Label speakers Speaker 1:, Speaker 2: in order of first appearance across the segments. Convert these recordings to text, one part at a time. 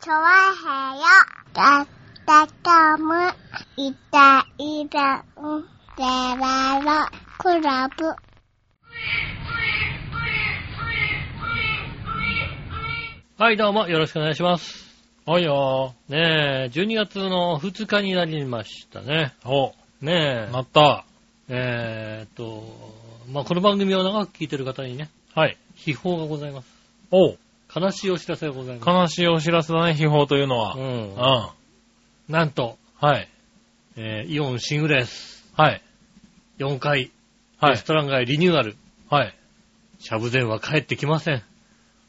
Speaker 1: チョワヘヨだったかむいたいたんでららクラブ
Speaker 2: はい、どうもよろしくお願いします。
Speaker 3: はいよ
Speaker 2: ねえ、12月の2日になりましたね。
Speaker 3: ー。お、
Speaker 2: ね
Speaker 3: なった。
Speaker 2: え、えーっと、まあ、この番組を長く聞いてる方にね、
Speaker 3: はい。
Speaker 2: 秘宝がございます。
Speaker 3: お、
Speaker 2: 悲しいお知らせがございま
Speaker 3: 悲しいお知らせだね、秘宝というの
Speaker 2: す。う
Speaker 3: は。うんん。。は
Speaker 2: なんと、
Speaker 3: い。
Speaker 2: えーイオンシングレース
Speaker 3: はい。
Speaker 2: 4回、
Speaker 3: は
Speaker 2: レ
Speaker 3: い
Speaker 2: ス。トラン街リニューアル、
Speaker 3: はい。
Speaker 2: しゃぶ膳は帰ってきません。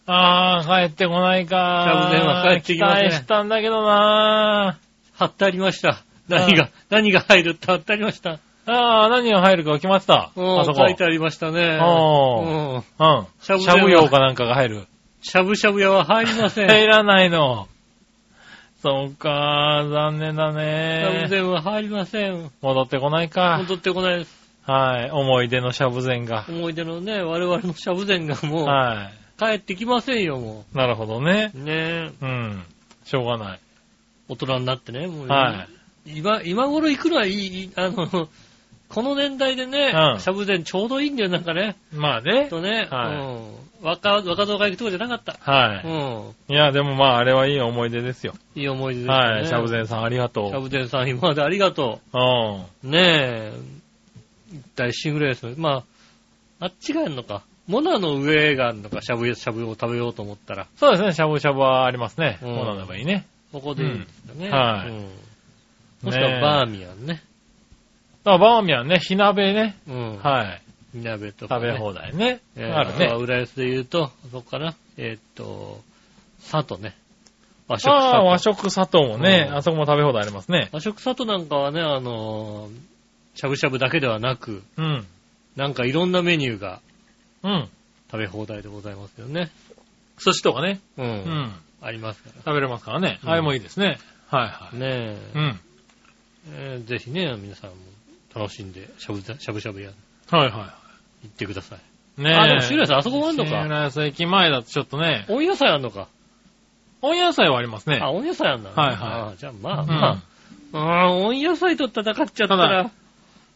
Speaker 3: あー、帰ってこないか
Speaker 2: 多分電話帰ってきません
Speaker 3: 期待したんだけどな
Speaker 2: 貼ってありました。何が、何が入るって貼ってありました。
Speaker 3: ー。あー、何が入るか決まってた。あ
Speaker 2: うん
Speaker 3: そこ。
Speaker 2: 書いてありましたね。
Speaker 3: お
Speaker 2: うん
Speaker 3: うん。
Speaker 2: しゃぶ
Speaker 3: し
Speaker 2: 電話
Speaker 3: ゃぶ用かなんかが入る。
Speaker 2: しゃぶしゃぶ屋は入りません。
Speaker 3: 入らないの。そうかー、残念だ
Speaker 2: しゃぶ
Speaker 3: ねー。
Speaker 2: 膳は入りません。
Speaker 3: 戻ってこないか。
Speaker 2: 戻ってこないです。
Speaker 3: はい。思い出のしゃぶ膳が。
Speaker 2: 思い出のね、我々のしゃぶ膳がもう、
Speaker 3: は
Speaker 2: 帰ってきませんよ、も
Speaker 3: い。なるほどね。
Speaker 2: う。ねえ、
Speaker 3: うん。しょうがない。
Speaker 2: 大人になってね、もう。
Speaker 3: はい。
Speaker 2: 今、今頃行くのはいいいい、あの、この年代でね、
Speaker 3: うん
Speaker 2: しゃぶ膳ちょうどいいんだよ、なんかね。
Speaker 3: まあね。
Speaker 2: とね、
Speaker 3: はい
Speaker 2: うん。若、若造が行くとこじゃなかった。
Speaker 3: はい。
Speaker 2: うん。
Speaker 3: いや、でもまあ、あれはいい思い出ですよ。
Speaker 2: いい思い出ですよね。
Speaker 3: はい。しゃぶぜんさんありがとう。
Speaker 2: しゃぶ膳さん、今までありがと
Speaker 3: うん。
Speaker 2: う。ねえ、大シングルです。まあ、あっちがやるのか。モナの上があるのか、しゃぶ、しゃぶを食べようと思ったら。
Speaker 3: そうですね、しゃぶしゃぶはありますね。
Speaker 2: う
Speaker 3: そ
Speaker 2: ん
Speaker 3: うなればいいね。
Speaker 2: ここでいいんですよね。
Speaker 3: うんはい
Speaker 2: うんもしくはバーミヤンね。
Speaker 3: だからバーミヤンね、火鍋ね。
Speaker 2: うん。
Speaker 3: はい。
Speaker 2: い。鍋とか、
Speaker 3: 食
Speaker 2: ね。
Speaker 3: べ放題ね。
Speaker 2: えー
Speaker 3: あるね。
Speaker 2: 浦安で言うと、どこかなえーっと、佐渡ね。和食
Speaker 3: ああ、和
Speaker 2: 佐渡。
Speaker 3: 食砂糖もね、
Speaker 2: うん
Speaker 3: あそこも食べ放題ありますね。
Speaker 2: 和食佐渡なんかはね、あのー、しゃぶしゃぶだけではなく、
Speaker 3: うん。
Speaker 2: なんかいろんなメニューが
Speaker 3: うん。
Speaker 2: 食べ放題でございますよね。
Speaker 3: 寿司とかね。
Speaker 2: うん。
Speaker 3: うん。
Speaker 2: ありますから。
Speaker 3: 食べれますからね。
Speaker 2: うん
Speaker 3: あれもいいですね。はいはい。
Speaker 2: ねえ
Speaker 3: うん。
Speaker 2: えーぜひね、皆さんも楽しんで、しゃぶしゃぶしゃぶ屋
Speaker 3: はいは
Speaker 2: 行ってください。
Speaker 3: い。ねえ。
Speaker 2: あ、でもシーラさんあそこもあるの
Speaker 3: シー
Speaker 2: か。
Speaker 3: ラ安駅前だとちょっとね、
Speaker 2: 温野菜あるのか。
Speaker 3: 温野菜はありますね。
Speaker 2: あ、温野菜あんだね。
Speaker 3: はいはい
Speaker 2: あーじゃあ
Speaker 3: う
Speaker 2: まあ
Speaker 3: ん
Speaker 2: まあ、うーん、温野菜と戦っちゃったら、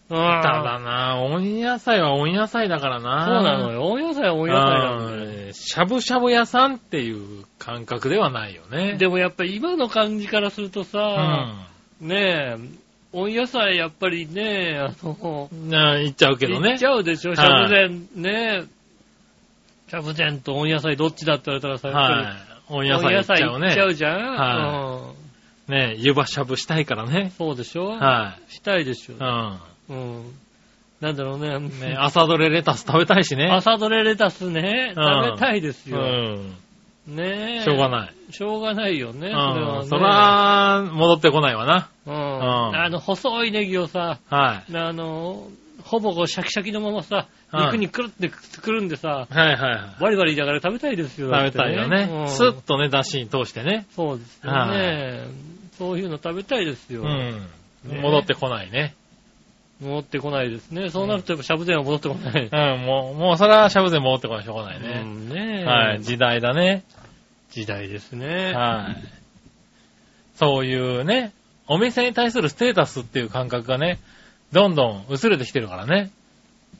Speaker 2: た
Speaker 3: ただな、温野菜は温野菜だから
Speaker 2: そう
Speaker 3: な。
Speaker 2: なのよ。温野菜は温野菜なんだよ。
Speaker 3: うんしゃぶしゃぶ屋さんっていう感覚ではないよね。
Speaker 2: でもやっぱ今の感じからすると
Speaker 3: う
Speaker 2: さ、
Speaker 3: ん。
Speaker 2: ねえ、温野菜やっぱりね、あの、
Speaker 3: な行っちゃうけど
Speaker 2: 行
Speaker 3: ね
Speaker 2: っ。ちゃうでしょ、しゃぶ膳、ねえ、しゃぶ膳と温野菜どっちだって言われたらさ、やっ
Speaker 3: はい。温
Speaker 2: ぱり
Speaker 3: 野
Speaker 2: 温
Speaker 3: 菜行
Speaker 2: 野
Speaker 3: っち
Speaker 2: 菜
Speaker 3: ゃ
Speaker 2: 行
Speaker 3: う
Speaker 2: っちゃ
Speaker 3: ね。
Speaker 2: うじゃん。
Speaker 3: は
Speaker 2: うん
Speaker 3: ね湯葉しゃぶしたいからね。
Speaker 2: そうでしょ
Speaker 3: は
Speaker 2: したいでしょ
Speaker 3: い。う。ん。
Speaker 2: うん。なんだろうね。
Speaker 3: ね朝どれレタス食べたいしね。
Speaker 2: 朝どれレタスね、
Speaker 3: うん
Speaker 2: 食べたいです
Speaker 3: う
Speaker 2: よ。
Speaker 3: ん。
Speaker 2: ねえ。
Speaker 3: しょうが
Speaker 2: い。
Speaker 3: ない。
Speaker 2: しょうがないよね。それは
Speaker 3: う
Speaker 2: ね
Speaker 3: ん。そら、戻ってこないわな。
Speaker 2: うん。
Speaker 3: ん
Speaker 2: あの、細いネギをさ、
Speaker 3: は
Speaker 2: あの、ほぼこうシャキシャキのままさ、
Speaker 3: はい
Speaker 2: 肉にくるってくるんでさ、
Speaker 3: い。はいはいはい。
Speaker 2: バリバリだから食べたいですよ。
Speaker 3: 食べたいよ
Speaker 2: だ
Speaker 3: ね。
Speaker 2: って
Speaker 3: スッとね、出汁に通してね。
Speaker 2: そうですよね。そういうの食べたいですよ。
Speaker 3: うん。
Speaker 2: ね
Speaker 3: 戻ってこないね。
Speaker 2: 戻ってこないですね。そうなるとやっぱしゃぶ膳は戻ってこない。
Speaker 3: うん、もう、もうそれはしゃぶ膳戻ってこないしょうがないね。
Speaker 2: うんねえ
Speaker 3: はい、時代だね。
Speaker 2: 時代ですね。
Speaker 3: はい。そういうね、お店に対するステータスっていう感覚がね、どんどん薄れてきてるからね。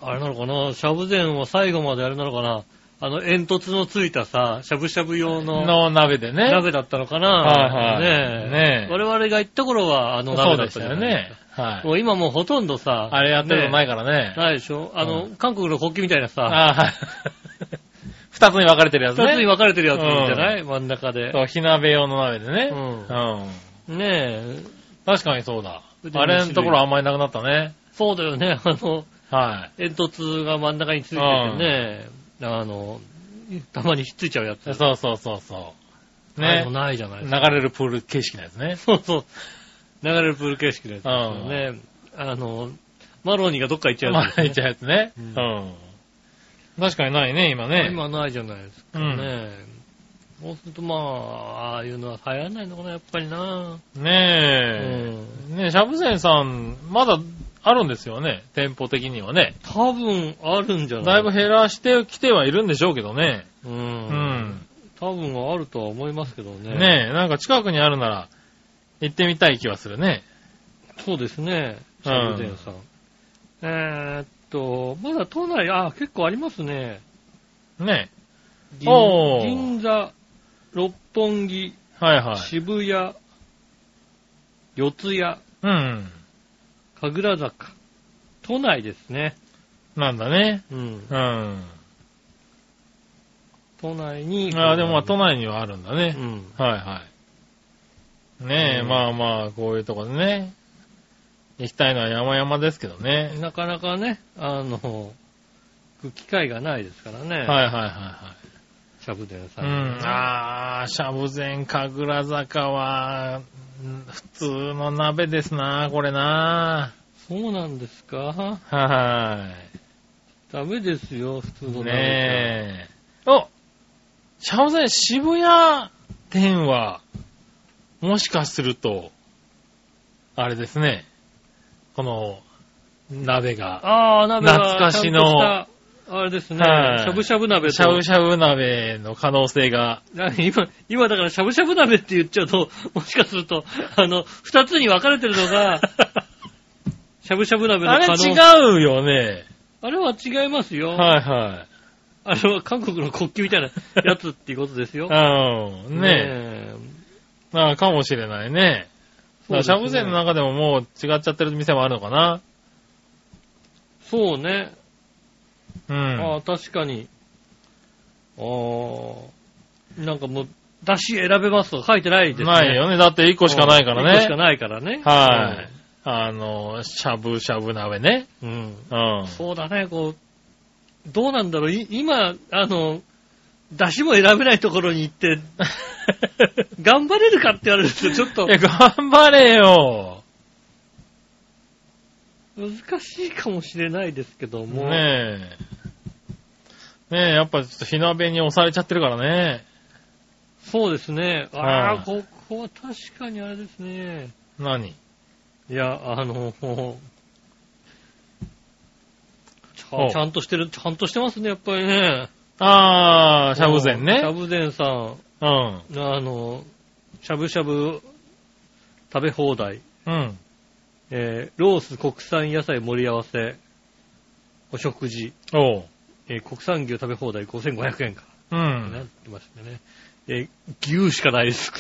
Speaker 2: あれなのかなしゃぶ膳を最後まであれなのかなあの煙突のついたさ、しゃぶしゃぶ用の
Speaker 3: の鍋でね。
Speaker 2: 鍋だったのかな
Speaker 3: はいはい
Speaker 2: ねえ。
Speaker 3: ねえ
Speaker 2: 我々が行った頃はあの
Speaker 3: そ
Speaker 2: 鍋
Speaker 3: う
Speaker 2: だ
Speaker 3: で
Speaker 2: った
Speaker 3: し
Speaker 2: じ
Speaker 3: た
Speaker 2: ゃな
Speaker 3: よ
Speaker 2: い
Speaker 3: ね
Speaker 2: です。
Speaker 3: は
Speaker 2: か。も
Speaker 3: い。
Speaker 2: う今もうほとんどさ、
Speaker 3: あれやってるのない
Speaker 2: ね
Speaker 3: からね
Speaker 2: え。ないでしょあの、
Speaker 3: う
Speaker 2: 韓国の国旗みたいなさ、
Speaker 3: あーはい。 二つに分かれてるやつ
Speaker 2: 二つに
Speaker 3: ね。
Speaker 2: 分かれてるやつじゃない、真ん中で。
Speaker 3: そう、火鍋用の鍋でね。
Speaker 2: う
Speaker 3: うん
Speaker 2: ねえ、
Speaker 3: 確かにそうだ
Speaker 2: う。ちの
Speaker 3: あれのとこ
Speaker 2: 種類
Speaker 3: ろあんまりなくなったね。
Speaker 2: そうだよね。 あの、
Speaker 3: は
Speaker 2: 煙突が真ん中についててね、あの、たまにひっついちゃうやつ。
Speaker 3: い。そうそうそうそう。
Speaker 2: あれ
Speaker 3: ね
Speaker 2: も。ないじゃない
Speaker 3: 流れるプール形式のやつね。
Speaker 2: そうそう。流れるプール形式のやつですよね。あの、マロニーがどっか行っちゃうやつです
Speaker 3: 巻い
Speaker 2: ね
Speaker 3: ちゃうやつね。
Speaker 2: う
Speaker 3: うんん。確かにないね、今ね。
Speaker 2: 今ないじゃないですかね。そうするとまあ、ああいうのは流行らないのかな、やっぱりな。
Speaker 3: ねえ。ねえ、シャブゼンさん、まだあるんですよね。店舗的にはね。
Speaker 2: 多分あるんじゃない
Speaker 3: だいぶ減らしてきてはいるんでしょうけどね。
Speaker 2: う。
Speaker 3: うんん。
Speaker 2: 多分あるとは思いますけどね。
Speaker 3: ねえ、なんか近くにあるなら、行ってみたい気はするね。
Speaker 2: そうですね。シ
Speaker 3: うん
Speaker 2: ャブデンさん。えーっと、まだ都内、あ、結構ありますね。
Speaker 3: ね
Speaker 2: 銀
Speaker 3: おー
Speaker 2: 銀座、六本木、
Speaker 3: え。はいはい。
Speaker 2: 渋谷、四谷、
Speaker 3: うん。
Speaker 2: 神楽坂。都内ですね。
Speaker 3: なんだね。
Speaker 2: うん。
Speaker 3: うん。
Speaker 2: 都内に。
Speaker 3: ああ、でもまあ都内にはあるんだね。
Speaker 2: うん。
Speaker 3: はいはい。ねえ、
Speaker 2: うん
Speaker 3: まあまあ、こういうとこでね、行きたいのは山々ですけどね。
Speaker 2: なかなかね、あの、行く機会がないですからね。
Speaker 3: はいはいはいは
Speaker 2: シャブデンさ
Speaker 3: い。うん
Speaker 2: にはね。
Speaker 3: ん。ああ、しゃぶ禅神楽坂は、うん普通の鍋ですな、これな。
Speaker 2: そうなんですか
Speaker 3: は
Speaker 2: ダメですよ、普通
Speaker 3: ー
Speaker 2: の
Speaker 3: い。
Speaker 2: 鍋じゃ
Speaker 3: ねえ。おしゃぶ禅渋谷店は、もしかすると、あれですね。この、鍋が。
Speaker 2: ああ、鍋が
Speaker 3: 懐かしの
Speaker 2: ちゃんとしたあれですね。
Speaker 3: はい
Speaker 2: しゃぶしゃぶ鍋と。
Speaker 3: しゃぶしゃぶ鍋の可能性が。
Speaker 2: あ 今、今だからしゃぶしゃぶ鍋って言っちゃうと、もしかすると、あの、二つに分かれてるの が、しゃぶしゃぶ鍋の
Speaker 3: あれ
Speaker 2: 可能
Speaker 3: 違うよね。
Speaker 2: あれは違いますよ。
Speaker 3: はいは
Speaker 2: あれは韓国の国旗みたいなやつっていうことで すよ。
Speaker 3: い。うん。ね
Speaker 2: え。
Speaker 3: え。なあかもしれないね。
Speaker 2: そうですね
Speaker 3: しゃぶ膳の中でももう違っちゃってる店もあるのかな。
Speaker 2: そうね。
Speaker 3: う
Speaker 2: あ
Speaker 3: ん。
Speaker 2: あ、確かに。ああ、なんかもう、出汁選べますとか書いてないですね。
Speaker 3: ないよね。だって1個しかないから
Speaker 2: 一個しか
Speaker 3: ね。
Speaker 2: ないからね。
Speaker 3: はい。あの、しゃぶしゃぶ鍋ね。
Speaker 2: い。うん。
Speaker 3: うん。
Speaker 2: そうだね、こう、どうなんだろう、い今、あの、出汁も選べないところに 行って、頑張れるかって言われると、ちょっと
Speaker 3: え、頑張れよ。
Speaker 2: 難しいかもしれないですけども、
Speaker 3: ねえ。ねえ、やっぱちょっと火鍋に押されちゃってるからね。
Speaker 2: そうですね、あ
Speaker 3: は
Speaker 2: あ
Speaker 3: い、
Speaker 2: ここは確かにあれですね、
Speaker 3: 何
Speaker 2: いや、あの、もうち
Speaker 3: お
Speaker 2: ゃちゃんとしてる、ちゃんとしてますね、やっぱりね。
Speaker 3: ああ、しゃぶ膳
Speaker 2: しゃ
Speaker 3: ね。
Speaker 2: ぶ膳さん、
Speaker 3: うん。
Speaker 2: あの、しゃぶしゃぶ食べ放題。
Speaker 3: うん。
Speaker 2: えーロース国産野菜盛り合わせ、お食事、
Speaker 3: おう。
Speaker 2: えー国産牛食べ放題5500円か。
Speaker 3: う
Speaker 2: なん
Speaker 3: ん。
Speaker 2: てましたね。えー牛しかないです。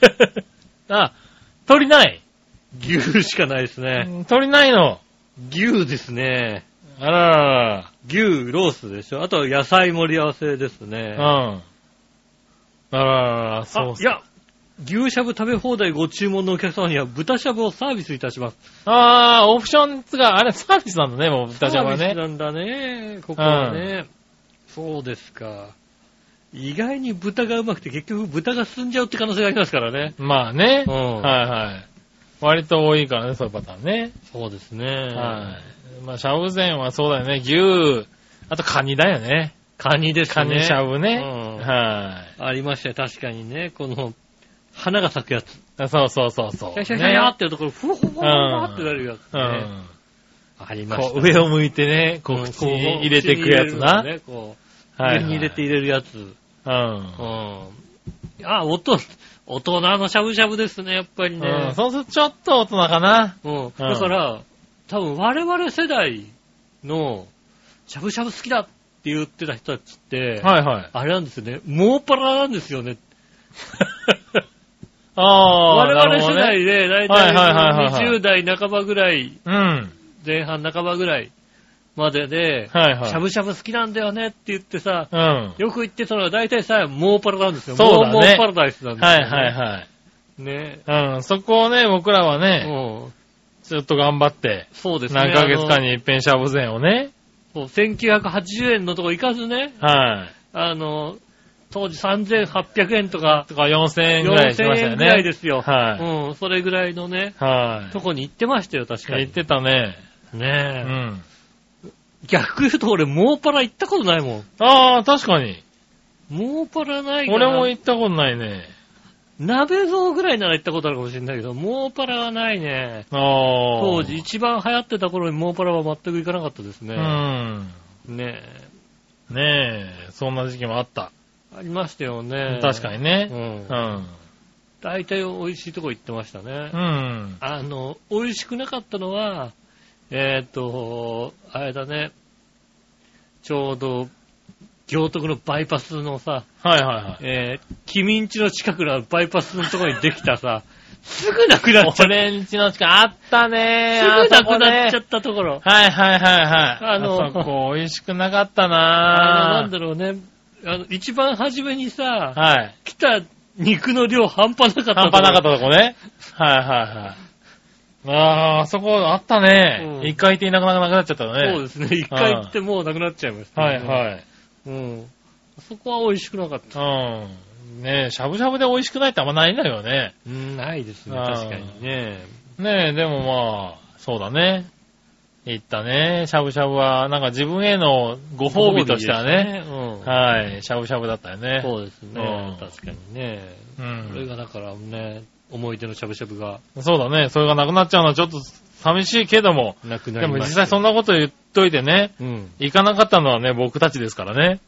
Speaker 3: あ、鳥ない。
Speaker 2: 牛しかないですね。
Speaker 3: 鳥ないの。
Speaker 2: 牛ですね。
Speaker 3: あら
Speaker 2: 牛、ロースでしょ。あと野菜盛り合わせですね。あ、
Speaker 3: ら。うん。あら、そうっ
Speaker 2: い
Speaker 3: す。
Speaker 2: や、牛しゃぶ食べ放題ご注文のお客様には豚しゃぶをサービスいたします。
Speaker 3: ああ、オプションつが、あれサービスなんだね、もう、豚ちゃんは
Speaker 2: サービ
Speaker 3: ね
Speaker 2: ス。なんだね、ここはね。そうですか。意外に豚がうまくて結局豚が進んじゃうって可能性がありますからね。
Speaker 3: まあね。
Speaker 2: うん
Speaker 3: はいはい。割と多いからね、そういうパターンね。
Speaker 2: そうですね。
Speaker 3: はい。まあ、シャブ膳はそうだよね。牛、あとカニだよね。
Speaker 2: カニですね。
Speaker 3: カニシャブね。
Speaker 2: うん
Speaker 3: は
Speaker 2: ありましたよ、確かにね。この、花が咲くやつ。シ
Speaker 3: い。そうそうそうそう。
Speaker 2: ャシャシャシャ
Speaker 3: ね
Speaker 2: っていうところ、ふわふわふわってなるやつ
Speaker 3: う
Speaker 2: ね。
Speaker 3: ん。
Speaker 2: ありまし
Speaker 3: こ
Speaker 2: た
Speaker 3: う
Speaker 2: ね。
Speaker 3: 上を向いてね、こ
Speaker 2: うん
Speaker 3: う口に入れてくやつな。
Speaker 2: 口に入れるのねこう
Speaker 3: はい
Speaker 2: 上に入れて入れるやつ。
Speaker 3: うん
Speaker 2: う。ん。あ、大人、大人のしゃぶしゃぶですね、やっぱりね。
Speaker 3: うんそうするとちょっと大人かな。
Speaker 2: うん。だから、多分我々世代の、しゃぶしゃぶ好きだって言ってた人たちって、
Speaker 3: はいはい。
Speaker 2: あれなんですよね。もうパラなんですよね。
Speaker 3: あ あ、
Speaker 2: 我
Speaker 3: な
Speaker 2: 々
Speaker 3: るほ
Speaker 2: 世
Speaker 3: どね。
Speaker 2: 代で、だ
Speaker 3: は
Speaker 2: い
Speaker 3: いはいはい
Speaker 2: た
Speaker 3: はいいは
Speaker 2: 20代半ばぐらい、
Speaker 3: うん。
Speaker 2: 前半半ばぐらいまでで、
Speaker 3: はいはい。
Speaker 2: しゃぶしゃぶ好きなんだよねって言ってさ、
Speaker 3: うん。は
Speaker 2: よく言ってたのは大体さ、もうパラなんですよ。
Speaker 3: そうだね
Speaker 2: もうパラダイスなん
Speaker 3: い
Speaker 2: ですよ、ね。
Speaker 3: はいはい。
Speaker 2: い。ね。
Speaker 3: うん、そこをね、僕らはね、
Speaker 2: うん。
Speaker 3: ちょっと頑張って、
Speaker 2: そうですね。
Speaker 3: 何ヶ月
Speaker 2: あ
Speaker 3: か
Speaker 2: の
Speaker 3: に一遍シャブ膳をね、
Speaker 2: そう1980円のとこ行かずね、
Speaker 3: は
Speaker 2: あの、当時3800円とか
Speaker 3: い。、とか4000円ぐらいしま
Speaker 2: 4000
Speaker 3: したよね。
Speaker 2: 円ぐらいですよ。
Speaker 3: は
Speaker 2: うん、それぐらいのね、
Speaker 3: い。は
Speaker 2: とこに行ってましたよ、確
Speaker 3: い。
Speaker 2: か
Speaker 3: 言っ
Speaker 2: に。
Speaker 3: てたね。う
Speaker 2: ねえ。
Speaker 3: ん。
Speaker 2: 逆言うと俺、モーパラ行ったことないもん。
Speaker 3: ああ、確かに。
Speaker 2: モーパラないから。
Speaker 3: 俺も行ったことないね。
Speaker 2: 鍋像ぐらいなら行ったことあるかもしれないけど、モーパラはないね。
Speaker 3: ああ。
Speaker 2: 当時、。一番流行ってた頃にモーパラは全く行かなかったです
Speaker 3: う
Speaker 2: ね。
Speaker 3: ん。
Speaker 2: ねえ。
Speaker 3: ねえ、そんな時期もあった。
Speaker 2: ありましたよね。
Speaker 3: 確かにね。
Speaker 2: ね。
Speaker 3: う
Speaker 2: うん。
Speaker 3: ん。
Speaker 2: 大体美味しいとこ行ってましたね。
Speaker 3: うん。
Speaker 2: あの、美味しくなかったのは、えーっ、と、あれだね、ちょうど、行徳のバイパスのさ、
Speaker 3: はいはい はい。
Speaker 2: えー、君んちの近くのバイパスのところにできたさ、 すぐなくなっちゃ
Speaker 3: オ
Speaker 2: っ
Speaker 3: レンジの近く、あったね
Speaker 2: た。すぐなくなっち
Speaker 3: た。
Speaker 2: ゃったところ。
Speaker 3: はいはいはいはい。
Speaker 2: あの
Speaker 3: あそこ美味しくなかった
Speaker 2: あの、なん
Speaker 3: な
Speaker 2: だろうね、あの、一番初めにさ、
Speaker 3: はい。
Speaker 2: 来た肉の量半端なかったとこ
Speaker 3: 半端
Speaker 2: ろ。
Speaker 3: なかったとこね。はいはいはい。あーあそこあったね。
Speaker 2: うん
Speaker 3: 一回行っていなくななくなっちゃったのね。
Speaker 2: そうですね。一回行ってもうなくなっちゃいました、
Speaker 3: はい
Speaker 2: い。
Speaker 3: はい。
Speaker 2: うん。そこは美味しくなかった。
Speaker 3: うん。ねえ、しゃぶしゃぶで美味しくないってあんまないんだよね。
Speaker 2: うん、ないですね。
Speaker 3: あー
Speaker 2: 確かにね。
Speaker 3: ねえ、でもまあ、そうだね。行ったね。しゃぶしゃぶは、なんか自分へのご褒美としてはね。
Speaker 2: ご褒美ですね。
Speaker 3: はい。しゃぶしゃぶだったよ
Speaker 2: うん。
Speaker 3: ね。
Speaker 2: そうですね。
Speaker 3: うん
Speaker 2: 確かにね。
Speaker 3: う
Speaker 2: これ
Speaker 3: ん。
Speaker 2: がだからね、思い出のしゃぶしゃぶが
Speaker 3: そうだね。それがなくなっちゃうのはちょっと寂しいけども。
Speaker 2: なくな
Speaker 3: で
Speaker 2: り
Speaker 3: も
Speaker 2: ま
Speaker 3: 実
Speaker 2: した
Speaker 3: 際そんなこと言っといてね。
Speaker 2: うん。
Speaker 3: 行かなかったのはね、僕たちですからね。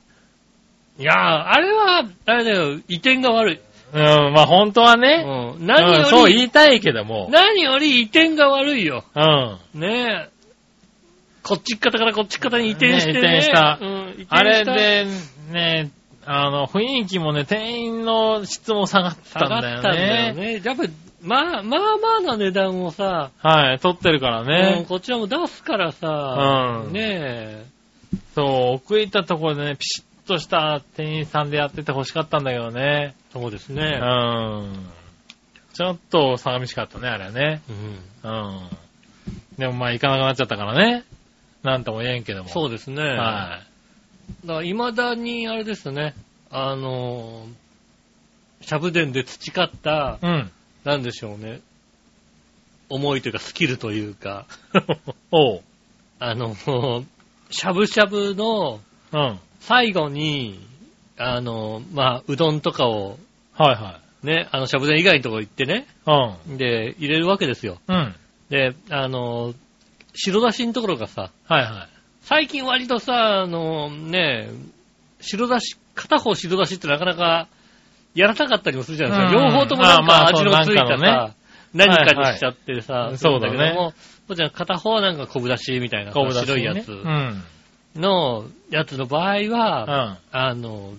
Speaker 2: いやー、あれは、あれだよ、移転が悪い。
Speaker 3: うん、まあ本当は
Speaker 2: う
Speaker 3: ね。
Speaker 2: ん。
Speaker 3: う
Speaker 2: 何
Speaker 3: んそ
Speaker 2: よ
Speaker 3: う
Speaker 2: り、
Speaker 3: 言いたいけども。
Speaker 2: 何より移転が悪いよ。
Speaker 3: うん。
Speaker 2: ねえ。こっち方からこっち方に移転して
Speaker 3: ね
Speaker 2: ね。
Speaker 3: 移転した
Speaker 2: うん、移転した。
Speaker 3: あれ、で、ね、あの、雰囲気もね、店員の質も下がった
Speaker 2: 下
Speaker 3: ん
Speaker 2: が
Speaker 3: だ
Speaker 2: った
Speaker 3: よ
Speaker 2: んだよ
Speaker 3: ね。
Speaker 2: ね。やっぱり、まあ、まあまあな値段をさ、
Speaker 3: はい、取ってるから
Speaker 2: うん
Speaker 3: ね。
Speaker 2: こちらも出すからさ、
Speaker 3: うん
Speaker 2: ね
Speaker 3: そう、奥行ったところでね、ピシッとした店員さんでやってて欲しかったんだけどね。
Speaker 2: え。そうです
Speaker 3: う
Speaker 2: ね。
Speaker 3: ん。ちょっと寂しかったね、あれはね。
Speaker 2: うん
Speaker 3: うん。でもまあ行かなくなっちゃったからね。なんとも言えんけども。
Speaker 2: そううですね。
Speaker 3: は
Speaker 2: だから、未だに、あれですね、あのー、シャブデンで培った、
Speaker 3: い。うん。
Speaker 2: なんでしょうね、思いというか、スキルとい うか、
Speaker 3: おう。
Speaker 2: あの、しゃぶしゃぶの
Speaker 3: うん。はい
Speaker 2: 最後に、あの、まあ、うどんとかを、
Speaker 3: は
Speaker 2: ね、あの、しゃぶ膳以外のとこ行ってね、
Speaker 3: い。
Speaker 2: で、入れるわけですよ。
Speaker 3: うん。うん。
Speaker 2: で、あの、白だしのところがさ、
Speaker 3: はいはい。
Speaker 2: 最近割とさ、あの、ね、白だし、片方白だしってなかなかやらなかったりもするじゃないですか。
Speaker 3: うん
Speaker 2: 両方ともなん
Speaker 3: まあま
Speaker 2: か
Speaker 3: あ
Speaker 2: 味のついた
Speaker 3: そう
Speaker 2: さ、
Speaker 3: なん
Speaker 2: 何かにしちゃってさ、
Speaker 3: いそうだね
Speaker 2: けども、そうじゃん片方はなんか昆布だしみたいなさ、
Speaker 3: 昆布だしね
Speaker 2: 白いやつ
Speaker 3: うん。
Speaker 2: のやつの場合は、
Speaker 3: うん。
Speaker 2: あの、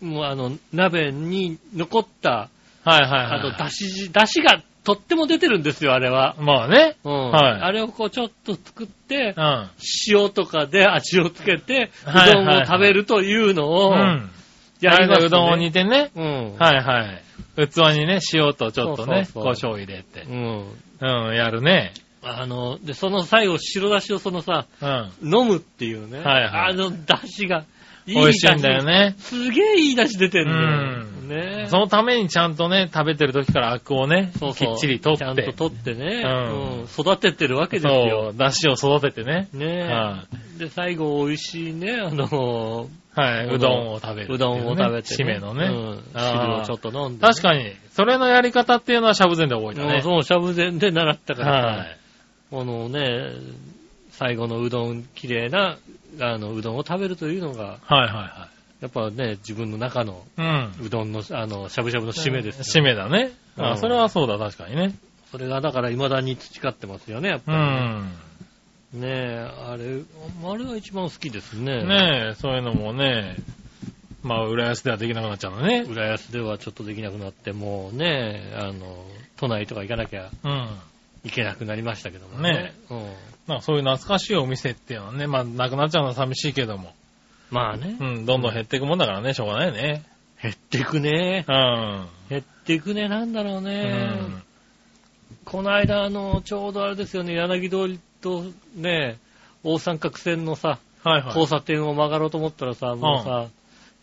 Speaker 2: もうあの、鍋に残った、
Speaker 3: はいはいはい。
Speaker 2: あの、だし汁、だしがとっても出てるんですよ、あれは。
Speaker 3: まあね。
Speaker 2: うん。
Speaker 3: はい
Speaker 2: あれをこうちょっと作って
Speaker 3: う、ん。
Speaker 2: 塩とかで味をつけて、う
Speaker 3: はい
Speaker 2: どんを食べるというのを、
Speaker 3: うん。
Speaker 2: やりますね。
Speaker 3: うどんを煮てね。
Speaker 2: うん。
Speaker 3: はいはい。器にね、塩とちょっとね、
Speaker 2: そう
Speaker 3: 胡
Speaker 2: そうそ
Speaker 3: 椒入れて
Speaker 2: う。ん。
Speaker 3: うん、やるね。
Speaker 2: あの、で、その最後、白だしをそのさ、
Speaker 3: うん。
Speaker 2: 飲むっていうね。
Speaker 3: はいはい
Speaker 2: あの、だしが、い
Speaker 3: 美味しいんだよ
Speaker 2: ね。
Speaker 3: ね。
Speaker 2: すげえいいだし出て
Speaker 3: う
Speaker 2: る
Speaker 3: ん
Speaker 2: んだよ。ね
Speaker 3: そのためにちゃんとね、食べてる時からアクをね、
Speaker 2: そうそう
Speaker 3: きっちり取っ
Speaker 2: ちゃん
Speaker 3: て
Speaker 2: と。取ってね、
Speaker 3: うん
Speaker 2: うん育ててるわけです
Speaker 3: そ
Speaker 2: よ。
Speaker 3: う、だしを育ててね。
Speaker 2: ねえ、
Speaker 3: は
Speaker 2: で、最後、美味しいね、あの、
Speaker 3: はい、うどんを食べる。
Speaker 2: うどんを食べて、
Speaker 3: 締めの
Speaker 2: う
Speaker 3: ね。
Speaker 2: ん、汁
Speaker 3: あー
Speaker 2: をちょっと飲んで、
Speaker 3: 確かに、それのやり方っていうのはしゃぶ膳で覚えた
Speaker 2: もう
Speaker 3: ね。
Speaker 2: そう、しゃぶ膳で習ったからさ、
Speaker 3: はい。
Speaker 2: このね、最後のうどん、綺麗な、あの、うどんを食べるというのが、
Speaker 3: はいは
Speaker 2: やっぱね、自分の中の
Speaker 3: いはい。うん。
Speaker 2: うどんの、あの、しゃぶしゃぶの締めですよ、
Speaker 3: 締めだね。
Speaker 2: う
Speaker 3: あ、
Speaker 2: ん
Speaker 3: それはそうだ、確かにね。
Speaker 2: それがだから未だに培ってますよね、やっ
Speaker 3: う
Speaker 2: ぱり
Speaker 3: ん。
Speaker 2: ね。ねえ、あれ、あれが一番好きですね。
Speaker 3: ねえ、そういうのもね、まあ、浦安ではできなくなっちゃうのね。
Speaker 2: 浦安ではちょっとできなくなって、もうね、あの、都内とか行かなきゃ
Speaker 3: うん。
Speaker 2: いけなくなりましたけども
Speaker 3: ね
Speaker 2: ね。うん
Speaker 3: なんかそういう懐かしいお店っていうのはね、まあ、なくなっちゃうのは寂しいけども。
Speaker 2: まあね
Speaker 3: う、ん、どんどん減っていくもんだからね、しょうがないね。
Speaker 2: 減っていくね。
Speaker 3: うん。
Speaker 2: 減っていくね、なんだろう
Speaker 3: う
Speaker 2: ね。
Speaker 3: ん。
Speaker 2: この間、あの、ちょうどあれですよね、柳通りとね、大三角線のさ、
Speaker 3: はいは
Speaker 2: 交
Speaker 3: い。
Speaker 2: 差点を曲がろうと思ったらさ、もうさ、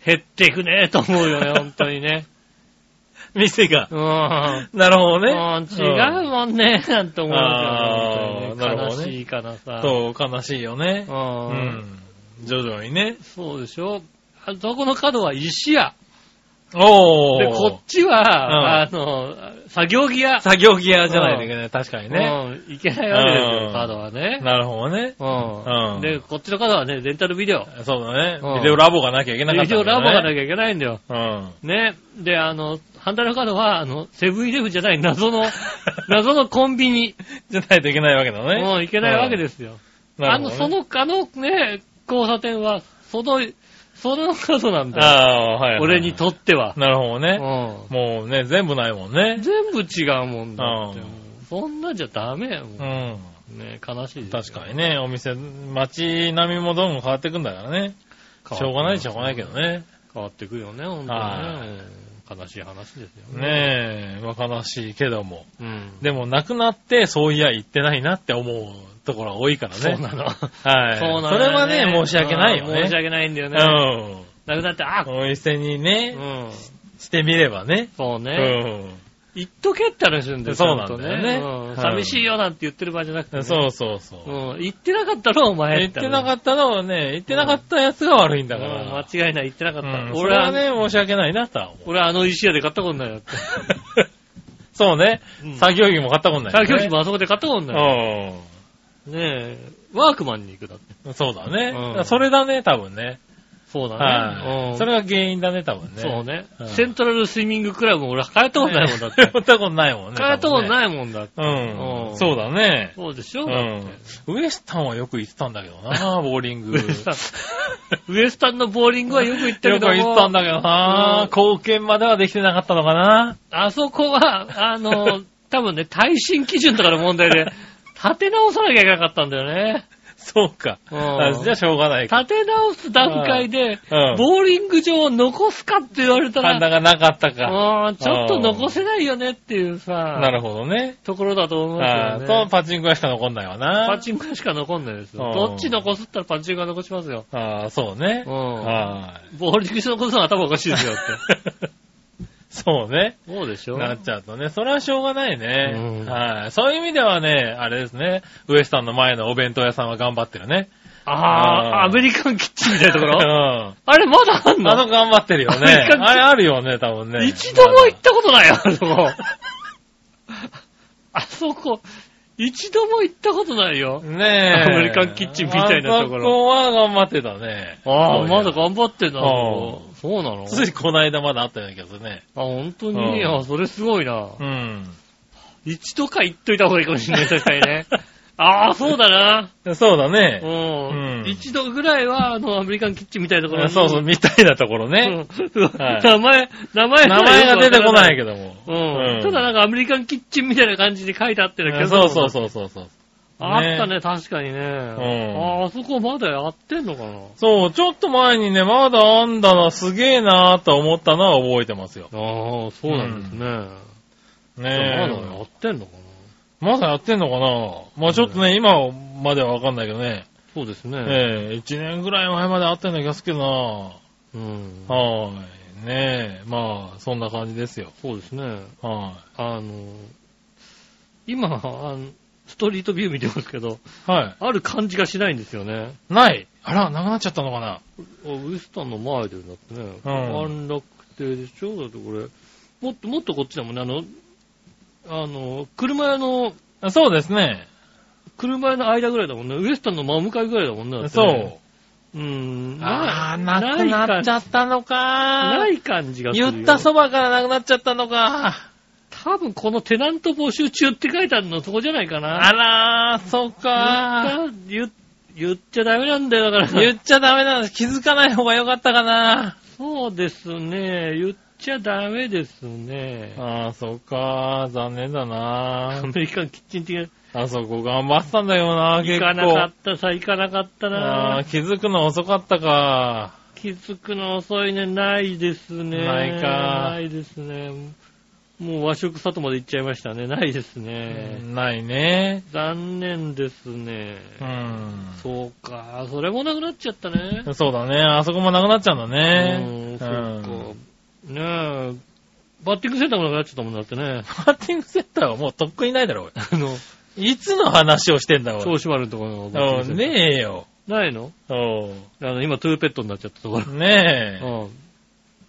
Speaker 2: 減っていくね、と思う よね、本当にね。
Speaker 3: 店が
Speaker 2: う。ん。
Speaker 3: なるほどね。
Speaker 2: うん違うもんね、なんて思う
Speaker 3: あー
Speaker 2: よね本当
Speaker 3: なる
Speaker 2: にね。
Speaker 3: ほど
Speaker 2: 悲
Speaker 3: ね
Speaker 2: しいかなさ。
Speaker 3: そう、悲しいよね
Speaker 2: う。。
Speaker 3: うんん。徐々にね。
Speaker 2: そうでしょあそこの角は石屋。
Speaker 3: おー。
Speaker 2: で、こっちは、あの、作業着屋。
Speaker 3: 作業着屋じゃないといけない。確かにね。
Speaker 2: うん、いけないわけです
Speaker 3: う
Speaker 2: よ、
Speaker 3: ん
Speaker 2: カードはね。
Speaker 3: なるほどね。
Speaker 2: う。
Speaker 3: うんん
Speaker 2: で、こっちのカードはね、レンタルビデオ。
Speaker 3: そうだね
Speaker 2: うん。
Speaker 3: ビデオラボがなきゃいけなかっ
Speaker 2: 一
Speaker 3: た
Speaker 2: 応
Speaker 3: んだ
Speaker 2: ラ
Speaker 3: よ
Speaker 2: ボ
Speaker 3: ね。
Speaker 2: がなきゃいけないんだよ。
Speaker 3: うん。
Speaker 2: ね。で、あの、反対のカードは、あの、セブンイレブンじゃない 謎の、謎のコンビニ。
Speaker 3: じゃないといけないわけだね。
Speaker 2: もういけないわけですよ。
Speaker 3: うん。な
Speaker 2: あ
Speaker 3: る
Speaker 2: の、
Speaker 3: ほどね
Speaker 2: そ、の、あのね、交差点は、その、そのカードなんだよ。
Speaker 3: ああー、はいはい。
Speaker 2: 俺にとっては。
Speaker 3: なるほど
Speaker 2: う
Speaker 3: ね。
Speaker 2: ん。
Speaker 3: もうね、全部ないもんね。
Speaker 2: 全部違うもんだって
Speaker 3: うん。
Speaker 2: そんなんじゃダメよ。
Speaker 3: う
Speaker 2: も
Speaker 3: ん。
Speaker 2: うね悲しいです
Speaker 3: 確
Speaker 2: よ。
Speaker 3: かにね、お店、街並みもどんどん変わってくんだからね。しょうがないっちゃしょうがないけど。ね。
Speaker 2: 変わってくよね、本
Speaker 3: は
Speaker 2: 当にね。悲しい話ですよね。
Speaker 3: ねえ、まあ悲しいけども。
Speaker 2: うん。
Speaker 3: でも、亡くなって、そういや言ってないなって思うところが多いからね。
Speaker 2: そうなの。
Speaker 3: はい。
Speaker 2: そうな の
Speaker 3: それはね、申し訳ないよ
Speaker 2: うん
Speaker 3: ね。
Speaker 2: 申し訳ないんだよね。
Speaker 3: うん。
Speaker 2: なくなって、あ、
Speaker 3: お店に
Speaker 2: う
Speaker 3: ね、
Speaker 2: ん。
Speaker 3: してみればね。
Speaker 2: そう
Speaker 3: う
Speaker 2: ね。
Speaker 3: ん。
Speaker 2: 言っとけって話なんだよ、
Speaker 3: そうなんだよ
Speaker 2: ちゃと
Speaker 3: ね
Speaker 2: うん
Speaker 3: はい
Speaker 2: 寂しいよなんて言ってる場合じゃなくてね。
Speaker 3: そうそうそう。
Speaker 2: うん。言ってなかったろ、お前
Speaker 3: 言ってなか
Speaker 2: っ
Speaker 3: ったのはね、言ってなかったやつが悪いんだ
Speaker 2: た
Speaker 3: か。
Speaker 2: からら。うん間違いない、言ってなかっ
Speaker 3: うん
Speaker 2: た。
Speaker 3: それ
Speaker 2: 俺
Speaker 3: は
Speaker 2: はね、
Speaker 3: ね、申し訳ないなとは思う。
Speaker 2: 俺はあの石屋で買ったことないよって。
Speaker 3: そうね
Speaker 2: うん。
Speaker 3: 作業着も買ったことないよ
Speaker 2: 作
Speaker 3: ね。
Speaker 2: 業機もあそこで買ったことないよ。
Speaker 3: う
Speaker 2: ねえ、ワークマンに行くだって。
Speaker 3: ん。そうだね。
Speaker 2: うん
Speaker 3: だからそれだね、多分ね。
Speaker 2: そうだね
Speaker 3: は。い。
Speaker 2: うん
Speaker 3: それが原因だね、多分ね。
Speaker 2: そうね
Speaker 3: うん。
Speaker 2: セントラルスイミングクラブも俺は買えたことないもんだっ て。
Speaker 3: 買ったことないもんね。
Speaker 2: 買えたこと
Speaker 3: い。
Speaker 2: ないもんだって。
Speaker 3: う。
Speaker 2: うんん
Speaker 3: そうだね。
Speaker 2: そうでし
Speaker 3: う
Speaker 2: ょだって
Speaker 3: ん。ウエスタンはよく行ってたんだけど な、ボーリング。
Speaker 2: ウエスタン、 ウエスタンのボーリングはよく行った
Speaker 3: よ
Speaker 2: け
Speaker 3: く
Speaker 2: ども
Speaker 3: 行ったんだけどな、
Speaker 2: うん
Speaker 3: 貢献まではできてなかったのかな。
Speaker 2: あそこは、あの、 多分ね、耐震基準とかの問題で、立て直さなきゃいけなかったんだよね。
Speaker 3: そうか。
Speaker 2: うん
Speaker 3: あじゃあしょうがないか。
Speaker 2: 立て直す段階で、
Speaker 3: うん
Speaker 2: ボーリング場を残すかって言われた
Speaker 3: 判
Speaker 2: ら、
Speaker 3: 断がなかったか。
Speaker 2: うんちょっと残せないよねっていう
Speaker 3: な
Speaker 2: さ、
Speaker 3: るほどね。
Speaker 2: ところだと思うん
Speaker 3: あ
Speaker 2: ですよ
Speaker 3: と
Speaker 2: ね。
Speaker 3: パチンコ屋しか残んないわな。
Speaker 2: パチンコ屋しか残んないです
Speaker 3: う
Speaker 2: よ。
Speaker 3: ん
Speaker 2: どっち残すったらパチンコが残しますよ。
Speaker 3: ああ、そうね。
Speaker 2: うん
Speaker 3: はい。
Speaker 2: ボーリング場のことの頭おかしいですよ って。
Speaker 3: そうね。
Speaker 2: そうでしょ
Speaker 3: なっちゃうとね。それはしょうがないね
Speaker 2: う。ん
Speaker 3: はい。そういう意味ではね、あれですね。ウエスタンの前のお弁当屋さんは頑張ってるね。
Speaker 2: あー、
Speaker 3: うん
Speaker 2: アメリカンキッチンみたいなとこ
Speaker 3: うん。
Speaker 2: ろ
Speaker 3: あ
Speaker 2: あれまだあんの
Speaker 3: の頑張ってるよね。
Speaker 2: あれ
Speaker 3: あれあるよね、多分ね。
Speaker 2: 一度も行ったことないよ、あそこ。 あそこ、一度も行ったことないよ。
Speaker 3: ねえ。
Speaker 2: アメリカンキッチンみたいなところ
Speaker 3: あそこは頑張ってたね。
Speaker 2: あ
Speaker 3: そ
Speaker 2: あ、
Speaker 3: ういや
Speaker 2: まだ頑張ってんだ、
Speaker 3: あ
Speaker 2: あそこそうなのあ
Speaker 3: つ、いこの間まだあったような気がするね。
Speaker 2: 本当
Speaker 3: うん
Speaker 2: に、あ、それすごいな。
Speaker 3: うん。
Speaker 2: 一度か行っといた方がいいかもしれない、確かに ね。ああ、そうだな。
Speaker 3: そうだね。
Speaker 2: うん
Speaker 3: う。ん
Speaker 2: 一度ぐらいは、あの、アメリカンキッチンみたいなところに
Speaker 3: そうそう、みたいなところね。
Speaker 2: うん
Speaker 3: はい
Speaker 2: 名前、名前
Speaker 3: 名前が出てこない
Speaker 2: け
Speaker 3: けども。
Speaker 2: ど。うん。ただなん
Speaker 3: か、
Speaker 2: かアメリカンキッチンみたいな感じに書いてあってるけど。
Speaker 3: そうそうそうそうそう。
Speaker 2: あったね、確かにね。ああそこまだやってんのかな。
Speaker 3: そう、ちょっと前にね、まだあんだな、すげえなーと思ったのは覚えてますよ。
Speaker 2: ああ、そうなんですね。
Speaker 3: ね
Speaker 2: まだや
Speaker 3: え。
Speaker 2: ってんのかな。
Speaker 3: まだやってんのかなまあちょっとね、今まではわかんないけどね。
Speaker 2: そうですね。
Speaker 3: ええ、1年ぐらい前まであったような気がするけどな
Speaker 2: うん。
Speaker 3: はーい。ねえ、まあ、そんな感じですよ。
Speaker 2: そうですね。
Speaker 3: は
Speaker 2: あの、今、あのストリートビュー見てますけど、
Speaker 3: い。は
Speaker 2: ある感じがしないんですよね。
Speaker 3: い。ないあら、なくなっちゃったのかな
Speaker 2: あウエスタンの前でだってね、
Speaker 3: うん
Speaker 2: 安楽亭でしょだってこれ、もっともっとこっちだもんね、あの、あの、車屋の、
Speaker 3: あそうですね。
Speaker 2: 車屋の間ぐらいだもんね、ウエスタンの真向かいぐらいだもんね、だって
Speaker 3: そ
Speaker 2: ね
Speaker 3: う。
Speaker 2: うーん。
Speaker 3: ああ、
Speaker 2: な
Speaker 3: なくなっちゃったのか
Speaker 2: ない感じがするよ。
Speaker 3: 言ったそばからなくなっちゃったのか。
Speaker 2: 多分このテナント募集中って書いてあるのそこじゃないかな。
Speaker 3: あらー、そうか
Speaker 2: 言った言言っちゃダメなんだよ、だから。
Speaker 3: 言っちゃダメなんです。気づかない方がよかったかな。
Speaker 2: そうですね。言っちゃダメですね。
Speaker 3: ああ、そうか残念だ
Speaker 2: ア
Speaker 3: な
Speaker 2: メリカンキッチン的な。
Speaker 3: あそこ頑張ってたんだよな
Speaker 2: 行
Speaker 3: 結構。
Speaker 2: かなかったさ、行かなかった
Speaker 3: あ
Speaker 2: な
Speaker 3: ー。気づくの遅かったか。
Speaker 2: 気づくの遅いね。ないですね。
Speaker 3: ないか
Speaker 2: ないですね。もう和食里まで行っちゃいましたね。ないですね。
Speaker 3: ないね。
Speaker 2: 残念ですね。
Speaker 3: うん。
Speaker 2: そうか、それもなくなっちゃったね。
Speaker 3: そうだね。あそこもなくなっちゃうんだ
Speaker 2: う
Speaker 3: ね
Speaker 2: ん、。そうか。ねえ、バッティングセンターもなくなっちゃったもんだってね。
Speaker 3: パーティングセンターはもうとっくにないだろ、
Speaker 2: あの、
Speaker 3: おいいつの話をしてんだ、おい
Speaker 2: 調子悪いところのバッティング
Speaker 3: う
Speaker 2: セ
Speaker 3: ん
Speaker 2: ンター。
Speaker 3: ねえよ。
Speaker 2: ないの
Speaker 3: おう
Speaker 2: あの、今トゥーペットになっちゃったところ。
Speaker 3: ねえ。
Speaker 2: うん。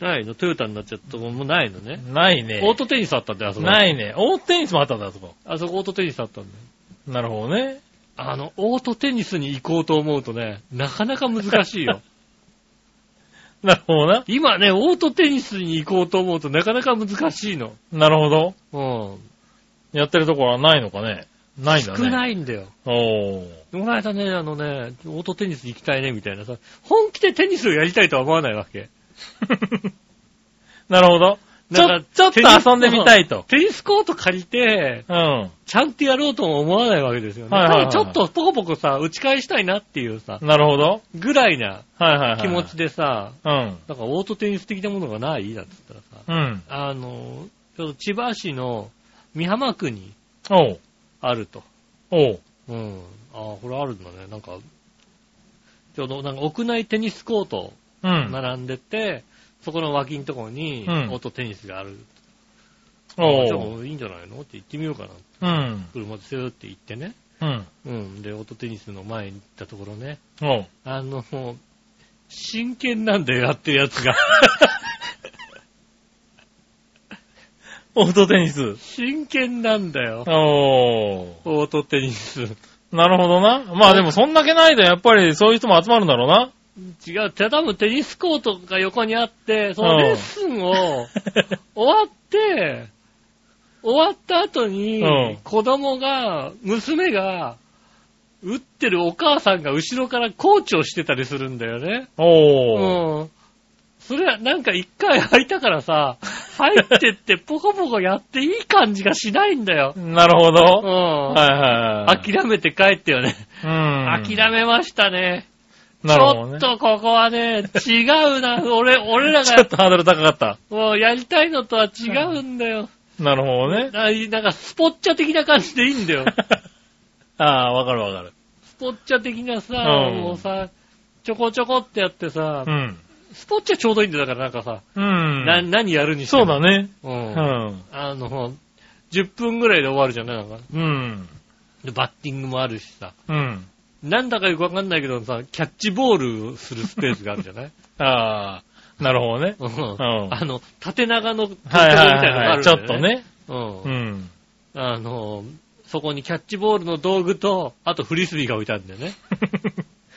Speaker 2: ないのトヨタになっちゃったとこもないのね。
Speaker 3: ないね。
Speaker 2: オートテニスあったんだよ、あそこ。
Speaker 3: ないね。オートテニスもあったんだ、あそこ。
Speaker 2: あそこオートテニスあったんだよ。
Speaker 3: なるほどね。
Speaker 2: あの、オートテニスに行こうと思うとね、なかなか難しい よ。
Speaker 3: なるほどな。
Speaker 2: 今ね、オートテニスに行こうと思うとなかなか難しいの。
Speaker 3: なるほど。
Speaker 2: うん。
Speaker 3: やってるところはないのかね。ないんだね。。
Speaker 2: 少ないいんだよ。
Speaker 3: おー。
Speaker 2: この間ね、あのね、オートテニス行きたいね、みたいなさ、本気でテニスをやりたいとは思わないわけ。
Speaker 3: なるほど。ち
Speaker 2: な
Speaker 3: ょ
Speaker 2: んか、
Speaker 3: ちょっと遊んでみたいと。
Speaker 2: テニスコート借りて、
Speaker 3: うん。は
Speaker 2: ちゃんとやろうとも思わないわけですよね。
Speaker 3: はいはいはい
Speaker 2: 多分ちょっとポコポコさ、打ち返したいなっていうさ
Speaker 3: い。、なるほど。
Speaker 2: ぐらいな
Speaker 3: はいはいはい。
Speaker 2: 気持ち。でさ、
Speaker 3: うん。
Speaker 2: なんかオートテニス的なものがないだって言っ
Speaker 3: う
Speaker 2: たらさ、
Speaker 3: ん。
Speaker 2: あの、ちょっと千葉市の美浜区に
Speaker 3: おう。
Speaker 2: あると。
Speaker 3: おう。
Speaker 2: うん。ああ、これあるんだね。なんか、ちょうどなんか屋内テニスコート
Speaker 3: うん。
Speaker 2: 並んでて、そこの脇のところに
Speaker 3: う
Speaker 2: オ
Speaker 3: ん
Speaker 2: ートテニスがある。あじゃあ
Speaker 3: お
Speaker 2: も
Speaker 3: う。
Speaker 2: ういいんじゃないのって行ってみようかな。
Speaker 3: うん。
Speaker 2: 車でスーって行ってね。
Speaker 3: うん。
Speaker 2: うん。で、オートテニスの前に行ったところね。
Speaker 3: おう。
Speaker 2: あの、もう真剣なんだよ、やってるやつが。
Speaker 3: オートテニス。
Speaker 2: 真剣なんだよ。
Speaker 3: おー。
Speaker 2: オートテニス。違
Speaker 3: なるほどな。まあでもそんだけないとやっぱりそういう人も集まるんだろう な。
Speaker 2: う、ただのテニスコートが横にあって、そのレッスンを終わって、終わった後
Speaker 3: うん
Speaker 2: に、子供が、娘が、打ってるお母さんが後ろからコーチをしてたりするんだよね。
Speaker 3: おー。
Speaker 2: うん。それはなんか一回開いたからさ、入ってってポコポコやっていい感じがしないんだよ。
Speaker 3: なるほ
Speaker 2: う
Speaker 3: ど。は
Speaker 2: ん。
Speaker 3: いはいはい。
Speaker 2: 諦めて帰ってよね。
Speaker 3: うん。
Speaker 2: 諦めましたね。
Speaker 3: なるほどね。
Speaker 2: ちょっとここはね、違うな。俺、俺ら
Speaker 3: ちょっ
Speaker 2: が
Speaker 3: とハードル高かった。
Speaker 2: もうやりたいのとは違うんだよ。
Speaker 3: なるほどね。
Speaker 2: ななんかスポッチャ的な感じでいいんだよ。
Speaker 3: ああ、わかるわかる。
Speaker 2: スポッチャ的なさ、
Speaker 3: うん
Speaker 2: もうさ、ちょこちょこってやってさ、
Speaker 3: うん。
Speaker 2: スポッチャちょうどいいんだよだからなんかさ、
Speaker 3: うん。
Speaker 2: な何やるにして
Speaker 3: そ
Speaker 2: も。
Speaker 3: うだね。う
Speaker 2: うん。
Speaker 3: ん。
Speaker 2: あの、10分ぐらいで終わるじゃないなんか。
Speaker 3: うん。
Speaker 2: でバッティングもあるしさ。
Speaker 3: うん。
Speaker 2: なんだかよくわかんないけどさ、キャッチボールするスペースがあるじゃない
Speaker 3: ああ、なるほどね。
Speaker 2: うん
Speaker 3: ん
Speaker 2: あの、縦長の、
Speaker 3: はいはいはいはい、ちょ
Speaker 2: とこ
Speaker 3: っと
Speaker 2: ろみたい
Speaker 3: ね。
Speaker 2: なのがあるん
Speaker 3: う
Speaker 2: だよね。う。
Speaker 3: んん。
Speaker 2: あの、そこにキャッチボールの道具と、あとフリスビーが置いてあるん だよね。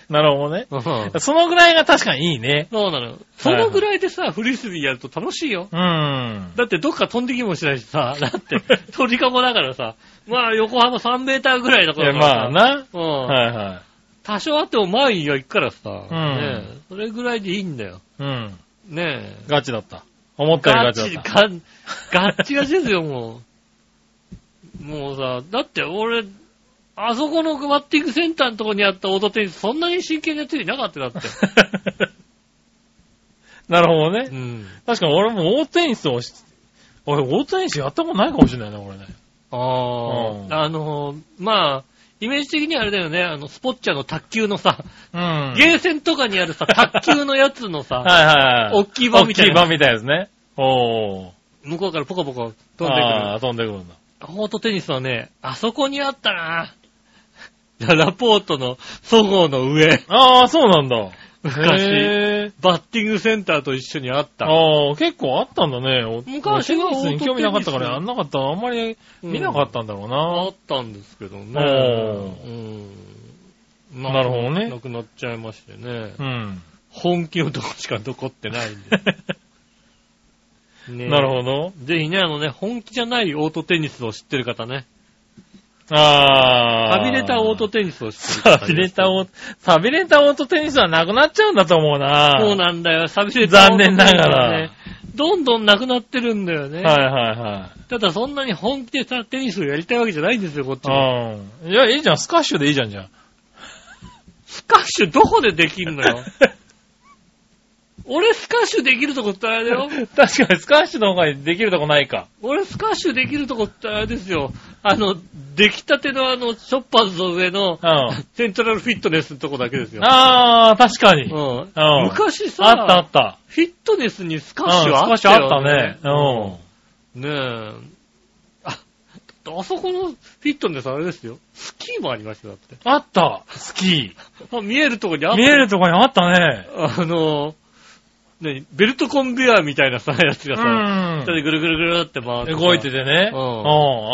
Speaker 3: なるほどね。
Speaker 2: うん。そう
Speaker 3: そのぐらいが確かにいいね。
Speaker 2: なの。そのぐらいでさ、フリスビーやると楽しいよ。
Speaker 3: うん。
Speaker 2: だってどっか飛んできもしないしさ、 だって鳥かごだからさ、まあ横幅3メーターぐらいの
Speaker 3: い
Speaker 2: こ
Speaker 3: や、
Speaker 2: とだから
Speaker 3: ま
Speaker 2: さ
Speaker 3: あな。
Speaker 2: うん。
Speaker 3: はいは
Speaker 2: 多少あっても前には行くからさ、
Speaker 3: ん
Speaker 2: ねえそれぐらいでいいんだよ。
Speaker 3: い。うん。
Speaker 2: ねえ。
Speaker 3: ガチだった。思ったより
Speaker 2: ガ
Speaker 3: ガチ
Speaker 2: チ、
Speaker 3: だった。
Speaker 2: ガッ、ガッチガチですよ、もう。もうさ、だって俺、あそこのバッティングセンターのとこにあったオートテニス、そんなに真剣にやってる人いなかったよ だって。
Speaker 3: なるほど
Speaker 2: う
Speaker 3: ね。
Speaker 2: ん。
Speaker 3: 確かに俺もオートテニスをし、俺オートテニスやったことないかもしれないね、俺ね。
Speaker 2: あ
Speaker 3: うん
Speaker 2: あ。あの、まあ、イメージ的にはあれだよね、あの、スポッチャの卓球のさ、
Speaker 3: うん。
Speaker 2: ゲーセンとかにあ るさ、卓球のやつのさ、
Speaker 3: はいはいはい。
Speaker 2: 大きい場みたいな
Speaker 3: 大きい場みたいですね。おー。
Speaker 2: 向こうからポコポコ飛んで
Speaker 3: あー飛んでくるんだ。
Speaker 2: くる。オートテニスはね、あそこにあったな。ラポートの、そごうの上。
Speaker 3: ああ、そうなんだ。
Speaker 2: 昔、
Speaker 3: へー
Speaker 2: バッティングセンターと一緒にあった。
Speaker 3: ああ、結構あったんだね。お
Speaker 2: 昔は
Speaker 3: オートテニスに興味なかったから、
Speaker 2: オートテニス
Speaker 3: やんなかった。あんまり見なかったんだろう
Speaker 2: あ
Speaker 3: な。
Speaker 2: ったんですけどね。
Speaker 3: お
Speaker 2: うん。
Speaker 3: なるほどね
Speaker 2: なくなっちゃいましてね。
Speaker 3: うん。
Speaker 2: 本気のとこしか残ってないんで。ね
Speaker 3: なるほど。
Speaker 2: ぜひね、あのね、本気じゃないオートテニスを知ってる方ね。
Speaker 3: ああ。
Speaker 2: はびれたオートテニスを知って
Speaker 3: サビレ
Speaker 2: る方。
Speaker 3: タオート、サビレタオートテニスはなくなっちゃうんだと思うな。
Speaker 2: そうなんだよ。サビれたオートテニスは
Speaker 3: 残念
Speaker 2: ね
Speaker 3: ながら。
Speaker 2: どんどんなくなってるんだよね。
Speaker 3: はいは
Speaker 2: ただそんなに本気でさ、テニスをやりたいわけじゃないんですよ、こっち
Speaker 3: い
Speaker 2: も。
Speaker 3: はい。うん。いや、いいじゃん。スカッシュでいいじゃん、じゃん。
Speaker 2: スカッシュどこでできるのよ。俺スカッシュできるとこってあれだよ。
Speaker 3: 確かにスカッシュの方ができるとこないか。
Speaker 2: 俺スカッシュできるとこってあれですよ。あの、出来たてのあの、ショッパーズの上の
Speaker 3: う、ん。
Speaker 2: セントラルフィットネスのとこだけですよ。
Speaker 3: ああ、確かに。
Speaker 2: うん
Speaker 3: うん
Speaker 2: 昔さ、
Speaker 3: あったあった。
Speaker 2: フィットネスにスカッ
Speaker 3: う
Speaker 2: シュ
Speaker 3: ん
Speaker 2: あ
Speaker 3: 少
Speaker 2: っ
Speaker 3: したあ
Speaker 2: よ、
Speaker 3: ったね。うん。
Speaker 2: ねえ。あ、だってあそこのフィットネスあれですよ。スキーもありましたよ、だって
Speaker 3: あった、スキ
Speaker 2: あ。見えるとこにあっ
Speaker 3: ー。
Speaker 2: た
Speaker 3: 見えるとこにあったね。
Speaker 2: あの、何ベルトコンベヤーみたいなさ、やつがさ、
Speaker 3: ん
Speaker 2: 下でぐるぐるぐるって回ってさ。
Speaker 3: 動いててね。
Speaker 2: う
Speaker 3: うん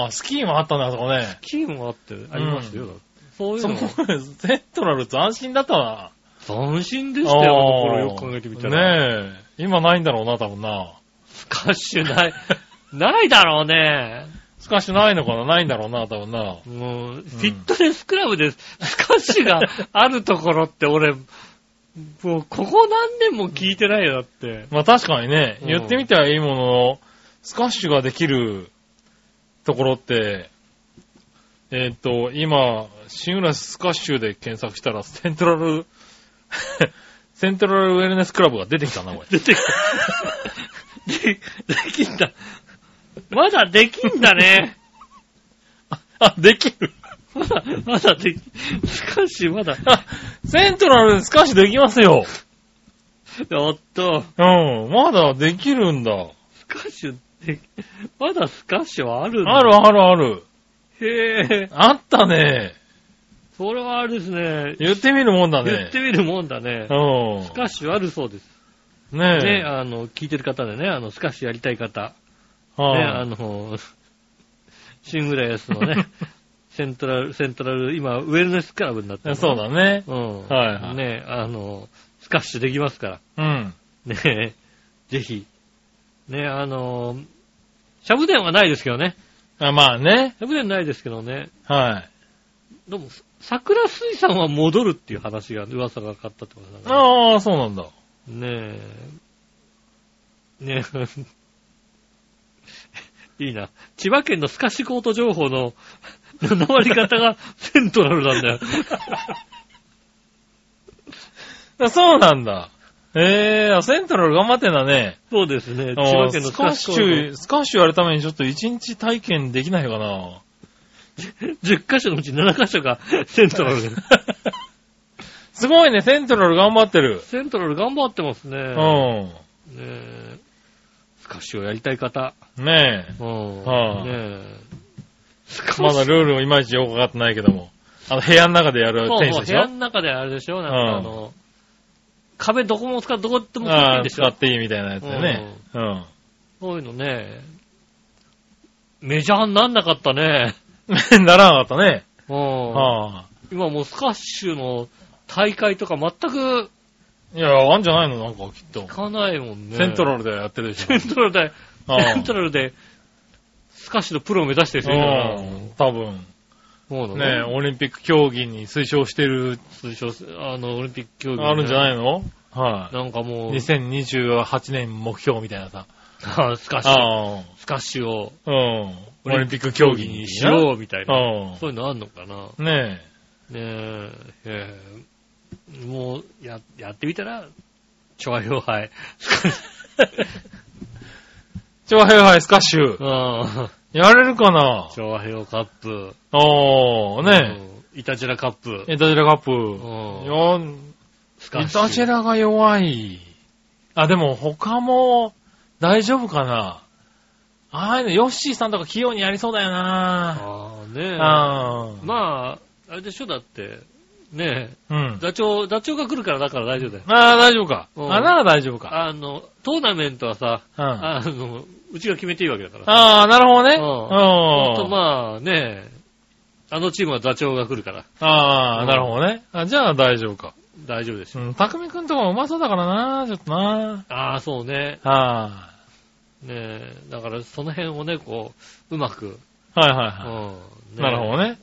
Speaker 3: ん。あ、スキーもあったんだ、そこね。
Speaker 2: キーもあって、ありましたよ。そういう
Speaker 3: そ
Speaker 2: の
Speaker 3: の
Speaker 2: も。
Speaker 3: セントラル斬新だったな。
Speaker 2: 斬新でしたよ、あの頃よく考えてみたら。ね
Speaker 3: ねえ。今ないんだろうな、多分な。
Speaker 2: スカッシュない。 ないだろうね。
Speaker 3: スカッシュないのかなないんだろうな、多分な。
Speaker 2: もう、フィットネスクラブでスカッシュがあるところって俺、もうここ何年も聞いてないよ、だって。
Speaker 3: まあ確かにね、
Speaker 2: うん
Speaker 3: 言ってみてはいいものの、スカッシュができるところって、えーっ、と、今、シングラススカッシュで検索したら、セントラル、 セントラルウェルネスクラブが出てきたな、これ。
Speaker 2: 出てきた。で、できんだ。まだできんだね。
Speaker 3: あ、できる。
Speaker 2: まだ、まだでき、スカッシ ュまだ。
Speaker 3: あセントラルでスカッシュできますよ。
Speaker 2: おっと、
Speaker 3: うん、まだできるんだ。
Speaker 2: スカッシュでき、まだスカッシュはあるんだ
Speaker 3: あるあるある。
Speaker 2: へえ、
Speaker 3: あったね。
Speaker 2: それはあれですね。
Speaker 3: 言ってみるもんだね。
Speaker 2: 言ってみるもんだね。
Speaker 3: うん。
Speaker 2: スカッシュあるそうです。
Speaker 3: ねえ。
Speaker 2: ね、あの、聞いてる方でね、あの、スカッシュやりたい方。
Speaker 3: はい
Speaker 2: ね、あの、 シングレースの ね、セントラル、セントラル、今、ウェルネスクラブになってるの
Speaker 3: そう。だね。
Speaker 2: うん。
Speaker 3: はいはい
Speaker 2: ね、あの、スカッシュできますか
Speaker 3: う
Speaker 2: ら。
Speaker 3: ん。
Speaker 2: ね、 ぜひ。ね、あの、シャブデンはないですけどね。
Speaker 3: あまあね。
Speaker 2: シャブデンないですけどね。
Speaker 3: はい。
Speaker 2: でも、桜水産は戻るっていう話が、噂がかったってことだから。
Speaker 3: ああ、そうなんだ。
Speaker 2: ねえ。ねえ。 いいな。千葉県のスカシコート情報の 7割方がセントラルな んだよ。
Speaker 3: あそうなんだ。ええあセントラル頑張ってんだね。
Speaker 2: そうですね。千
Speaker 3: あ
Speaker 2: 葉
Speaker 3: ー
Speaker 2: 県の
Speaker 3: ス
Speaker 2: ス
Speaker 3: カッ
Speaker 2: カ
Speaker 3: シ
Speaker 2: シコー
Speaker 3: ュ、スカッシュやるためにちょっと一日体験できないかな。
Speaker 2: ト。10カ所のうち7カ所がセントラルで
Speaker 3: すごいね、セントラル頑張ってる。
Speaker 2: セントラル頑張ってますね。
Speaker 3: う
Speaker 2: ね
Speaker 3: ん。
Speaker 2: えスカッシュをやりたい方。
Speaker 3: ねえ。
Speaker 2: うん
Speaker 3: はあ
Speaker 2: ねえ。スカ
Speaker 3: まだ
Speaker 2: シュ
Speaker 3: ルールをいまいちよくわかってないけども。あの、部屋の中でやる
Speaker 2: そう
Speaker 3: テニス
Speaker 2: そう
Speaker 3: で
Speaker 2: 部
Speaker 3: しょ
Speaker 2: 屋の中であれでしょなんかあの、壁どこも使って、どこでも使ってい
Speaker 3: あ
Speaker 2: いん
Speaker 3: あ、
Speaker 2: でし
Speaker 3: 使
Speaker 2: ょ
Speaker 3: っていいみたいなやつでね。うん。
Speaker 2: そういうのね、メジャーになんなかったね。
Speaker 3: ならなかったね。
Speaker 2: う ん
Speaker 3: はあ。
Speaker 2: 今もうスカッシュの大会とか全く
Speaker 3: いや、あんじゃないのなんかきっと
Speaker 2: 行。かないもんね。
Speaker 3: セント
Speaker 2: ル。
Speaker 3: ラルでやってるでしょ
Speaker 2: セ。ントラルで、
Speaker 3: ああ
Speaker 2: セントラルで、スカッシュのプロを目指してる人いるから
Speaker 3: うん。多分。
Speaker 2: そう
Speaker 3: ねえ、
Speaker 2: だね。
Speaker 3: オリンピック競技に推奨してる、
Speaker 2: 通称、あの、オリンピック競技、
Speaker 3: あるんじゃ
Speaker 2: い
Speaker 3: ないのは
Speaker 2: なんかも
Speaker 3: い。
Speaker 2: う、
Speaker 3: 2028年目標みたいなさ。
Speaker 2: あスカッシュ、
Speaker 3: ああ。
Speaker 2: スカッシュを
Speaker 3: うん。オリンピック競技に
Speaker 2: にしよ
Speaker 3: う。
Speaker 2: うみたいな。
Speaker 3: う
Speaker 2: そういうのあんのかな。
Speaker 3: ん。ね
Speaker 2: ねえ、えーもう、や、やってみたら、ちょいよ はい。
Speaker 3: え。ちょ、はいはい、スカッシュ
Speaker 2: う。ん。
Speaker 3: やれるかな
Speaker 2: 調和平カップ。
Speaker 3: ああ、ね
Speaker 2: え。イタジラカップ
Speaker 3: え。。イタジェラカップ。
Speaker 2: ん
Speaker 3: よ
Speaker 2: ス
Speaker 3: イタジェ
Speaker 2: ラ
Speaker 3: ラが弱い。あ、でも他も大丈夫かな。ああいうの、ヨッシーさんとか器用にやりそうだよな。
Speaker 2: ああ、ねえ。
Speaker 3: ああ。
Speaker 2: まあ、あれでしょ、だって。ね
Speaker 3: うん
Speaker 2: え、。ダチョウ、ダチョウが来るからだから大丈夫だよ。
Speaker 3: ああ、大丈夫か。
Speaker 2: うん
Speaker 3: あ、なら大丈夫か。
Speaker 2: あの、トーナメントはさ、
Speaker 3: うん。あ
Speaker 2: あの、うちが決めていいわけだから。
Speaker 3: あー、なるほどね。
Speaker 2: う
Speaker 3: うん
Speaker 2: ほんと
Speaker 3: ん。
Speaker 2: まあねえ、あのチームはダチョウが来るから
Speaker 3: あ
Speaker 2: う
Speaker 3: あ、
Speaker 2: ん
Speaker 3: なるほどね。あじゃあ大丈夫か。
Speaker 2: 大丈夫でし
Speaker 3: う
Speaker 2: ょ。
Speaker 3: ん。たくみくんとかもうまそうだからな、ちょっとな。
Speaker 2: ああ、そうね。
Speaker 3: あ
Speaker 2: ねえ、だからその辺をね、こう、うまく、
Speaker 3: あ。はいはいうは
Speaker 2: ん
Speaker 3: い。なるほどね。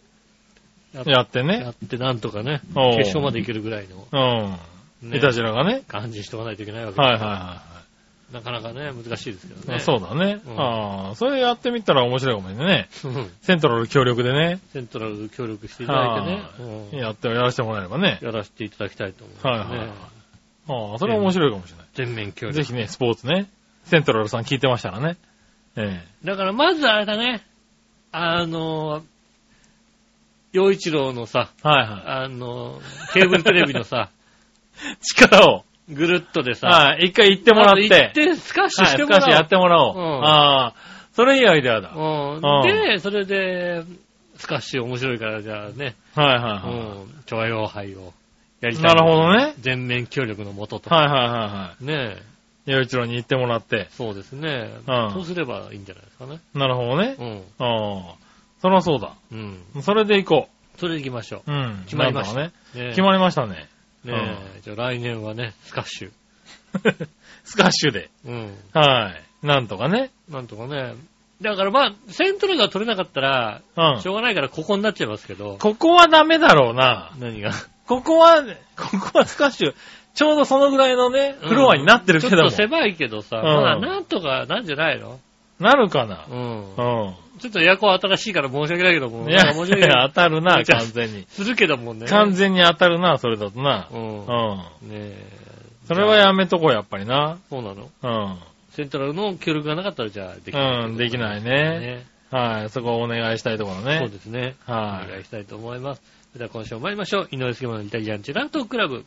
Speaker 2: やっ
Speaker 3: やって
Speaker 2: や
Speaker 3: ね。
Speaker 2: ってなんとかね、
Speaker 3: おう
Speaker 2: 決勝までいけるぐらいの、
Speaker 3: うん。
Speaker 2: ね
Speaker 3: いたじらがね。
Speaker 2: 感じにしとかないといけないわけ
Speaker 3: はいはい
Speaker 2: す
Speaker 3: は
Speaker 2: なかなかね、難しいですけ
Speaker 3: い
Speaker 2: ど
Speaker 3: はい。
Speaker 2: ね。
Speaker 3: そうだね。
Speaker 2: うん
Speaker 3: ああ、それやってみたら面白いかもね。
Speaker 2: うん
Speaker 3: セントラル協力でね、
Speaker 2: セントラル協力していただいてね、うん
Speaker 3: やって、やらせてもらえればね。
Speaker 2: やらせていただきたいと思い
Speaker 3: はい
Speaker 2: ます
Speaker 3: はいはい
Speaker 2: ね。。
Speaker 3: ああ、それは面白いかもしれな
Speaker 2: 全面協
Speaker 3: い。ぜ
Speaker 2: 力。
Speaker 3: ひね、スポーツね。セントラルさん聞いてましたらね。ええ。
Speaker 2: だからまずあれだね、あの、洋一郎のさ、
Speaker 3: はいは
Speaker 2: あの、ケーブルテレビ のさ、
Speaker 3: い。力を、
Speaker 2: ぐるっとでさ、
Speaker 3: はい、一回行ってもらっ
Speaker 2: まず
Speaker 3: て、
Speaker 2: 行って、スカッシュ
Speaker 3: は
Speaker 2: し
Speaker 3: い、
Speaker 2: て
Speaker 3: 少
Speaker 2: もらお
Speaker 3: し
Speaker 2: う。
Speaker 3: やってもらおう。
Speaker 2: うん
Speaker 3: ああ、それいいアイデアだ。はい
Speaker 2: うんで、それで、スカッシュ面白いから、じゃあね、
Speaker 3: はいうは
Speaker 2: ん、調和用杯をやり
Speaker 3: い。
Speaker 2: た。
Speaker 3: ないるほどね。
Speaker 2: 全面協力のもとと。
Speaker 3: はいはいはいは
Speaker 2: ねえ。
Speaker 3: 洋一郎に行ってもらって。
Speaker 2: そうですね。
Speaker 3: うん
Speaker 2: そうすればいいんじゃないですかね。
Speaker 3: なるほどね。
Speaker 2: うん。
Speaker 3: ああ。そらそうだ。
Speaker 2: うん。
Speaker 3: それで行こ
Speaker 2: それで行きましょ
Speaker 3: う。うん。
Speaker 2: 決まりました
Speaker 3: なんとかね。
Speaker 2: う。ねえ
Speaker 3: 決まりましたね。
Speaker 2: ねえじゃあ来年はね、スカッシュ。
Speaker 3: スカッシュで。
Speaker 2: うん。
Speaker 3: はい。なんとかね。
Speaker 2: なんとかね。だからまあ、セントルが取れなかったら、
Speaker 3: うん
Speaker 2: し。ょうがないからここになっちゃいますけど。
Speaker 3: ここはダメだろうな。
Speaker 2: 何が
Speaker 3: ここは、ここはスカッシュ。ちょうどそのぐらいのね、フロアになってるけど
Speaker 2: うん
Speaker 3: も。
Speaker 2: ちょっと狭いけどさ、
Speaker 3: うん
Speaker 2: まだなんとかなんじゃないの
Speaker 3: なるかな
Speaker 2: う。ん
Speaker 3: う。
Speaker 2: ちょっとエアコン新しいから申し訳ないけど も、
Speaker 3: ん。い
Speaker 2: な
Speaker 3: や、
Speaker 2: んか申し訳ない。
Speaker 3: 当たるな、
Speaker 2: じゃあ
Speaker 3: 完全に。
Speaker 2: するけどもね。
Speaker 3: 完全に当たるな、それだとな。
Speaker 2: う。
Speaker 3: うん
Speaker 2: ね
Speaker 3: ん。
Speaker 2: え。
Speaker 3: それはやめとこう、やっぱりな。
Speaker 2: そうなの
Speaker 3: うん。
Speaker 2: セントラルの協力がなかったらじゃあできない。
Speaker 3: うんできないね。はい。そこをお願いしたいところ
Speaker 2: そう
Speaker 3: ね。
Speaker 2: ですね。
Speaker 3: はい
Speaker 2: お願いしたいと思います。それでは今週も参りましょう。井上杉村のイタリアンチェラートクラブ。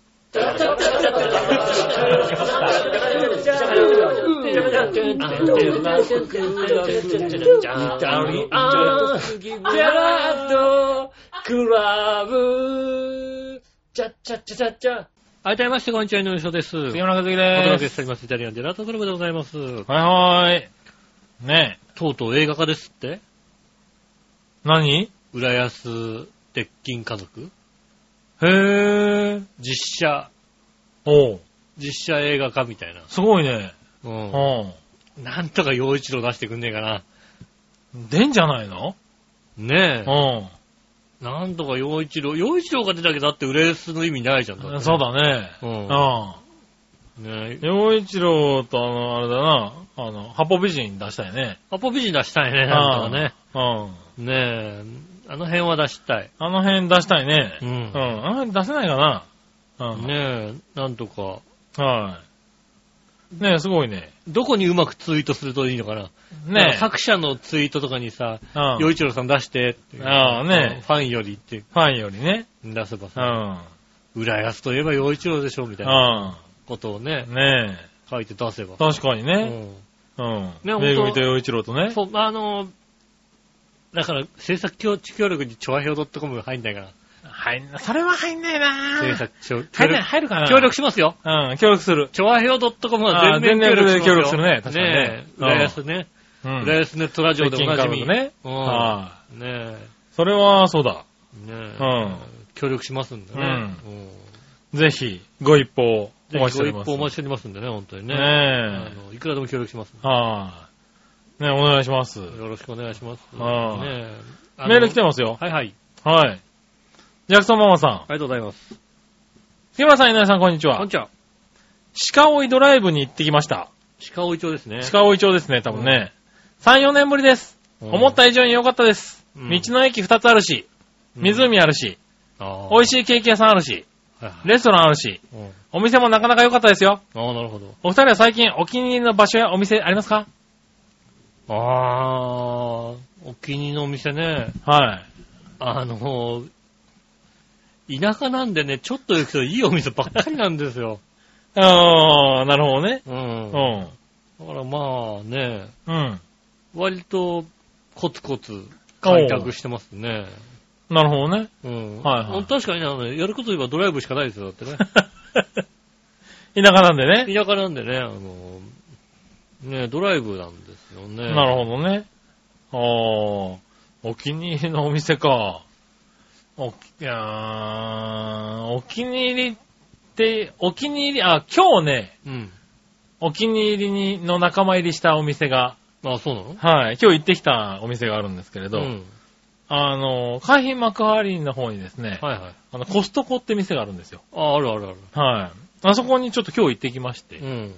Speaker 2: 改めまして、こんにちは、井上翔です。
Speaker 3: 杉村和樹
Speaker 2: お届け
Speaker 3: で
Speaker 2: し
Speaker 3: す。
Speaker 2: ております。イタリアンジェラートクラブでございます。
Speaker 3: はいはーい。ねえ。
Speaker 2: とうとう映画化ですって
Speaker 3: 何
Speaker 2: 浦安鉄筋家族
Speaker 3: へぇー。
Speaker 2: 実写、
Speaker 3: おう。
Speaker 2: 実写映画化みたいな。
Speaker 3: すごいね。
Speaker 2: う。
Speaker 3: うん
Speaker 2: なんとか洋一郎出してくんねえかな。
Speaker 3: ん。出んじゃないの
Speaker 2: ね
Speaker 3: うん。
Speaker 2: え。なんとか洋一郎。洋一郎が出たけどだって浦安の意味ないじゃん。って
Speaker 3: そう。だね。
Speaker 2: う
Speaker 3: う
Speaker 2: ん。ね
Speaker 3: ん。
Speaker 2: え。
Speaker 3: 洋一郎とあの、あれだな、あの、ハポ美人出したよね。
Speaker 2: アポ美人出したいね、なんとかね。
Speaker 3: うん。
Speaker 2: ねえ。あの辺は出したい。
Speaker 3: あの辺出したいね
Speaker 2: う。
Speaker 3: うんん。。あの辺出せないかな。うん。
Speaker 2: ねえ、なんとか。
Speaker 3: はい。ねえ、すごいね。
Speaker 2: どこにうまくツイートするといいのかな。なん
Speaker 3: ね
Speaker 2: か
Speaker 3: え。
Speaker 2: 作者のツイートとかにさ、
Speaker 3: うん
Speaker 2: 洋一郎さん出してっていう
Speaker 3: ああね
Speaker 2: ファンよりって
Speaker 3: ファンよりね。
Speaker 2: 出せば
Speaker 3: う
Speaker 2: さ、
Speaker 3: ん。
Speaker 2: 浦安といえば洋一郎でしょみたいな
Speaker 3: う
Speaker 2: ことをね
Speaker 3: ん。、ねえ。
Speaker 2: 書いて出せば。
Speaker 3: 確かに
Speaker 2: う
Speaker 3: ね。
Speaker 2: ん
Speaker 3: うん。
Speaker 2: ね
Speaker 3: めぐ
Speaker 2: ほん
Speaker 3: みと
Speaker 2: と
Speaker 3: 洋一郎とね。
Speaker 2: そう、あの、だから、制作協協力に調和表 .com 入んないか
Speaker 3: 入んな、それは入んねえな
Speaker 2: ら、制作協
Speaker 3: 入
Speaker 2: 協
Speaker 3: んない、
Speaker 2: 力、
Speaker 3: 入るかな
Speaker 2: 協力しますよ。
Speaker 3: うん、協力する。
Speaker 2: 調和表 .com は
Speaker 3: あー
Speaker 2: 全面協力しますよ。
Speaker 3: 全面協力するね確かにね
Speaker 2: ねえ
Speaker 3: うん
Speaker 2: 浦安ね、
Speaker 3: うん。
Speaker 2: 浦安ネットラジオでおなじ
Speaker 3: 鉄筋家
Speaker 2: み。
Speaker 3: 族ね。
Speaker 2: うん
Speaker 3: は
Speaker 2: ねえ、
Speaker 3: い。それは、そうだ。
Speaker 2: ねえ、
Speaker 3: うん
Speaker 2: 協力しますんでね。うん
Speaker 3: ぜひ、ご一報、お待ちしており
Speaker 2: ぜひご
Speaker 3: ま
Speaker 2: 一
Speaker 3: す。
Speaker 2: 報お待ちしておりますんでね、本当にね。あ
Speaker 3: ね
Speaker 2: のいくらでも協力しますんで
Speaker 3: え。はい。ねお願いします。
Speaker 2: よろしくお願いします。
Speaker 3: ああ
Speaker 2: ねえあの
Speaker 3: メール来てますよ。
Speaker 2: はいはい。
Speaker 3: はい。ジャクソンママさん
Speaker 2: あ。りがとうございます。
Speaker 3: 杉村さん、井上さん、こんにち
Speaker 2: こん
Speaker 3: は
Speaker 2: に。ちは。
Speaker 3: 鹿追いドライブに行ってきました。
Speaker 2: 鹿尾一丁ですね。
Speaker 3: 鹿追い町ですね、多分ね。3、4年ぶりです。
Speaker 2: うん
Speaker 3: 思っ、た以上に良かったです。
Speaker 2: 道
Speaker 3: 道の駅2つあるし、湖あるし、美味
Speaker 2: し
Speaker 3: しいケーキ屋さんあるし、
Speaker 2: い。はいはい
Speaker 3: レストランあるし、
Speaker 2: うん
Speaker 3: お店もなかなか良かったですよ。
Speaker 2: ああ、なるほど。
Speaker 3: お二人は最近お気に入りの場所やお店ありますか
Speaker 2: ああ、お気に入りのお店ね。
Speaker 3: はい。
Speaker 2: あの田舎なんでね、ちょっと行くといいお店ばっかりなんで すよ。
Speaker 3: あー、なるほどね。
Speaker 2: う。
Speaker 3: うん
Speaker 2: だ
Speaker 3: ん。
Speaker 2: からまあね、
Speaker 3: うん。
Speaker 2: 割とコツコツ開拓してますね。
Speaker 3: なるほどね。
Speaker 2: うん。
Speaker 3: はいはい
Speaker 2: 確かにねあの、やること言えばドライブしかないですよ、だっ てね。
Speaker 3: 田舎なんでね。
Speaker 2: 田舎なんでね、あの、ね、ドライブなんですよね。
Speaker 3: なるほどね。あー、お気に入りのお店か。おき、いやーお気に入りって、お気に入り、あ、今日ね、
Speaker 2: うん。
Speaker 3: お気に入りにの仲間入りしたお店が、
Speaker 2: あ、そうなの
Speaker 3: はい、今日行ってきたお店があるんですけれど、
Speaker 2: ん。
Speaker 3: あの、海浜幕張の方にですね、
Speaker 2: はいはい。
Speaker 3: あの、コストコって店があるんですよ。
Speaker 2: あ、あるあるある。
Speaker 3: はい。あそこにちょっと今日行ってきまして、
Speaker 2: うん。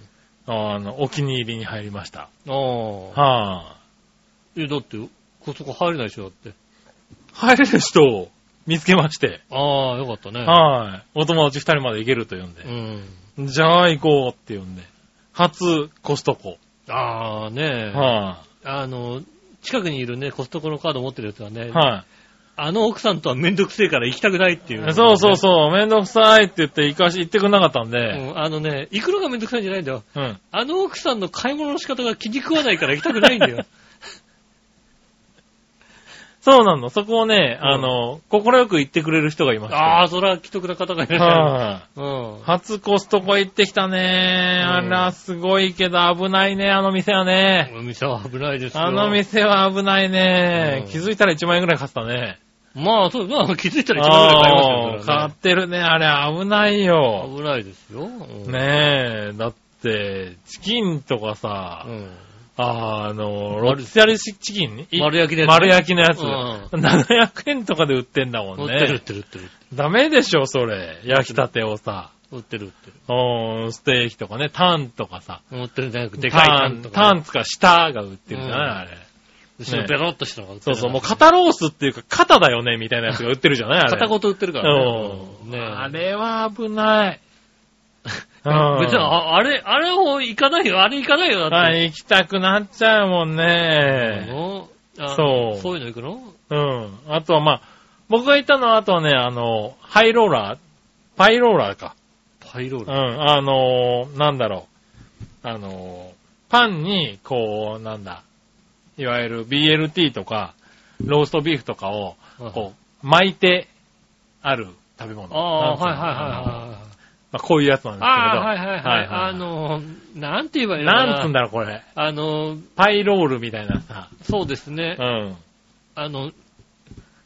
Speaker 3: あの、お気に入りに入りました。
Speaker 2: ああ。
Speaker 3: は
Speaker 2: え、だって、こそこ入れないでしょ、だって。
Speaker 3: い。入れる人を見つけまして、
Speaker 2: ああ、よかったね。
Speaker 3: はい。お友達二人まで行けると呼んで
Speaker 2: う、ん。
Speaker 3: じゃあ行こうって呼んで、初コストコ。
Speaker 2: ああ、ねえ。
Speaker 3: は
Speaker 2: あの、近くにいるね、コストコのカード持ってるやつはね
Speaker 3: い。、は
Speaker 2: あの奥さんとはめんどくせえから行きたくないっていう、
Speaker 3: い。そうそうそう、めんどくさいって言って行かし、行ってくれなかったん
Speaker 2: う
Speaker 3: で、
Speaker 2: ん。あのね、行くのがめんどくさいんじゃないんだよ。
Speaker 3: うん。
Speaker 2: あの奥さん の買い物の仕方が気に食わないから行きたくないんだよ。
Speaker 3: そうなの。そこをね、あの、心よく行ってくれる人がいました。
Speaker 2: ああ、それは既得な方がいらっしゃる。
Speaker 3: はい
Speaker 2: うん。
Speaker 3: 初コストコ行ってきたね。あ
Speaker 2: うん
Speaker 3: ら、すごいけど危ないね、あの店はね。
Speaker 2: お店は危ないですよ。
Speaker 3: あの店は危ないね
Speaker 2: う。ん
Speaker 3: 気づいたら1万円くらい買ってたね。
Speaker 2: まあ、そう、まあ、気づいたら一番ぐらい買いますよ、それ
Speaker 3: あー
Speaker 2: は
Speaker 3: 買っ
Speaker 2: ね
Speaker 3: てるね。あれ危ないよ。
Speaker 2: 危ないですよ。うん。
Speaker 3: ねえ。だって、チキンとかさ、
Speaker 2: うん。
Speaker 3: あーあの、ロッツやりチキンい
Speaker 2: 丸焼きのやつね
Speaker 3: 丸焼きのやつ。
Speaker 2: う
Speaker 3: 700円とかで売ってんだも
Speaker 2: 売
Speaker 3: ん
Speaker 2: ってる売っ
Speaker 3: ね。
Speaker 2: てる売ってる。
Speaker 3: ダメでしょ、それ。焼きたてをさ。
Speaker 2: 売ってる売ってる。
Speaker 3: うんステーキとかね、タンとかさ。
Speaker 2: 持ってるんじゃなくて、でかいタンと
Speaker 3: タ
Speaker 2: か
Speaker 3: ン
Speaker 2: ね。
Speaker 3: つか、下が売ってるじゃない、
Speaker 2: うん
Speaker 3: あれ。
Speaker 2: 後ろペロッとしたのが売って
Speaker 3: そ
Speaker 2: る
Speaker 3: うそう、もう肩ロースっていうか、肩だよね、みたいなやつが売ってるじゃないあれ。
Speaker 2: 片言売ってるからね。
Speaker 3: うん
Speaker 2: ねえ
Speaker 3: あれは危ない。うん
Speaker 2: 別に、ああれ、あれを行かないよ、あれ行かないよ、だ
Speaker 3: あ
Speaker 2: って。
Speaker 3: 行きたくなっちゃうもんね。
Speaker 2: のあ
Speaker 3: そう
Speaker 2: そういうの行くの
Speaker 3: うん。あとはまあ、僕が行ったのは、あとはね、あの、ハイローラー、パイローラーか。
Speaker 2: パイロー
Speaker 3: うん、
Speaker 2: ル。
Speaker 3: あのーなんだろう。あのーパンに、こう、なんだ、いわゆる BLT とか、ローストビーフとかを、こう、巻いてある食べ物。
Speaker 2: ああ、
Speaker 3: なんつう
Speaker 2: は
Speaker 3: の
Speaker 2: いはいはいはい。
Speaker 3: まあ、こういうやつなんですけど。
Speaker 2: ああ、はいはいはい。
Speaker 3: はい
Speaker 2: あの、なんて言えばいいのかな
Speaker 3: なんつうんだろう、これ。
Speaker 2: あの、
Speaker 3: パイロールみたいな さ。
Speaker 2: そうですね
Speaker 3: う。ん。
Speaker 2: あの、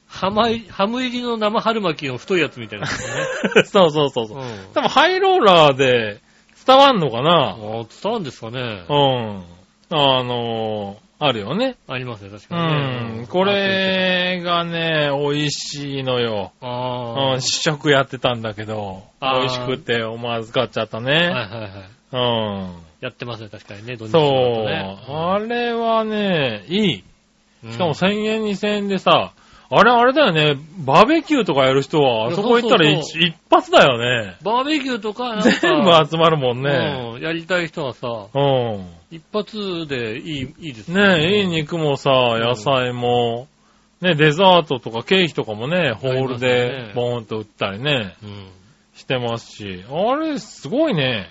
Speaker 2: ハマい、ハム入りの生春巻きの太いやつみたいなやつね。
Speaker 3: そうそうそう
Speaker 2: う
Speaker 3: そ
Speaker 2: ん
Speaker 3: う。。多分、ハイローラーで伝わんのかな
Speaker 2: ああ、伝わるんですかね。
Speaker 3: うん。あのーあるよね。
Speaker 2: ありますね、確
Speaker 3: う
Speaker 2: かにね。
Speaker 3: ん。こ。れがね、美味しいのよ。
Speaker 2: あ
Speaker 3: う
Speaker 2: あ
Speaker 3: ん、。試食やってたんだけど、
Speaker 2: あー
Speaker 3: 美味しくて思わず買っちゃった
Speaker 2: はい
Speaker 3: ね。
Speaker 2: はいはい。
Speaker 3: うん。
Speaker 2: やってますね、確かにね、土日
Speaker 3: そう。
Speaker 2: とかね
Speaker 3: あれはね、いい。
Speaker 2: うん
Speaker 3: しかも1000円2000円でさ、あれあれだよね、バーベキューとかやる人は、
Speaker 2: い
Speaker 3: あ
Speaker 2: や
Speaker 3: そこ行ったら
Speaker 2: そう
Speaker 3: 一
Speaker 2: そ
Speaker 3: 一発だよね。
Speaker 2: バーベキューとか、なんか
Speaker 3: 全部集まるもんね。
Speaker 2: うん、やりたい人はさ、
Speaker 3: うん。
Speaker 2: 一発でいい、いいです
Speaker 3: ねえ、いい肉もさ、野菜も、ね、デザートとかケーキとかもね、ホール
Speaker 2: ありますね
Speaker 3: でボーンと売ったりね、
Speaker 2: うん。
Speaker 3: してますし、あれすごいね、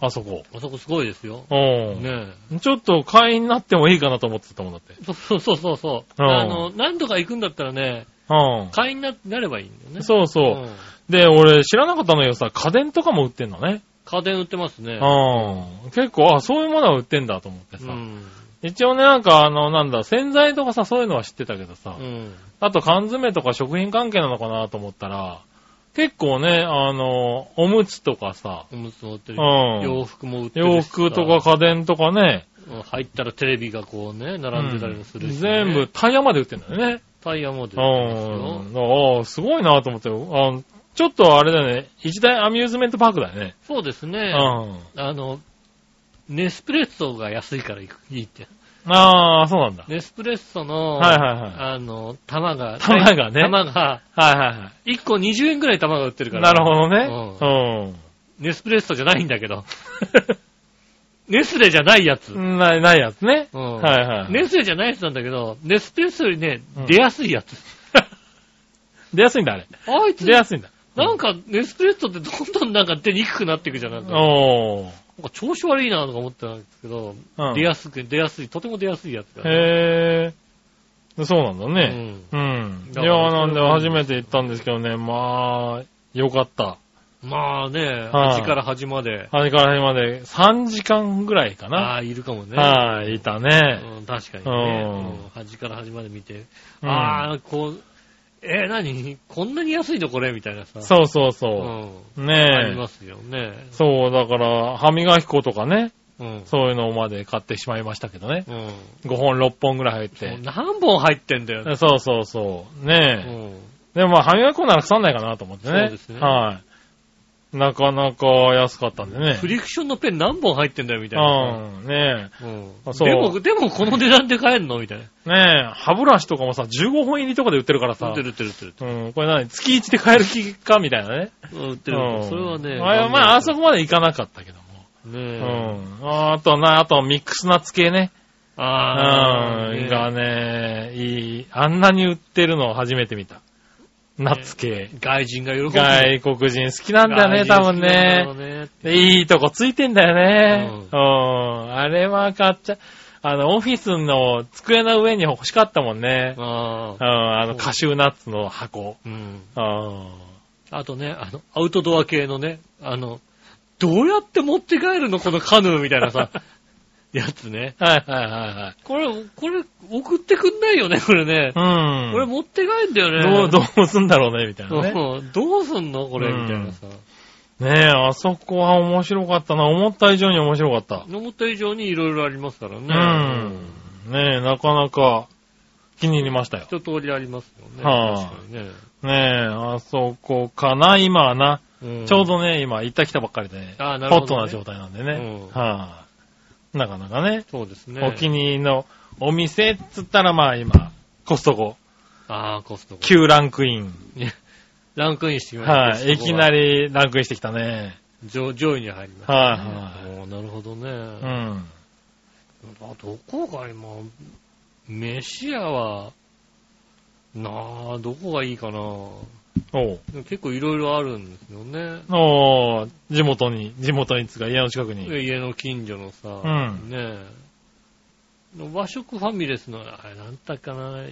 Speaker 3: あそこ。
Speaker 2: あそこすごいですよ。
Speaker 3: うん。
Speaker 2: ね
Speaker 3: ちょっと会員になってもいいかなと思ってたもんだって。
Speaker 2: え。そうそうそうそう。
Speaker 3: うん
Speaker 2: あの、何度か行くんだったらね、
Speaker 3: う
Speaker 2: 会員にななればいいんだよね。
Speaker 3: ん。そうそう。
Speaker 2: ん
Speaker 3: で、俺知らなかったのよさ、家電とかも売ってんのね。
Speaker 2: 家電売ってますね。
Speaker 3: うん。結構、あ、そういうものは売ってんだと思って
Speaker 2: う
Speaker 3: さ。
Speaker 2: ん。
Speaker 3: 一応ね、なんかあの、なんだ、洗剤とかさ、そういうのは知ってたけどさ、
Speaker 2: うん。
Speaker 3: あと缶詰とか食品関係なのかなと思ったら、結構ね、あの、おむつとかさ、
Speaker 2: おむつも売って
Speaker 3: う
Speaker 2: る。洋
Speaker 3: ん。
Speaker 2: 服も売ってるし
Speaker 3: 洋服とか。家電とかね、
Speaker 2: うん入ったらテレビがこうね、並んでたりもするし、ね
Speaker 3: 全部。タイヤまで売ってんだよね。
Speaker 2: タイヤも出てますよ
Speaker 3: う。ん。ああ、すごいなと思って、あちょっとあれだよね、一大アミューズメントパークだよね。
Speaker 2: そうです
Speaker 3: う
Speaker 2: ね。
Speaker 3: ん。
Speaker 2: あの、ネスプレッソが安いからいくいいって。
Speaker 3: ああ、そうなんだ。
Speaker 2: ネスプレッソの、
Speaker 3: はいはいはい
Speaker 2: あの、玉が、
Speaker 3: 玉がね
Speaker 2: 玉が、
Speaker 3: はいはいは
Speaker 2: 1個20円くらい玉が売ってる
Speaker 3: い。
Speaker 2: から。
Speaker 3: なるほどね。
Speaker 2: ネスプレッソじゃないんだけど。ネスレじゃないやつ。
Speaker 3: うん。ない、ないやつね。
Speaker 2: うん
Speaker 3: はいはい。
Speaker 2: ネスレじゃないやつなんだけど、ネスプレッソよりね
Speaker 3: うん、
Speaker 2: 出やすい やつ。
Speaker 3: 出やすいんだ、あれ。
Speaker 2: あいつ、
Speaker 3: 出やすいんだ。
Speaker 2: なんかネスプレッソってどんどんなんか出にくくなっていくじゃんないなんか
Speaker 3: おー。
Speaker 2: 調子悪いなとか思ってたんですけど、
Speaker 3: うん
Speaker 2: 出やすく、出やすい、とても出やすいやつが。
Speaker 3: へえ。そうなんだ
Speaker 2: う
Speaker 3: ね。
Speaker 2: ん。
Speaker 3: うん。い
Speaker 2: だ
Speaker 3: や、
Speaker 2: から
Speaker 3: なんで初めて行ったんですけどね、まあ、よかった。
Speaker 2: まあね、
Speaker 3: はい
Speaker 2: 端から端まで。
Speaker 3: 端から端まで3時間ぐらいか
Speaker 2: あ
Speaker 3: な。
Speaker 2: あ、いるかもね。
Speaker 3: はい、いたね。
Speaker 2: うん、確かにね、
Speaker 3: うん
Speaker 2: うん端から端まで見て。
Speaker 3: うん
Speaker 2: ああ、こう、えー、何こんなに安いのこれみたいなさ。
Speaker 3: そうそう
Speaker 2: う
Speaker 3: そ
Speaker 2: ん。
Speaker 3: う。
Speaker 2: あり
Speaker 3: ねえ。
Speaker 2: ますよね。
Speaker 3: そう、だから、歯磨き粉とかね、
Speaker 2: うん。
Speaker 3: そういうのまで買ってしまいましたけどね。
Speaker 2: うん。
Speaker 3: 5
Speaker 2: も
Speaker 3: 本、6本ぐらい入っ
Speaker 2: う
Speaker 3: て。
Speaker 2: 何本入ってんだよ。
Speaker 3: そうそうそう。
Speaker 2: う
Speaker 3: ね
Speaker 2: ん。
Speaker 3: え。でもまあ、歯磨き粉なら腐んないかなと思ってね。
Speaker 2: そうですね
Speaker 3: はい。なかなか安かったんでね。
Speaker 2: フリクションのペン何本入ってんだよ、みたいな
Speaker 3: うん、ね
Speaker 2: さ。うん。
Speaker 3: あそう
Speaker 2: でも、でもこの値段で買えんのみたいな。
Speaker 3: え。ねえ、歯ブラシとかもさ、15本入りとかで売ってるから
Speaker 2: 売
Speaker 3: さ
Speaker 2: って。る売ってる売ってる。
Speaker 3: うん、これ何月1で買える気かみたいなね。
Speaker 2: うん売って
Speaker 3: う
Speaker 2: る。
Speaker 3: ん。
Speaker 2: それはね。
Speaker 3: まあ、まあ、あそ
Speaker 2: こ。
Speaker 3: こまで行かなかったけども。う
Speaker 2: ねえ。
Speaker 3: ん。あとな、あとミックスナッツ系ね。う
Speaker 2: ああ。
Speaker 3: ん。
Speaker 2: ね
Speaker 3: がね、いい。あんなに売ってるのを初めて見た。ナッツ系。
Speaker 2: 外人が喜ぶ。
Speaker 3: 外国人好きなんだよね、多分ね。
Speaker 2: ね。
Speaker 3: いいとこついてんだよね。うん。あれは買っちゃ、あの、オフィスの机の上に欲しかったもんね。
Speaker 2: あ
Speaker 3: うん、
Speaker 2: あ。
Speaker 3: あ
Speaker 2: そう
Speaker 3: の、カシューナッツの箱。
Speaker 2: うん。
Speaker 3: うん。
Speaker 2: あとね、あの、アウトドア系のね、あの、どうやって持って帰るのこのカヌーみたいなさ、 やつね。
Speaker 3: はいはいは
Speaker 2: これ、これ、送ってくんないよね、これね
Speaker 3: い。はい。うん。
Speaker 2: これ持って帰んだよね。
Speaker 3: どう、どうすんだろうね、みたいなね。
Speaker 2: うんどうすんのこれ、
Speaker 3: うん
Speaker 2: みたいなさ。
Speaker 3: ねえ、あそこは面白かったな。思った以上に面白かった。
Speaker 2: 思った以上にいろいろありますからね。
Speaker 3: うん。ねえ、なかなか気に入りましたよ。
Speaker 2: 一通りありますよね。
Speaker 3: はい
Speaker 2: 確かにね。
Speaker 3: ねえ、あそこかな、今はな。
Speaker 2: うん
Speaker 3: ちょうどね、今、行った来たばっかりで、
Speaker 2: あーなる
Speaker 3: ホ
Speaker 2: ほどね
Speaker 3: ットな状態なんでね。
Speaker 2: うん
Speaker 3: はい、なかなかね、
Speaker 2: そうですね。
Speaker 3: お気に入りのお店っつったら、まあ今、コストコ、
Speaker 2: ああ、コストコ。
Speaker 3: 9ランクイン。
Speaker 2: ランクインしてきました。
Speaker 3: はい、いきな
Speaker 2: り。
Speaker 3: りランクインしてきたね。
Speaker 2: 上上位に入りました。
Speaker 3: はいはい
Speaker 2: おーなるほどね。
Speaker 3: うん。
Speaker 2: あどこが今、飯屋は、なあ、どこがいいかな。
Speaker 3: おう
Speaker 2: でも結構いろいろあるんですよね。
Speaker 3: おう地元に、地元にっつうか家の近くに。
Speaker 2: 家の近所のさ、
Speaker 3: ん
Speaker 2: ねえ。和食ファミレスの、あれ、なんだっけかな、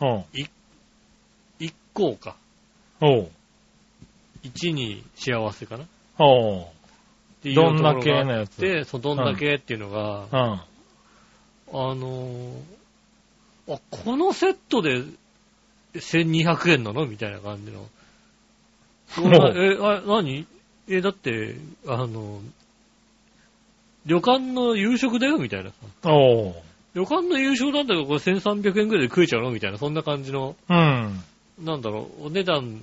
Speaker 3: おう
Speaker 2: 一行か。
Speaker 3: おう
Speaker 2: 一に幸せかな。
Speaker 3: おう
Speaker 2: っていう
Speaker 3: どんな
Speaker 2: ところが
Speaker 3: 系
Speaker 2: あ
Speaker 3: のやつ
Speaker 2: ってそう、どんな系っていうのが、
Speaker 3: うん。
Speaker 2: あのーあ、このセットで1200円なのみたいな感じの。そんな
Speaker 3: もう
Speaker 2: え、あ、何え、だって、あの、旅館の夕食だよみたいなさ。
Speaker 3: おう
Speaker 2: 旅館の夕食なんだけど、これ1300円ぐらいで食えちゃうのみたいな、そんな感じの、
Speaker 3: うん。
Speaker 2: なんだろう、お値段、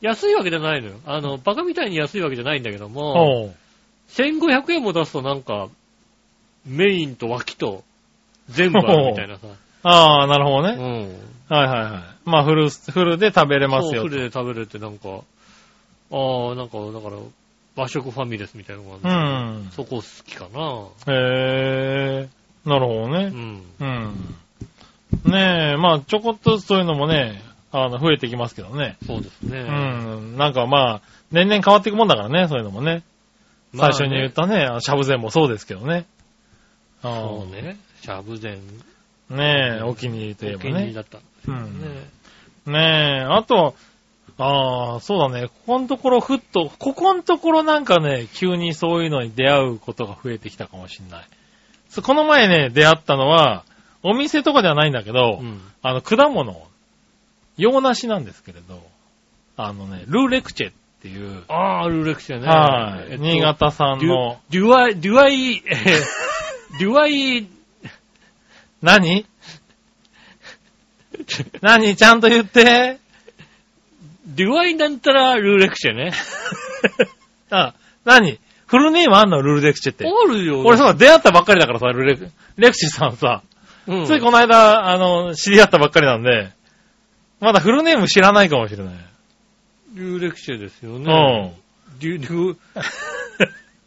Speaker 2: 安いわけじゃないのよ。あの、バカみたいに安いわけじゃないんだけども、
Speaker 3: おう
Speaker 2: 1500円も出すとなんか、メインと脇と、全部あるみたいなさ。
Speaker 3: ああ、なるほどね。
Speaker 2: うん。
Speaker 3: はいはいはい。まあフル、フルで食べれます
Speaker 2: そ
Speaker 3: よ
Speaker 2: う
Speaker 3: と。
Speaker 2: フルで食べれてなんか、ああ、なんか、だから、和食ファミレスみたいなの
Speaker 3: う
Speaker 2: があるんだ
Speaker 3: ん
Speaker 2: けど。そこ好きかな。
Speaker 3: へえ、なるほど
Speaker 2: う
Speaker 3: ね。
Speaker 2: ん。
Speaker 3: うん。ねえ、まあ、ちょこっとずつそういうのもね、あの、増えてきますけどね。
Speaker 2: そうです
Speaker 3: う
Speaker 2: ね。
Speaker 3: ん。なんかまあ、年々変わっていくもんだからね、そういうのもね。
Speaker 2: まあ
Speaker 3: 最
Speaker 2: ね
Speaker 3: 初に言ったね、あのシャブゼンもそうですけどね。ああ
Speaker 2: そうね。シャブ禅、
Speaker 3: ねえ、お気に入りといえ
Speaker 2: お気に
Speaker 3: ば
Speaker 2: 入
Speaker 3: ね。
Speaker 2: りだった。
Speaker 3: うん。
Speaker 2: ね
Speaker 3: ねえ、あと、ああ、そうだね。ここのところふっと、ここのところなんかね、急にそういうのに出会うことが増えてきたかもしんない。そうこの前ね、出会ったのは、お店とかではないんだけど、
Speaker 2: うん。
Speaker 3: あの、果物、洋梨なんですけれど、あのね、ルーレクチェっていう、
Speaker 2: ああ、ルーレクシアね。
Speaker 3: はい、
Speaker 2: えっと
Speaker 3: 新潟産
Speaker 2: デュ
Speaker 3: の、、
Speaker 2: デュアイ、デュアイ、え ーデュアイ、
Speaker 3: 何何ちゃんと言 って。
Speaker 2: デュアイなんたらルーレクシアね。
Speaker 3: あ、何フルネームあんのルーレクチェって。
Speaker 2: あるよ。
Speaker 3: 俺そうだ、出会ったばっかりだからさ、ルレク、レクシーさんさ、
Speaker 2: うん、
Speaker 3: ついこの間、あの、知り合ったばっかりなんで、まだフルネーム知らないかもしれない。
Speaker 2: ルーレクシアですよ
Speaker 3: う
Speaker 2: ね。デュ、デュ、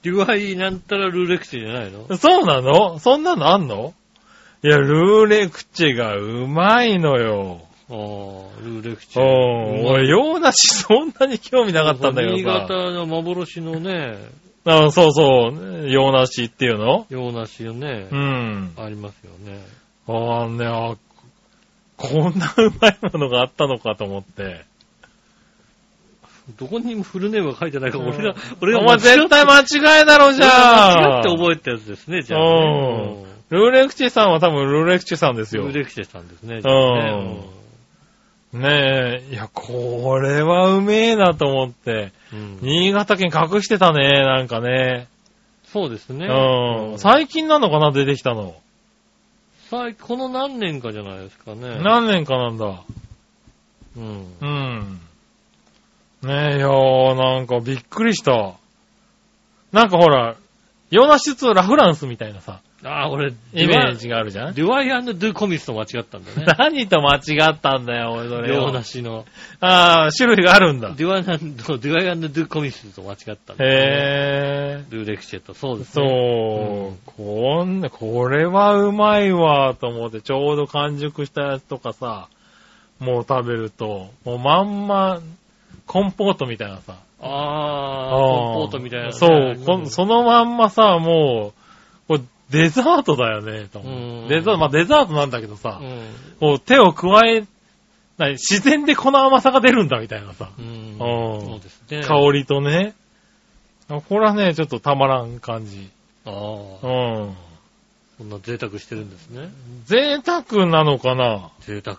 Speaker 2: デュアイなんたらルーレクシアじゃないの
Speaker 3: ん。 そうなのそんなのあんのいや、ルーレクチェがうまいのよ。
Speaker 2: ああ、ルーレクチ
Speaker 3: う
Speaker 2: ェ。
Speaker 3: ん。
Speaker 2: うん
Speaker 3: 俺、洋梨そんなに興味なかったんだけ
Speaker 2: 新
Speaker 3: どさ。
Speaker 2: 潟の幻のね、
Speaker 3: あそうそう、洋梨っていうの
Speaker 2: 洋梨よね
Speaker 3: う、ん。
Speaker 2: ありますよね。
Speaker 3: ああね、あ、こんなうまいものがあったのかと思って。
Speaker 2: どこにもフルネームが書いてないから、
Speaker 3: うん
Speaker 2: 俺が、俺が
Speaker 3: お前絶対間違いだろ、じ
Speaker 2: 俺が
Speaker 3: ゃ
Speaker 2: 間違
Speaker 3: あ
Speaker 2: って覚えたやつですね、じゃあ
Speaker 3: う
Speaker 2: ね。うん
Speaker 3: ルーレクチェさんは多分ルーレクチェさんですよ。
Speaker 2: ルー
Speaker 3: ね
Speaker 2: レクチェさんですね、じゃあね
Speaker 3: え、いや、これはうめえなと思って、
Speaker 2: うんうん
Speaker 3: 新潟県隠してたね、なんかね。
Speaker 2: そうですね。
Speaker 3: うん。
Speaker 2: 最
Speaker 3: 最近なのかな、出てきたの。
Speaker 2: 最この何年かじゃないですかね。
Speaker 3: 何年かなんだ。
Speaker 2: うん
Speaker 3: うん。ねえ、いやー、なんかびっくりした。なんかほら、洋梨つラフランスみたいなさ、
Speaker 2: ああ、俺、
Speaker 3: イメージがあるじゃん
Speaker 2: デュアイドゥコミスと間違ったんだね。
Speaker 3: 何と間違ったんだよ、俺それを。
Speaker 2: 洋梨の。
Speaker 3: ああ、種類があるん
Speaker 2: デ
Speaker 3: だ。
Speaker 2: ュアイドゥアイドゥコミスと間違ったんだね。
Speaker 3: へえ。
Speaker 2: ルーレクチェと、そうです
Speaker 3: そう、
Speaker 2: ね。ん
Speaker 3: こんな、これはうまいわ、と思って、ちょうど完熟したやつとかさ、もう食べると、もうまんま、コンポートみたいなさ。
Speaker 2: あ
Speaker 3: あ
Speaker 2: あ、
Speaker 3: ー
Speaker 2: コンポートみたいなね、
Speaker 3: そう、こんそのまんまさ、もう、こうデザートだよね、と
Speaker 2: う
Speaker 3: 思
Speaker 2: ん
Speaker 3: う。デザート、まあデザートなんだけど
Speaker 2: う
Speaker 3: さ、
Speaker 2: ん。
Speaker 3: こう手を加え、なに自然でこの甘さが出るんだ、みたいなさ、
Speaker 2: うん。
Speaker 3: おー
Speaker 2: そうですね。
Speaker 3: 香。りとね。これはね、ちょっとたまらん感じ。
Speaker 2: あ
Speaker 3: う
Speaker 2: あ。
Speaker 3: ん。
Speaker 2: そんな贅沢してるんですね。
Speaker 3: 贅沢なのかな
Speaker 2: 贅沢。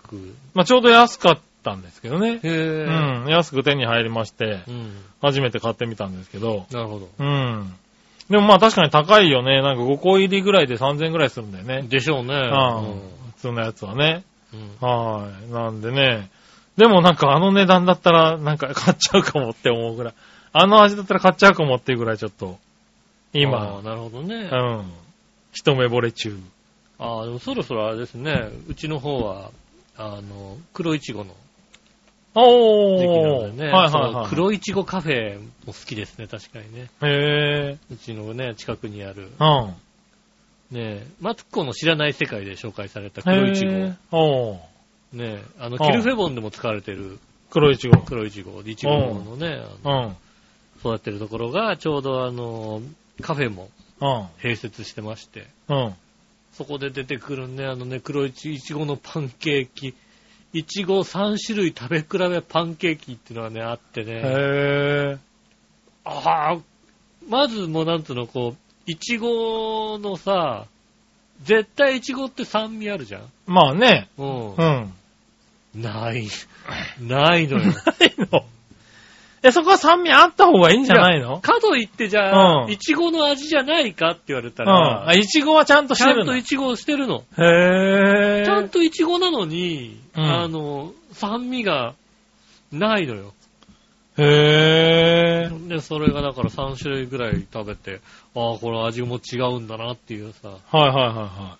Speaker 3: まあちょうど安かったんですけどね
Speaker 2: へ。え。
Speaker 3: うん。安く手に入りまして、
Speaker 2: うん。
Speaker 3: 初めて買ってみたんですけど、
Speaker 2: なるほど。
Speaker 3: うん。でもまあ確かに高いよね。なんか5個入りぐらいで3000円ぐらいするんだよね。
Speaker 2: でしょう
Speaker 3: う
Speaker 2: ね。
Speaker 3: ん。普通のやつはね。
Speaker 2: うん。うん
Speaker 3: はい。なんでね。でもなんかあの値段だったらなんか買っちゃうかもって思うぐらい。あの味だったら買っちゃうかもっていうぐらいちょっと、
Speaker 2: あ
Speaker 3: 今
Speaker 2: ー、なるほど
Speaker 3: う
Speaker 2: ね。
Speaker 3: ん。一目惚れ中。
Speaker 2: ああ、でもそろそろあれですね。うちの方は、あの、黒いちごの
Speaker 3: お
Speaker 2: 時期な
Speaker 3: ー。
Speaker 2: んでね。
Speaker 3: はい
Speaker 2: そ
Speaker 3: はい
Speaker 2: の
Speaker 3: はい。
Speaker 2: 黒いちごカフェも好きですね、確かにね。
Speaker 3: へ
Speaker 2: うちのね、近くにある、
Speaker 3: ー。うん。
Speaker 2: ねえ、マツコの知らない世界で紹介された黒いちご。
Speaker 3: へ
Speaker 2: ね
Speaker 3: ーおー。
Speaker 2: え、あの、
Speaker 3: ああ
Speaker 2: キルフェボンでも使われてる
Speaker 3: 黒いちご。
Speaker 2: 黒いちご、いちごのね、
Speaker 3: う
Speaker 2: あの
Speaker 3: ん。うん。
Speaker 2: 育ってるところが、ちょうどあの、カフェも併設してまして、
Speaker 3: うん。
Speaker 2: そこで出てくるね、あのね、黒いちいちごのパンケーキ、いちご3種類食べ比べパンケーキっていうのがね、あってね。
Speaker 3: へー。
Speaker 2: ああ、まずもうなんつうの、こう、いちごのさ、絶対いちごって酸味あるじゃん。
Speaker 3: まあね。
Speaker 2: うん
Speaker 3: う。ん。
Speaker 2: ない。ないのよ。
Speaker 3: ないのえ、そこは酸味あった方がいいんじゃないの
Speaker 2: かといってじゃあ、
Speaker 3: うん
Speaker 2: いちごの味じゃないかって言われた
Speaker 3: うん。
Speaker 2: ら、
Speaker 3: あ、いちごはちゃんとし
Speaker 2: ち
Speaker 3: て
Speaker 2: ゃ
Speaker 3: る
Speaker 2: ん
Speaker 3: の
Speaker 2: といちごをしてるの。
Speaker 3: へぇー。
Speaker 2: ちゃんといちごなのに、
Speaker 3: うん
Speaker 2: あの、酸味がないのよ。
Speaker 3: へぇー。
Speaker 2: で、それがだから3種類ぐらい食べて、ああ、これ味も違うんだなっていうさ、
Speaker 3: はいはいは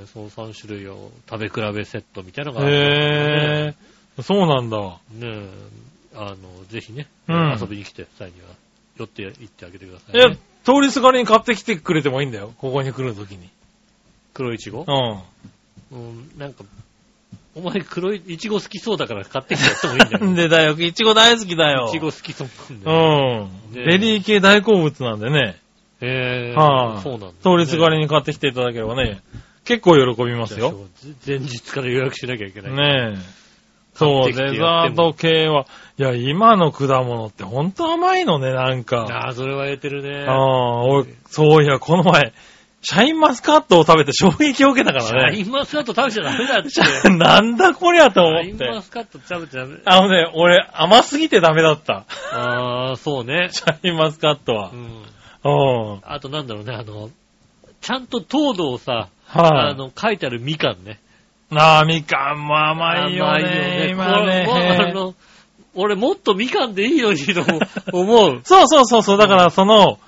Speaker 2: ね、その3種類を食べ比べセットみたいないのが
Speaker 3: は
Speaker 2: あ
Speaker 3: い。
Speaker 2: る
Speaker 3: へぇー。そうなんだ。
Speaker 2: ねえ、あの、ぜひね、
Speaker 3: うん
Speaker 2: 遊びに来て際には、寄って行ってあげてください、
Speaker 3: え
Speaker 2: ね。、
Speaker 3: 通りすがりに買ってきてくれてもいいんだよ。ここに来るときに。
Speaker 2: 黒いちご
Speaker 3: うん。
Speaker 2: うん、なんか、お前黒い、いちご好きそうだから買ってきてやってもいいんだ
Speaker 3: なん
Speaker 2: よ。
Speaker 3: でだよ。いちご大好きだよ。
Speaker 2: いちご好きそうなんだよ。
Speaker 3: うん。
Speaker 2: ね
Speaker 3: ベリー系大好物なんでね。
Speaker 2: えー、
Speaker 3: はい
Speaker 2: そうなんだ、ね。
Speaker 3: 通りすがりに買ってきていただければね、結構喜びますよ。
Speaker 2: じゃあ。前日から予約しなきゃいけない。
Speaker 3: ねえ。そう、
Speaker 2: 買ってきて
Speaker 3: デ
Speaker 2: や
Speaker 3: ザ
Speaker 2: って
Speaker 3: ート
Speaker 2: も
Speaker 3: 系は、いや、今の果物ってほんと甘いのね、なんか。
Speaker 2: ああ、それは言えてるね。
Speaker 3: ああ、俺、そういや、この前、シャインマスカットを食べて衝撃を受けた
Speaker 2: シ
Speaker 3: から
Speaker 2: ャ
Speaker 3: ね
Speaker 2: イ。ンマスカット食べちゃダメだ って。シ
Speaker 3: なんだこりゃと
Speaker 2: ャ
Speaker 3: 思
Speaker 2: イ
Speaker 3: っ
Speaker 2: ンマ
Speaker 3: て。
Speaker 2: スカット食べちゃダメ。
Speaker 3: あのね、俺、甘すぎてダメだった。
Speaker 2: ああ、そうね。
Speaker 3: シャインマスカットは
Speaker 2: う。ん。
Speaker 3: うん。
Speaker 2: あとなんだろうね、あの、ちゃんと糖度をさ、あ
Speaker 3: はい。
Speaker 2: の、書いてあるみかんね。
Speaker 3: なあ、みかんも甘いよね、今
Speaker 2: これもうあ
Speaker 3: ね。。
Speaker 2: の、俺もっとみかんでいいのにと思う
Speaker 3: そうそうそうそう、だからその、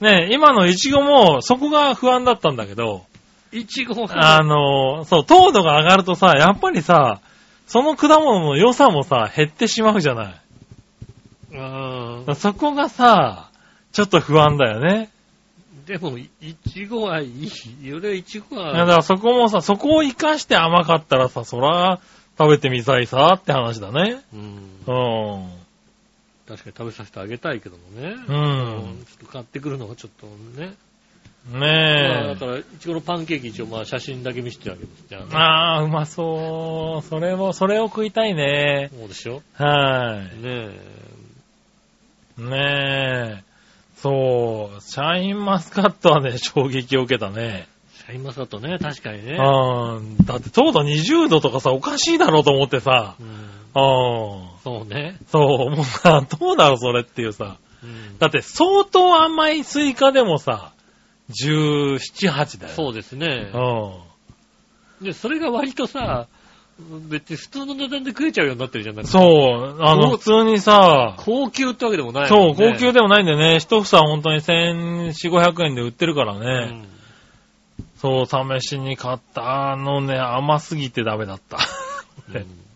Speaker 3: ね、今のイチゴも、そこが不安だったんだけど、
Speaker 2: いちご
Speaker 3: あ
Speaker 2: が。
Speaker 3: の、そう、糖度が上がるとさ、やっぱりさ、その果物の良さもさ、減ってしまうじゃない。
Speaker 2: うん
Speaker 3: そこがさ、ちょっと不安だよね。
Speaker 2: でも、いちごはいい。俺いちご
Speaker 3: いやだ
Speaker 2: は、
Speaker 3: からそこもさ、そこを活かして甘かったらさ、そら、食べてみたいさって話だね。
Speaker 2: うん
Speaker 3: う
Speaker 2: 確かに食べさせてあげたいけどもね。
Speaker 3: ん。う
Speaker 2: うん
Speaker 3: ん。
Speaker 2: ちょっと買ってくるのがちょっとね。まあだ
Speaker 3: ね
Speaker 2: か
Speaker 3: え。
Speaker 2: ら、いちごのパンケーキ一応まあ写真だけ見せてあげます。じゃあ、
Speaker 3: ああ、うまそう。それも、それを食いたいね。
Speaker 2: そうでしょ
Speaker 3: は
Speaker 2: ねえ。
Speaker 3: い。ねえ。そう。シャインマスカットはね、衝撃を受けたね。
Speaker 2: シャインマスカットね、確かにね。
Speaker 3: うん。だって、糖度20度とかさ、おかしいだろうと思ってさ。
Speaker 2: うん
Speaker 3: うん。
Speaker 2: そうね。
Speaker 3: そう、もうさ、どうだろう、それっていうさ。
Speaker 2: うん
Speaker 3: だって、相当甘いスイカでもさ、17、8だよ。
Speaker 2: そうですね。
Speaker 3: うん。
Speaker 2: で、それが割とさ、別に普通の値段で食えちゃうようになってるじゃん。なんか
Speaker 3: そう、あの、
Speaker 2: そう
Speaker 3: 普通にさ、
Speaker 2: 高級ってわけでもないもん
Speaker 3: そ
Speaker 2: ね。
Speaker 3: う、高級でもないんだよね。一房本当に1400、500円で売ってるから
Speaker 2: う
Speaker 3: ね。
Speaker 2: ん
Speaker 3: そう、試しに買った。あのね、甘すぎてダメだった。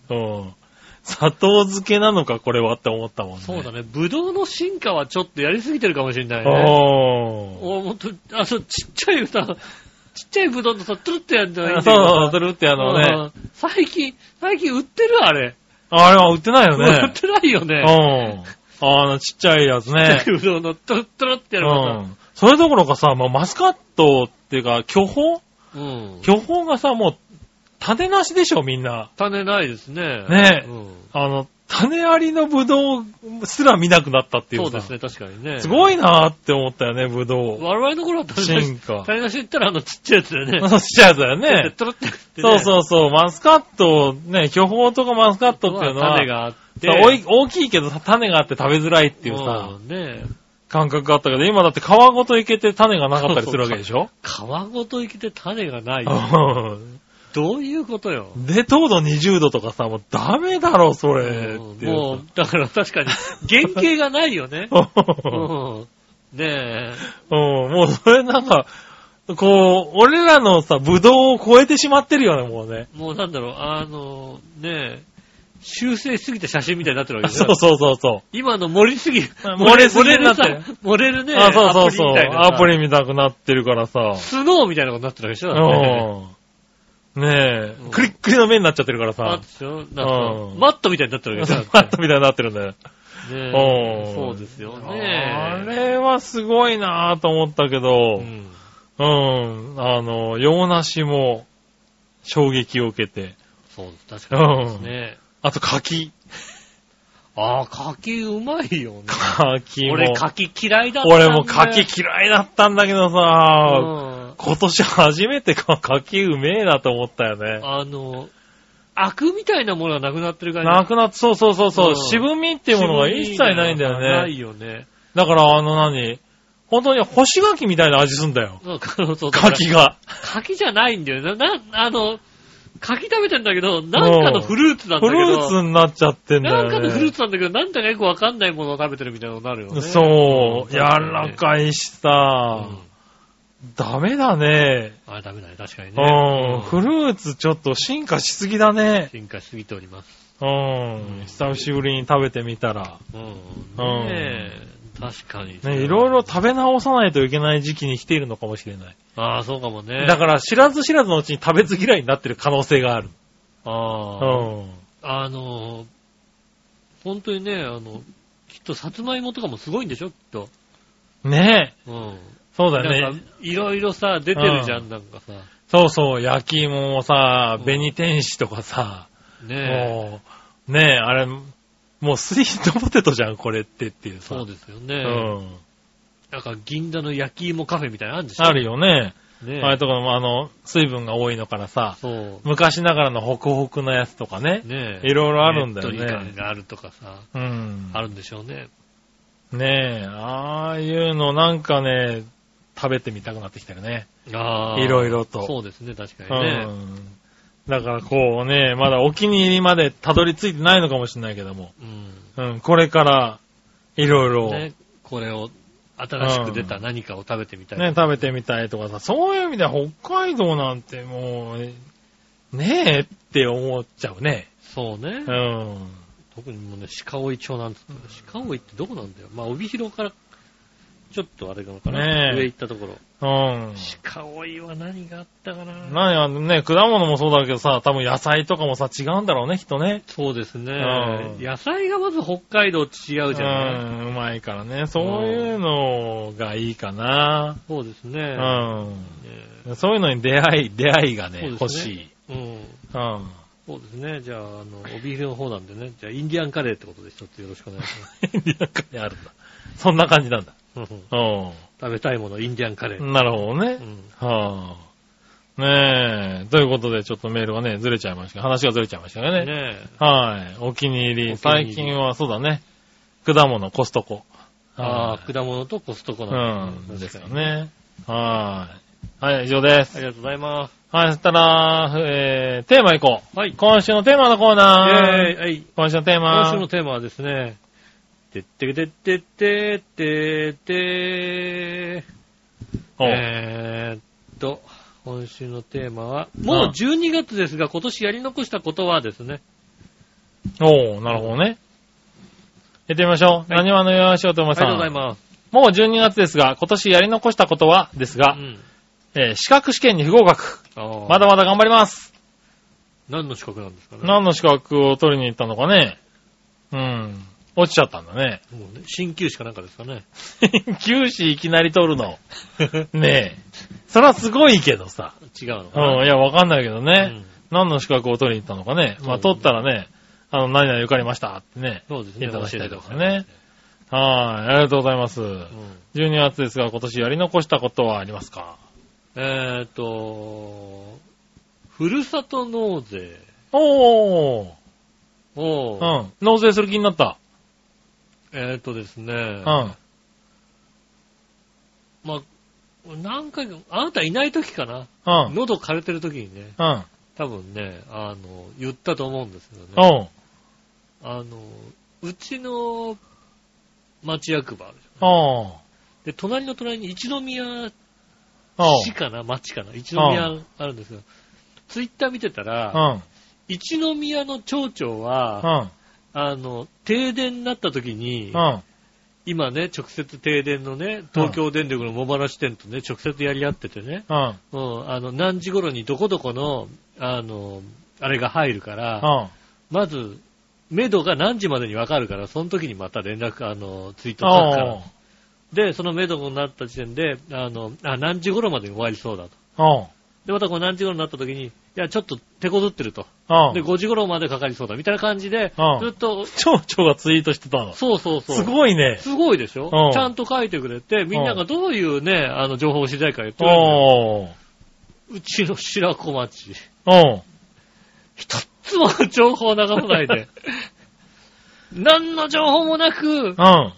Speaker 2: うん
Speaker 3: うん。砂糖漬けなのか、これはって思ったもんね。
Speaker 2: そうだ
Speaker 3: ね。
Speaker 2: ね。ブドウの進化はちょっとやりすぎてるかもしれないね。
Speaker 3: おー。
Speaker 2: おもっと、あ、そう、ちっちゃいさ、ちっちゃいブドウのさ、トゥルってやるんじゃない
Speaker 3: そ
Speaker 2: ん
Speaker 3: うそう、
Speaker 2: う
Speaker 3: するってあのね。
Speaker 2: ね。最近、最近売ってるあれ。
Speaker 3: あれは売ってないよね。
Speaker 2: 売ってないよね。
Speaker 3: うん。あの、ちっちゃいやつ
Speaker 2: ちっちゃ
Speaker 3: ね
Speaker 2: い。ブドウのトゥルトゥルってや
Speaker 3: う
Speaker 2: るのさ
Speaker 3: ん。それどころかさ、もうマスカットっていうか、巨峰
Speaker 2: うん。
Speaker 3: 巨峰がさ、もう、種なしでしょ、みんな。
Speaker 2: 種ないですね。
Speaker 3: ねえ
Speaker 2: うん
Speaker 3: あの、種ありのブドウすら見なくなったっていう
Speaker 2: そ
Speaker 3: さ
Speaker 2: うですね、確かにね。
Speaker 3: す
Speaker 2: い。
Speaker 3: ごいなーって思ったよね、ブドウ。
Speaker 2: 我々の頃は種なし
Speaker 3: 進化。
Speaker 2: 種なし言ったらあのちっちゃいやつだよ ね。
Speaker 3: そうしちゃうやつだよね。
Speaker 2: トロってなって
Speaker 3: そう
Speaker 2: ね。う。
Speaker 3: そうそう、マスカット、ね、巨峰とかマスカットっていうのは、
Speaker 2: 種があって。
Speaker 3: そうおい大きいけどさ種があって食べづらいっていうさ、
Speaker 2: うんねえ
Speaker 3: 感覚があったけど、今だって皮ごといけて種がなかったりするわけでしょ
Speaker 2: 皮ごと生きて種がない。
Speaker 3: うん
Speaker 2: どういうことよ。
Speaker 3: で、糖度20度とかさ、もうダメだろ、それ。
Speaker 2: うん
Speaker 3: ってい
Speaker 2: も
Speaker 3: う。
Speaker 2: う、だから確かに、原型がないよね
Speaker 3: さ
Speaker 2: う
Speaker 3: うん
Speaker 2: ん。ねえ。
Speaker 3: うんもうそれなんか、こう、俺らのさ、ブドウを超えてしまってるよね、もうね。
Speaker 2: もうなんだろう、あの、ねえ、修正しすぎた写真みたいになってるわけです
Speaker 3: そ
Speaker 2: よ
Speaker 3: う。そうそうそ
Speaker 2: 今の盛りすぎ、
Speaker 3: 盛りすぎになってる
Speaker 2: 盛れる
Speaker 3: う。
Speaker 2: ね。
Speaker 3: あ、そうそうそう。
Speaker 2: アプリみたいなさ
Speaker 3: アプリ見たくなってるからさ。
Speaker 2: スノーみたいなことになってるわけでしょだってね
Speaker 3: うん。ね
Speaker 2: う
Speaker 3: え
Speaker 2: ん、
Speaker 3: クリックリの目になっちゃってるから
Speaker 2: マ
Speaker 3: さ
Speaker 2: ッ。チョなんか
Speaker 3: うん
Speaker 2: マットみたいになってるわ けでしょ
Speaker 3: パ
Speaker 2: だっ
Speaker 3: ッとみたいになってるんだよ。
Speaker 2: てね
Speaker 3: う
Speaker 2: え
Speaker 3: ん
Speaker 2: そうですよね。
Speaker 3: あれはすごいなぁと思ったけど
Speaker 2: う、ん
Speaker 3: うん、あの、洋梨も衝撃を受けて、
Speaker 2: そうです。確
Speaker 3: う
Speaker 2: かに
Speaker 3: ん。
Speaker 2: ね。
Speaker 3: あと柿。
Speaker 2: ああ、柿うまいよね。
Speaker 3: 柿も。
Speaker 2: 俺柿嫌いだったんだ
Speaker 3: 俺
Speaker 2: よ。
Speaker 3: も柿嫌いだったんだけど
Speaker 2: う
Speaker 3: さ、
Speaker 2: ん。
Speaker 3: 今年初めてか柿うめえなと思ったよね。
Speaker 2: あの、アクみたいなものはなくなってる感じ。
Speaker 3: なくなって、そうそうそうそうう、
Speaker 2: ん
Speaker 3: 渋みっていうものが一切ないんだよ
Speaker 2: な
Speaker 3: ね。
Speaker 2: いよね。
Speaker 3: だからあの何本当に干し柿みたいな味すんだよ。
Speaker 2: そうそうそうだから
Speaker 3: 柿が。
Speaker 2: 柿じゃないんだよな。な、あの、柿食べてんだけど、なんかのフルーツなんだ
Speaker 3: フ
Speaker 2: けど。
Speaker 3: ルーツになっちゃってんだよ
Speaker 2: な
Speaker 3: ね。
Speaker 2: んかのフルーツなんだけど、なんだかよくわかんないものを食べてるみたいなのになるよね。
Speaker 3: そう、柔ら
Speaker 2: い。
Speaker 3: かいし
Speaker 2: う
Speaker 3: さ、
Speaker 2: ん
Speaker 3: ダメだね。
Speaker 2: あれダメだね、確かに
Speaker 3: う
Speaker 2: ね。
Speaker 3: ん、フ
Speaker 2: うん
Speaker 3: ルーツちょっと進化しすぎだね。
Speaker 2: 進化しすぎております。
Speaker 3: うん、久しぶりに食べてみたら。
Speaker 2: うん。
Speaker 3: うん
Speaker 2: ねえ、確かに。
Speaker 3: ね、いろいろ食べ直さないといけない時期に来ているのかもしれない。
Speaker 2: ああ、そうかもね。
Speaker 3: だから知らず知らずのうちに食べず嫌いになってる可能性がある。う
Speaker 2: ああ、
Speaker 3: ん。
Speaker 2: あの、本当にね、あの、きっとさつまいもとかもすごいんでしょきっと。
Speaker 3: ねえ、
Speaker 2: うん。
Speaker 3: そうだ
Speaker 2: な
Speaker 3: よ
Speaker 2: ん
Speaker 3: ね。
Speaker 2: か、いろいろさ、出てるじゃん、なんかさ。
Speaker 3: そうそう、焼き芋もさ
Speaker 2: う、ん
Speaker 3: 紅天使とかさ、
Speaker 2: ねえ。
Speaker 3: もう、ねえ、あれ、もうスイートポテトじゃん、これってっていうさ。
Speaker 2: そうですよね。
Speaker 3: うん。
Speaker 2: なんか、銀座の焼き芋カフェみたいなのあるんでしょ
Speaker 3: あるよね。
Speaker 2: ねえ。
Speaker 3: あれとかも、あの、水分が多いのからさ、
Speaker 2: そう。
Speaker 3: 昔ながらのホクホクのやつとかね、
Speaker 2: ねえ。
Speaker 3: いろいろあるんだよ
Speaker 2: ねっとり感
Speaker 3: ね。
Speaker 2: があるとかさ、
Speaker 3: うん。
Speaker 2: あるんでしょうね。
Speaker 3: ねえ、ああいうのなんかね、食べてみたくなってきたよね。
Speaker 2: ああ。
Speaker 3: いろいろと
Speaker 2: そうですね、確かに
Speaker 3: う
Speaker 2: ね。
Speaker 3: ん。だからこうね、まだお気に入りまでたどり着いてないのかもしれないけども、
Speaker 2: うん。
Speaker 3: うん、これから、いろいろ、ね、
Speaker 2: ね、これを、新しく出た何かを食べてみたい。
Speaker 3: 食べてみたいとかさ、そういう意味では北海道なんてもう、ねえって思っちゃうね。
Speaker 2: そうね
Speaker 3: う。ん。
Speaker 2: 特にもうね、鹿追町なんつっても、鹿追ってどこなんだよ。まあ、帯広から、ちょっとあれなのかな。
Speaker 3: ねえ
Speaker 2: 上行ったところ。
Speaker 3: うん。
Speaker 2: 鹿追は何があったかな。
Speaker 3: 何あのね、果物もそうだけどさ、多分野菜とかもさ、違うんだろうね、きっとね。
Speaker 2: そうですね。
Speaker 3: うん
Speaker 2: 野菜がまず北海道と違うじゃない。
Speaker 3: うん、うまいからね。そういうのがいいかな。
Speaker 2: そうですね。
Speaker 3: う
Speaker 2: ねえ
Speaker 3: ん。そういうのに出会い、出会いがね、
Speaker 2: そうで
Speaker 3: 欲
Speaker 2: す
Speaker 3: しい。
Speaker 2: ねうん。
Speaker 3: うん。
Speaker 2: そうですね。じゃあ、あの、帯広の方なんでね。じゃあ、インディアンカレーってことで一つよろしくお願いし
Speaker 3: なんかねあるんだ。そんな感じなんだ。
Speaker 2: ます。
Speaker 3: う
Speaker 2: 食べたいもの、インディアンカレー。
Speaker 3: ん。なるほど
Speaker 2: う
Speaker 3: ね。
Speaker 2: ん
Speaker 3: はあ。ねえ。ということで、ちょっとメールがね、ずれちゃいました。話がずれちゃいましたよね。
Speaker 2: ねえ。
Speaker 3: はい。お気に入り。
Speaker 2: お気に入り
Speaker 3: 最近は、そうだね。果物、コストコ。
Speaker 2: ああ、
Speaker 3: はい
Speaker 2: 果物とコストコ
Speaker 3: うん
Speaker 2: な
Speaker 3: ん、
Speaker 2: で
Speaker 3: ですす
Speaker 2: ね
Speaker 3: よね。はい。はい、以上です。
Speaker 2: ありがとうございます。
Speaker 3: はい、そしたら、えー、テーマいこう。
Speaker 2: はい
Speaker 3: 今週のテーマのコー
Speaker 2: イェー
Speaker 3: ナー。
Speaker 2: イはい。
Speaker 3: 今週のテーマ。
Speaker 2: 今週のテーマはですね、てってけてってってってって
Speaker 3: おう
Speaker 2: えーっと、今週のテーマは、もう12月ですが、今年やり残したことはですね、
Speaker 3: おうなるほどね。やってみましょう。
Speaker 2: はい
Speaker 3: 何話のよしおと
Speaker 2: あ
Speaker 3: も
Speaker 2: り
Speaker 3: さん。
Speaker 2: がとうございます。
Speaker 3: もう12月ですが、今年やり残したことは、ですが、
Speaker 2: うん
Speaker 3: えー資格試験に不合格。
Speaker 2: あー
Speaker 3: まだまだ頑張ります。
Speaker 2: 何の資格なんですかね。
Speaker 3: 何の資格を取りに行ったのかね。うん。落ちちゃったんだ ね。
Speaker 2: もうね、鍼灸師かなんかですかね。
Speaker 3: 九死いきなり取るの。 ねえ。そらすごいけどさ。
Speaker 2: 違うのかな。
Speaker 3: うん、いや、わかんないけどね。
Speaker 2: うん
Speaker 3: 何の資格を取りに行ったのかね。まあ、
Speaker 2: そう
Speaker 3: 取ったらね、あの、何々受かりましたってね。
Speaker 2: そうですね。
Speaker 3: いただきたいと
Speaker 2: 教
Speaker 3: か
Speaker 2: えてください
Speaker 3: ね。はい、ありがとうございます。
Speaker 2: うん
Speaker 3: 12月ですが、今年やり残したことはありますか
Speaker 2: えーっと、ふるさと納税
Speaker 3: おー
Speaker 2: を、
Speaker 3: うん。納税する気になった。
Speaker 2: えーっとですね、
Speaker 3: うん。
Speaker 2: まあ、何回か、あなたいない時かな、
Speaker 3: うん。
Speaker 2: 喉枯れてる時にね、
Speaker 3: うん。
Speaker 2: 多分ね、あの、言ったと思うんですけどね。
Speaker 3: おう。
Speaker 2: あの、うちの町役場あるじゃん
Speaker 3: おう。
Speaker 2: で、隣の隣に一宮
Speaker 3: おう。
Speaker 2: 市かな町かな一宮あるんですよ。ツイッター見てた
Speaker 3: う
Speaker 2: ら、
Speaker 3: ん。
Speaker 2: 一宮の町長は
Speaker 3: う、ん。
Speaker 2: あの、停電になった時に、
Speaker 3: うん。
Speaker 2: 今ね、直接停電のね、東京電力の茂原支店とね、直接やり合っててね、
Speaker 3: うん。
Speaker 2: うん、あの、何時頃にどこどこの、あの、あれが入るから、
Speaker 3: うん。
Speaker 2: まず、目処が何時までに分かるから、その時にまた連絡、あの、ツイート書くか
Speaker 3: おう
Speaker 2: ら。。で、その目処になった時点で、あの、あ、何時頃までに終わりそうだと。
Speaker 3: おう。
Speaker 2: で、またこう何時頃になった時に、いや、ちょっと手こずってると。
Speaker 3: うん。
Speaker 2: で、5時頃までかかりそうだ、みたいな感じで、
Speaker 3: うん
Speaker 2: ずっと、
Speaker 3: 町長がツイートしてたの。
Speaker 2: そうそうそう。
Speaker 3: すごいね。
Speaker 2: すごいでしょ、
Speaker 3: うん
Speaker 2: ちゃんと書いてくれて、みんながどういうね、あの、情報を知りたいか言ってるんだよ
Speaker 3: おー。
Speaker 2: うちの白子町、
Speaker 3: おう。
Speaker 2: 一つも情報を流さないで。何の情報もなく、
Speaker 3: うん。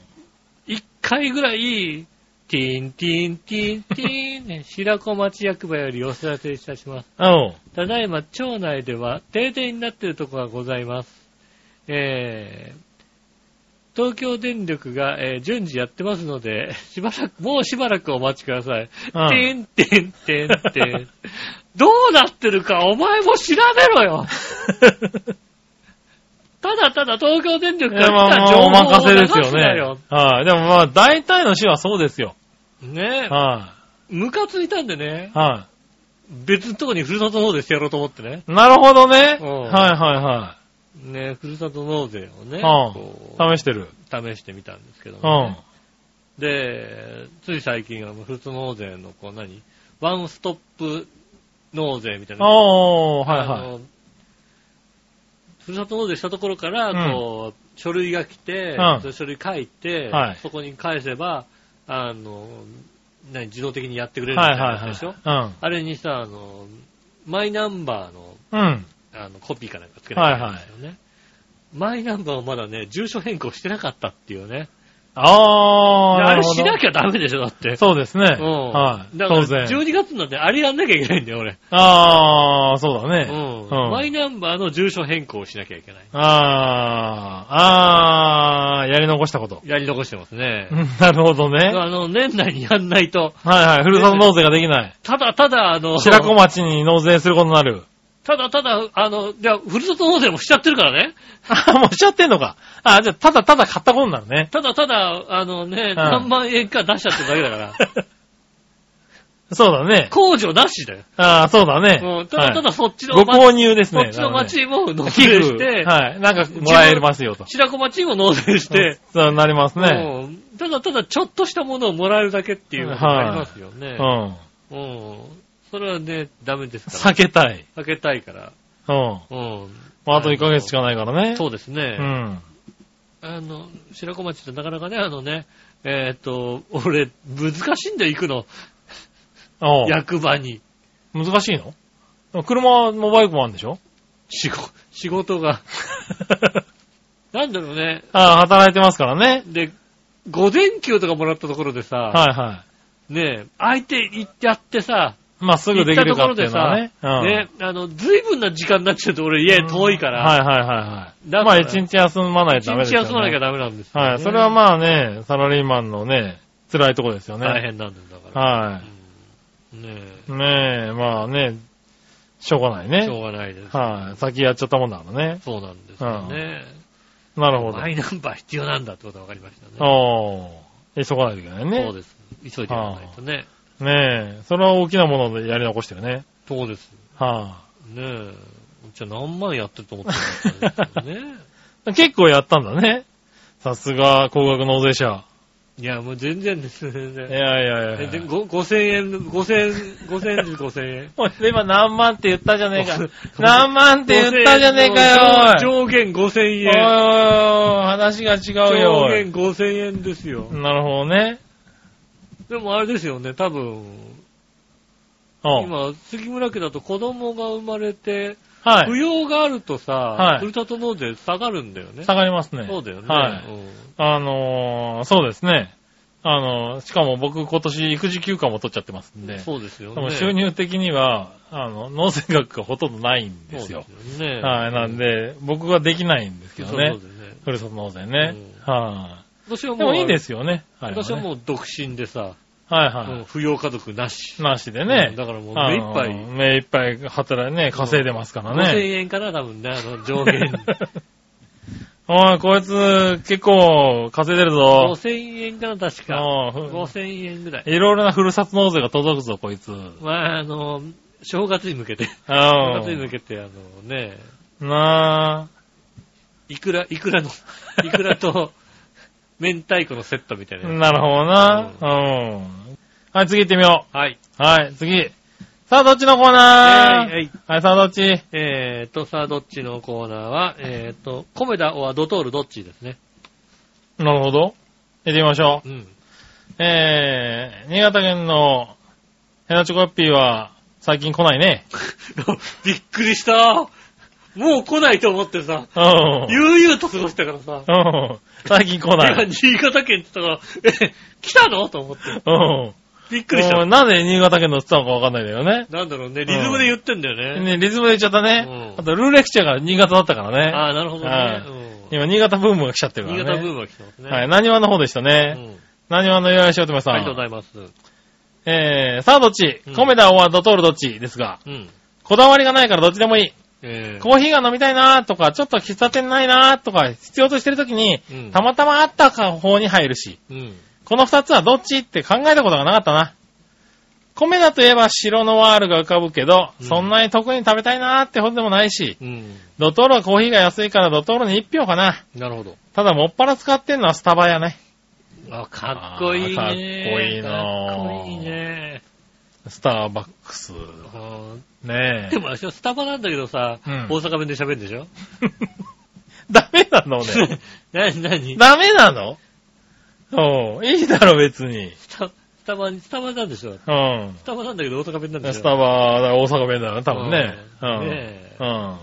Speaker 2: 一回ぐらい、ティーンティーンティーンティーン、ね、白子町役場よりお知らせいたします。
Speaker 3: おう。
Speaker 2: ただいま町内では停電になっているところがございます。えー、東京電力が、えー順次やってますので、 しばらく、もうしばらくお待ちください。
Speaker 3: うん
Speaker 2: てんてんてんてん。 どうなってるかお前も調べろよただただ東京 電力
Speaker 3: い
Speaker 2: から
Speaker 3: やまあま
Speaker 2: 来た
Speaker 3: あ、
Speaker 2: 情
Speaker 3: お任
Speaker 2: 報を
Speaker 3: せ
Speaker 2: 流
Speaker 3: ですすよ
Speaker 2: な
Speaker 3: ね
Speaker 2: よ。。
Speaker 3: はい。でもまあ、大体の市はそうですよ。
Speaker 2: ねえ、
Speaker 3: は
Speaker 2: ムカついたんでね
Speaker 3: い。、は
Speaker 2: 別のとこにふるさと納税してやろうと思ってね。
Speaker 3: い。なるほどね。
Speaker 2: うん
Speaker 3: はいは
Speaker 2: ねえふるさと納税をね、
Speaker 3: い
Speaker 2: こう
Speaker 3: はい。試してる。
Speaker 2: 試してみたんですけど
Speaker 3: う
Speaker 2: もね
Speaker 3: ん。
Speaker 2: で、つい最近、あの、普通納税の、こう、何ワンストップ納税みたいな。
Speaker 3: おー、はい
Speaker 2: あ
Speaker 3: はい。
Speaker 2: のふるさと納税したところから、
Speaker 3: うん
Speaker 2: こう、書類が来て、
Speaker 3: うん
Speaker 2: その書類書いて、
Speaker 3: はい
Speaker 2: そこに返せば、あの、何、自動的にやってくれるみた
Speaker 3: はいい
Speaker 2: な
Speaker 3: は
Speaker 2: やつでしょ、
Speaker 3: いはい。
Speaker 2: あれにさ、あの、マイナンバーの、
Speaker 3: うん。うん。
Speaker 2: あの、コピーかなんかつけなきゃいけないんですよね。マイナンバーをまだね、住所変更してなかったっていうね。
Speaker 3: あー、
Speaker 2: あ
Speaker 3: な
Speaker 2: れ
Speaker 3: るほ
Speaker 2: し
Speaker 3: ど
Speaker 2: なきゃダメでしょ、だって。
Speaker 3: そうですね。
Speaker 2: うん
Speaker 3: はい。
Speaker 2: だから
Speaker 3: 当然。
Speaker 2: 12月になってあれやんなきゃいけないんだよ、俺。
Speaker 3: あー、そうだね。
Speaker 2: うん。
Speaker 3: うん
Speaker 2: マイナンバーの住所変更をしなきゃいけない。
Speaker 3: あー、あー、やり残したこと。
Speaker 2: やり残してますね
Speaker 3: う。ん なるほどね。
Speaker 2: あの、年内にやんないと、
Speaker 3: はいはい。ふるさと納税ができない。
Speaker 2: ただただ、あ の、
Speaker 3: 白子町に納税することになる。
Speaker 2: ただただ、あの、じゃあふるさと納税もしちゃってるからね。
Speaker 3: あ、 もうしちゃってんのか。あ、じゃあ、ただただ買ったことになるね。
Speaker 2: ただただ、あのね、何万円か出しちゃってるだけだから。
Speaker 3: そうだね。
Speaker 2: 控除なしだよ。
Speaker 3: あそうだね。
Speaker 2: うん。ただただそっちの
Speaker 3: はいご購
Speaker 2: 町、
Speaker 3: 入です
Speaker 2: そ
Speaker 3: ね。
Speaker 2: っちの町も
Speaker 3: な
Speaker 2: 納
Speaker 3: ので
Speaker 2: 税
Speaker 3: 寄付
Speaker 2: して、
Speaker 3: はい。なんか、もらえますよと。
Speaker 2: 白子町も納税して、
Speaker 3: そうなりますね。
Speaker 2: うんただただちょっとしたものをもらえるだけっていうのがありますよね。
Speaker 3: うん。
Speaker 2: うん。それはね、ダメですから。
Speaker 3: 避けたい。
Speaker 2: 避けたいから。
Speaker 3: うん。
Speaker 2: うん。
Speaker 3: まあ、あと1ヶ月しかないからね。
Speaker 2: そうですね。
Speaker 3: うん。
Speaker 2: あの、白子町ってなかなかね、あのね、えーっと、俺、難しいんだよ、行くの。
Speaker 3: おう
Speaker 2: 役場に。
Speaker 3: 難しいの車もバイクもあるんでしょ
Speaker 2: 仕事、仕事が。なんだろうね。
Speaker 3: ああ、働いてますからね。
Speaker 2: で、午前休とかもらったところでさ、
Speaker 3: はいは
Speaker 2: ねえ、相手行ってやってさ、
Speaker 3: い。まあ、す
Speaker 2: 行
Speaker 3: ぐで
Speaker 2: っ
Speaker 3: き
Speaker 2: たと
Speaker 3: る
Speaker 2: こ
Speaker 3: か
Speaker 2: ろ
Speaker 3: ってい
Speaker 2: で
Speaker 3: うのは
Speaker 2: さ、
Speaker 3: ね。うん
Speaker 2: ね、あの、随分な時間になっちゃって、俺家遠いから、
Speaker 3: はいはいはいはい。
Speaker 2: だから
Speaker 3: まあ一日休まないとダメで
Speaker 2: 一
Speaker 3: す
Speaker 2: 日
Speaker 3: よね。
Speaker 2: 休まなきゃダメなんですよね、
Speaker 3: はい。それはまあね、サラリーマンのね、辛いとこですよね。
Speaker 2: 大変なんですだから。
Speaker 3: は
Speaker 2: うんね
Speaker 3: い。ねえ、まあね、しょうがない
Speaker 2: え、
Speaker 3: ね
Speaker 2: し。ょうがないです。
Speaker 3: はい。先やっちゃったもんだからね。
Speaker 2: そうなんですよね。
Speaker 3: なるほど。
Speaker 2: マイナンバー必要なんだってことが分かりましたね。
Speaker 3: おー。急がないといけない
Speaker 2: そう
Speaker 3: ね。
Speaker 2: です。急いでやらないとね。
Speaker 3: ねえ、それは大きなものでやり残してるね。
Speaker 2: そうです。
Speaker 3: は
Speaker 2: ねえ。 じゃあ何万やってると思ってるんですかね。
Speaker 3: い。結構やったんだね。さすが、高額納税者。
Speaker 2: いや、もう全然です。全
Speaker 3: い
Speaker 2: 然
Speaker 3: やいやい
Speaker 2: え
Speaker 3: や
Speaker 2: で
Speaker 3: いや。
Speaker 2: ご5000円、5000、5000円です、5000円。
Speaker 3: 俺今何万って言ったじゃねえか。何万って言ったじゃねえかよ。
Speaker 2: 上限5000
Speaker 3: おいおいおい
Speaker 2: 円。
Speaker 3: おい、話が違うよ。
Speaker 2: 上
Speaker 3: おい
Speaker 2: 限5000円ですよ。
Speaker 3: なるほどね。
Speaker 2: でもあれですよね、多
Speaker 3: うん。
Speaker 2: 分、今、杉村家だと子供が生まれて、
Speaker 3: は
Speaker 2: 扶
Speaker 3: い。
Speaker 2: 養があるとさ
Speaker 3: は、い
Speaker 2: ふるさと納税下がるんだよね。
Speaker 3: 下がりますね。
Speaker 2: そうだよね。
Speaker 3: はい。
Speaker 2: うん
Speaker 3: あのー、そうですね。あのー、しかも僕今年育児休暇も取っちゃってますんで、
Speaker 2: そうですよ
Speaker 3: でも
Speaker 2: ね。
Speaker 3: 収入的には、あの、納税額がほとんどないん
Speaker 2: そう
Speaker 3: で
Speaker 2: です
Speaker 3: よ
Speaker 2: すよ。ね。
Speaker 3: はい、なんで、僕はできないんですけ
Speaker 2: そう
Speaker 3: ど
Speaker 2: で
Speaker 3: ね
Speaker 2: す。ね。
Speaker 3: ふるさと納税ね。は。
Speaker 2: 私はい。
Speaker 3: でもいいですすよね。はい。
Speaker 2: 私はもう独身でさ、
Speaker 3: はい
Speaker 2: うん
Speaker 3: は
Speaker 2: 扶養家族なし
Speaker 3: い。。なしで
Speaker 2: う
Speaker 3: ね
Speaker 2: ん。だからもう
Speaker 3: あ
Speaker 2: 目い
Speaker 3: の
Speaker 2: っぱい。
Speaker 3: 目いっぱい働いてね、稼いでますから
Speaker 2: 5000
Speaker 3: ね。
Speaker 2: 円かな、多分ね、あの、上限。
Speaker 3: おい、こいつ、結構、稼いでるぞ。
Speaker 2: 5000円かな、確か。
Speaker 3: おうふ
Speaker 2: 5000円ぐらい。
Speaker 3: いろいろなふるさと納税が届くぞ、こいつ。
Speaker 2: まあ、あの、正月に向けて、正
Speaker 3: あ
Speaker 2: 月に向けて、あのね、
Speaker 3: なあ。
Speaker 2: いくら、いくらの、いくら と、明太子のセットみたいなや
Speaker 3: なるほどな。うん。はい、次行ってみよ
Speaker 2: つ。はい。
Speaker 3: う。はい、次。さあ、どっちのコー
Speaker 2: え
Speaker 3: ナー
Speaker 2: ー、はい。
Speaker 3: はい、さあ、どっち
Speaker 2: えーと、さあ、どっちのコーナーは、えーと、コメダはドトールどっちですね。
Speaker 3: なるほど。行ってみましょう。
Speaker 2: うん。
Speaker 3: えー、新潟県のヘナチョコヨッピーは最近来ないね。
Speaker 2: びっくりしたもう来ないと思ってさ、
Speaker 3: うん。
Speaker 2: 悠々と過ごしてたからさ、
Speaker 3: うん。最近来ない
Speaker 2: や、
Speaker 3: い。
Speaker 2: 新潟県って言ったから、え、来たのと思って。
Speaker 3: うん。
Speaker 2: びっくりした
Speaker 3: う。んなんで新潟県のつったのかわかんないんだよね。
Speaker 2: なんだろうね、リズムで言ってんだよね。
Speaker 3: ね、リズムで言っちゃったね。
Speaker 2: うん
Speaker 3: あと、ルーレクチャーが新潟だったからね。
Speaker 2: ああ、なるほどね
Speaker 3: は。
Speaker 2: うん
Speaker 3: 今、新潟ブームが来ちゃってるか
Speaker 2: 新
Speaker 3: らね。
Speaker 2: 潟ブームが来てますね。
Speaker 3: はい、何話の方でした
Speaker 2: う
Speaker 3: ね。
Speaker 2: ん
Speaker 3: 何話の岩井しおとめさん。
Speaker 2: ありがとうございます。
Speaker 3: えー、さあどっち、
Speaker 2: うん
Speaker 3: コメダオアドトールどっちですが、
Speaker 2: うん。
Speaker 3: こだわりがないからどっちでもいい。
Speaker 2: えー
Speaker 3: コーヒーが飲みたいなーとか、ちょっと喫茶店ないなーとか、必要としてるときに、
Speaker 2: うん
Speaker 3: たまたまあった方に入るし、
Speaker 2: うん。
Speaker 3: この二つはどっちって考えたことがなかったな。コメダといえば白のワールが浮かぶけど、
Speaker 2: うん
Speaker 3: そんなに特に食べたいなーってほどでもないし、
Speaker 2: うん。
Speaker 3: ドトールはコーヒーが安いからドトールに一票かな。
Speaker 2: なるほど。
Speaker 3: ただもっぱら使ってんのはスタバやね。
Speaker 2: あ、かっこいい
Speaker 3: あー
Speaker 2: ね。
Speaker 3: かっこいいなー
Speaker 2: かっこいいね。
Speaker 3: スターバックス。
Speaker 2: うん
Speaker 3: ねえ
Speaker 2: で。も私はスタバなんだけどさ、
Speaker 3: うん
Speaker 2: 大阪弁で喋るんでしょ
Speaker 3: ダメなの ね。
Speaker 2: なになに
Speaker 3: ダメなのうん。いいだろ、別に。
Speaker 2: スタスタバ、スタバなんでしょ
Speaker 3: うん。
Speaker 2: スタバなんだけど大阪弁なんでしょ
Speaker 3: スタバ、大阪弁だよ、多分ね。う
Speaker 2: うん
Speaker 3: ん。
Speaker 2: ねえ
Speaker 3: うん。
Speaker 2: っ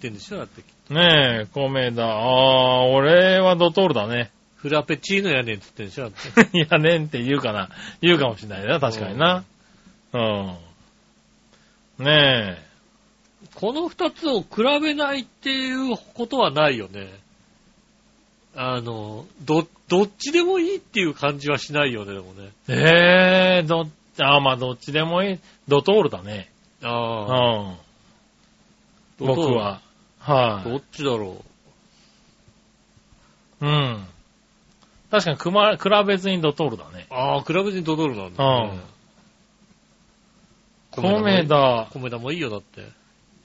Speaker 2: てんでしょだって。
Speaker 3: ねえ、コメダ。あー、俺はドトールだね。
Speaker 2: フラペチーノやねんって言ってんでしょだって。
Speaker 3: いやねんって言うかな。言うかもしれないな、確かにな。うん。ねえ。
Speaker 2: この二つを比べないっていうことはないよね。あの、ど、どっちでもいいっていう感じはしないよね、でもね。
Speaker 3: えー、ど、あー、まあ、どっちでもいい。ドトールだね。う
Speaker 2: ああ、
Speaker 3: ん。僕は。はい。
Speaker 2: どっちだろ
Speaker 3: うん。確かに、くま、比べずにドトールだね。
Speaker 2: う。ああ、比べずにドドルなんだ、ね。
Speaker 3: コメ。ダ、
Speaker 2: 米田もいいよ、だって。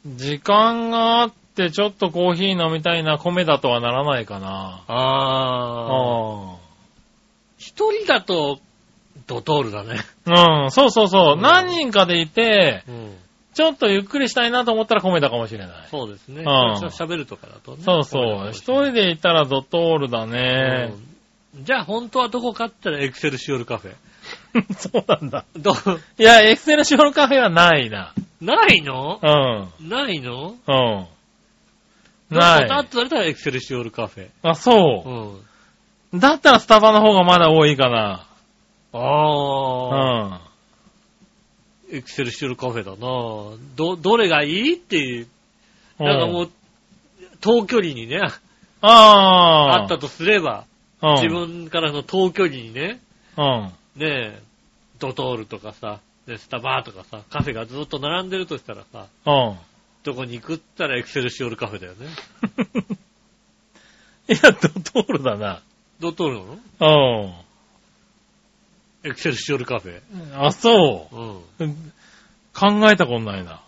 Speaker 3: 時間があってちょっとコーヒー飲みたいなコメダとはならないかな。
Speaker 2: ああ、一人だと、ドトールだね。
Speaker 3: うん。うん、そうそうそう。
Speaker 2: うん
Speaker 3: 何人かでいて、
Speaker 2: うん。
Speaker 3: ちょっとゆっくりしたいなと思ったらコメダかもしれない。
Speaker 2: そうですね。
Speaker 3: ん
Speaker 2: 喋るとかだとね。
Speaker 3: そうそ
Speaker 2: 米田か
Speaker 3: う。
Speaker 2: も
Speaker 3: 一
Speaker 2: しれない
Speaker 3: 人でいたらドトールだね。
Speaker 2: うんじゃあ本当はどこかって言ったらエクセルシオルカフェ。
Speaker 3: そうなんだ。
Speaker 2: ど、
Speaker 3: いや、エクセルシオルカフェはないな。
Speaker 2: ないの
Speaker 3: うん。
Speaker 2: ない
Speaker 3: う
Speaker 2: の
Speaker 3: ん。
Speaker 2: どこだ
Speaker 3: な
Speaker 2: っ
Speaker 3: い
Speaker 2: て。言われたらエクセルシオルカフェ。
Speaker 3: あ、そうう。
Speaker 2: ん。
Speaker 3: だったらスタバの方がまだ多いかな。
Speaker 2: ああ、
Speaker 3: うん。
Speaker 2: エクセルシオルカフェだなど、どれがいいっていう。なんかも
Speaker 3: う、
Speaker 2: う、遠距離にね、
Speaker 3: ああ
Speaker 2: あったとすれば、
Speaker 3: と
Speaker 2: 自、分からの遠距離にね、
Speaker 3: うん。
Speaker 2: ねえ、ドトールとかさ、ねスタバーとかさ、カフェがずっと並んでるとしたらさ、
Speaker 3: うん。
Speaker 2: どこに行くったらエクセルシオルカフェだよね。
Speaker 3: いや、ドトールだな。
Speaker 2: ドトールなの
Speaker 3: うん。
Speaker 2: エクセルシオルカフェ。
Speaker 3: あ、そ
Speaker 2: うん。
Speaker 3: う。考えたことないな。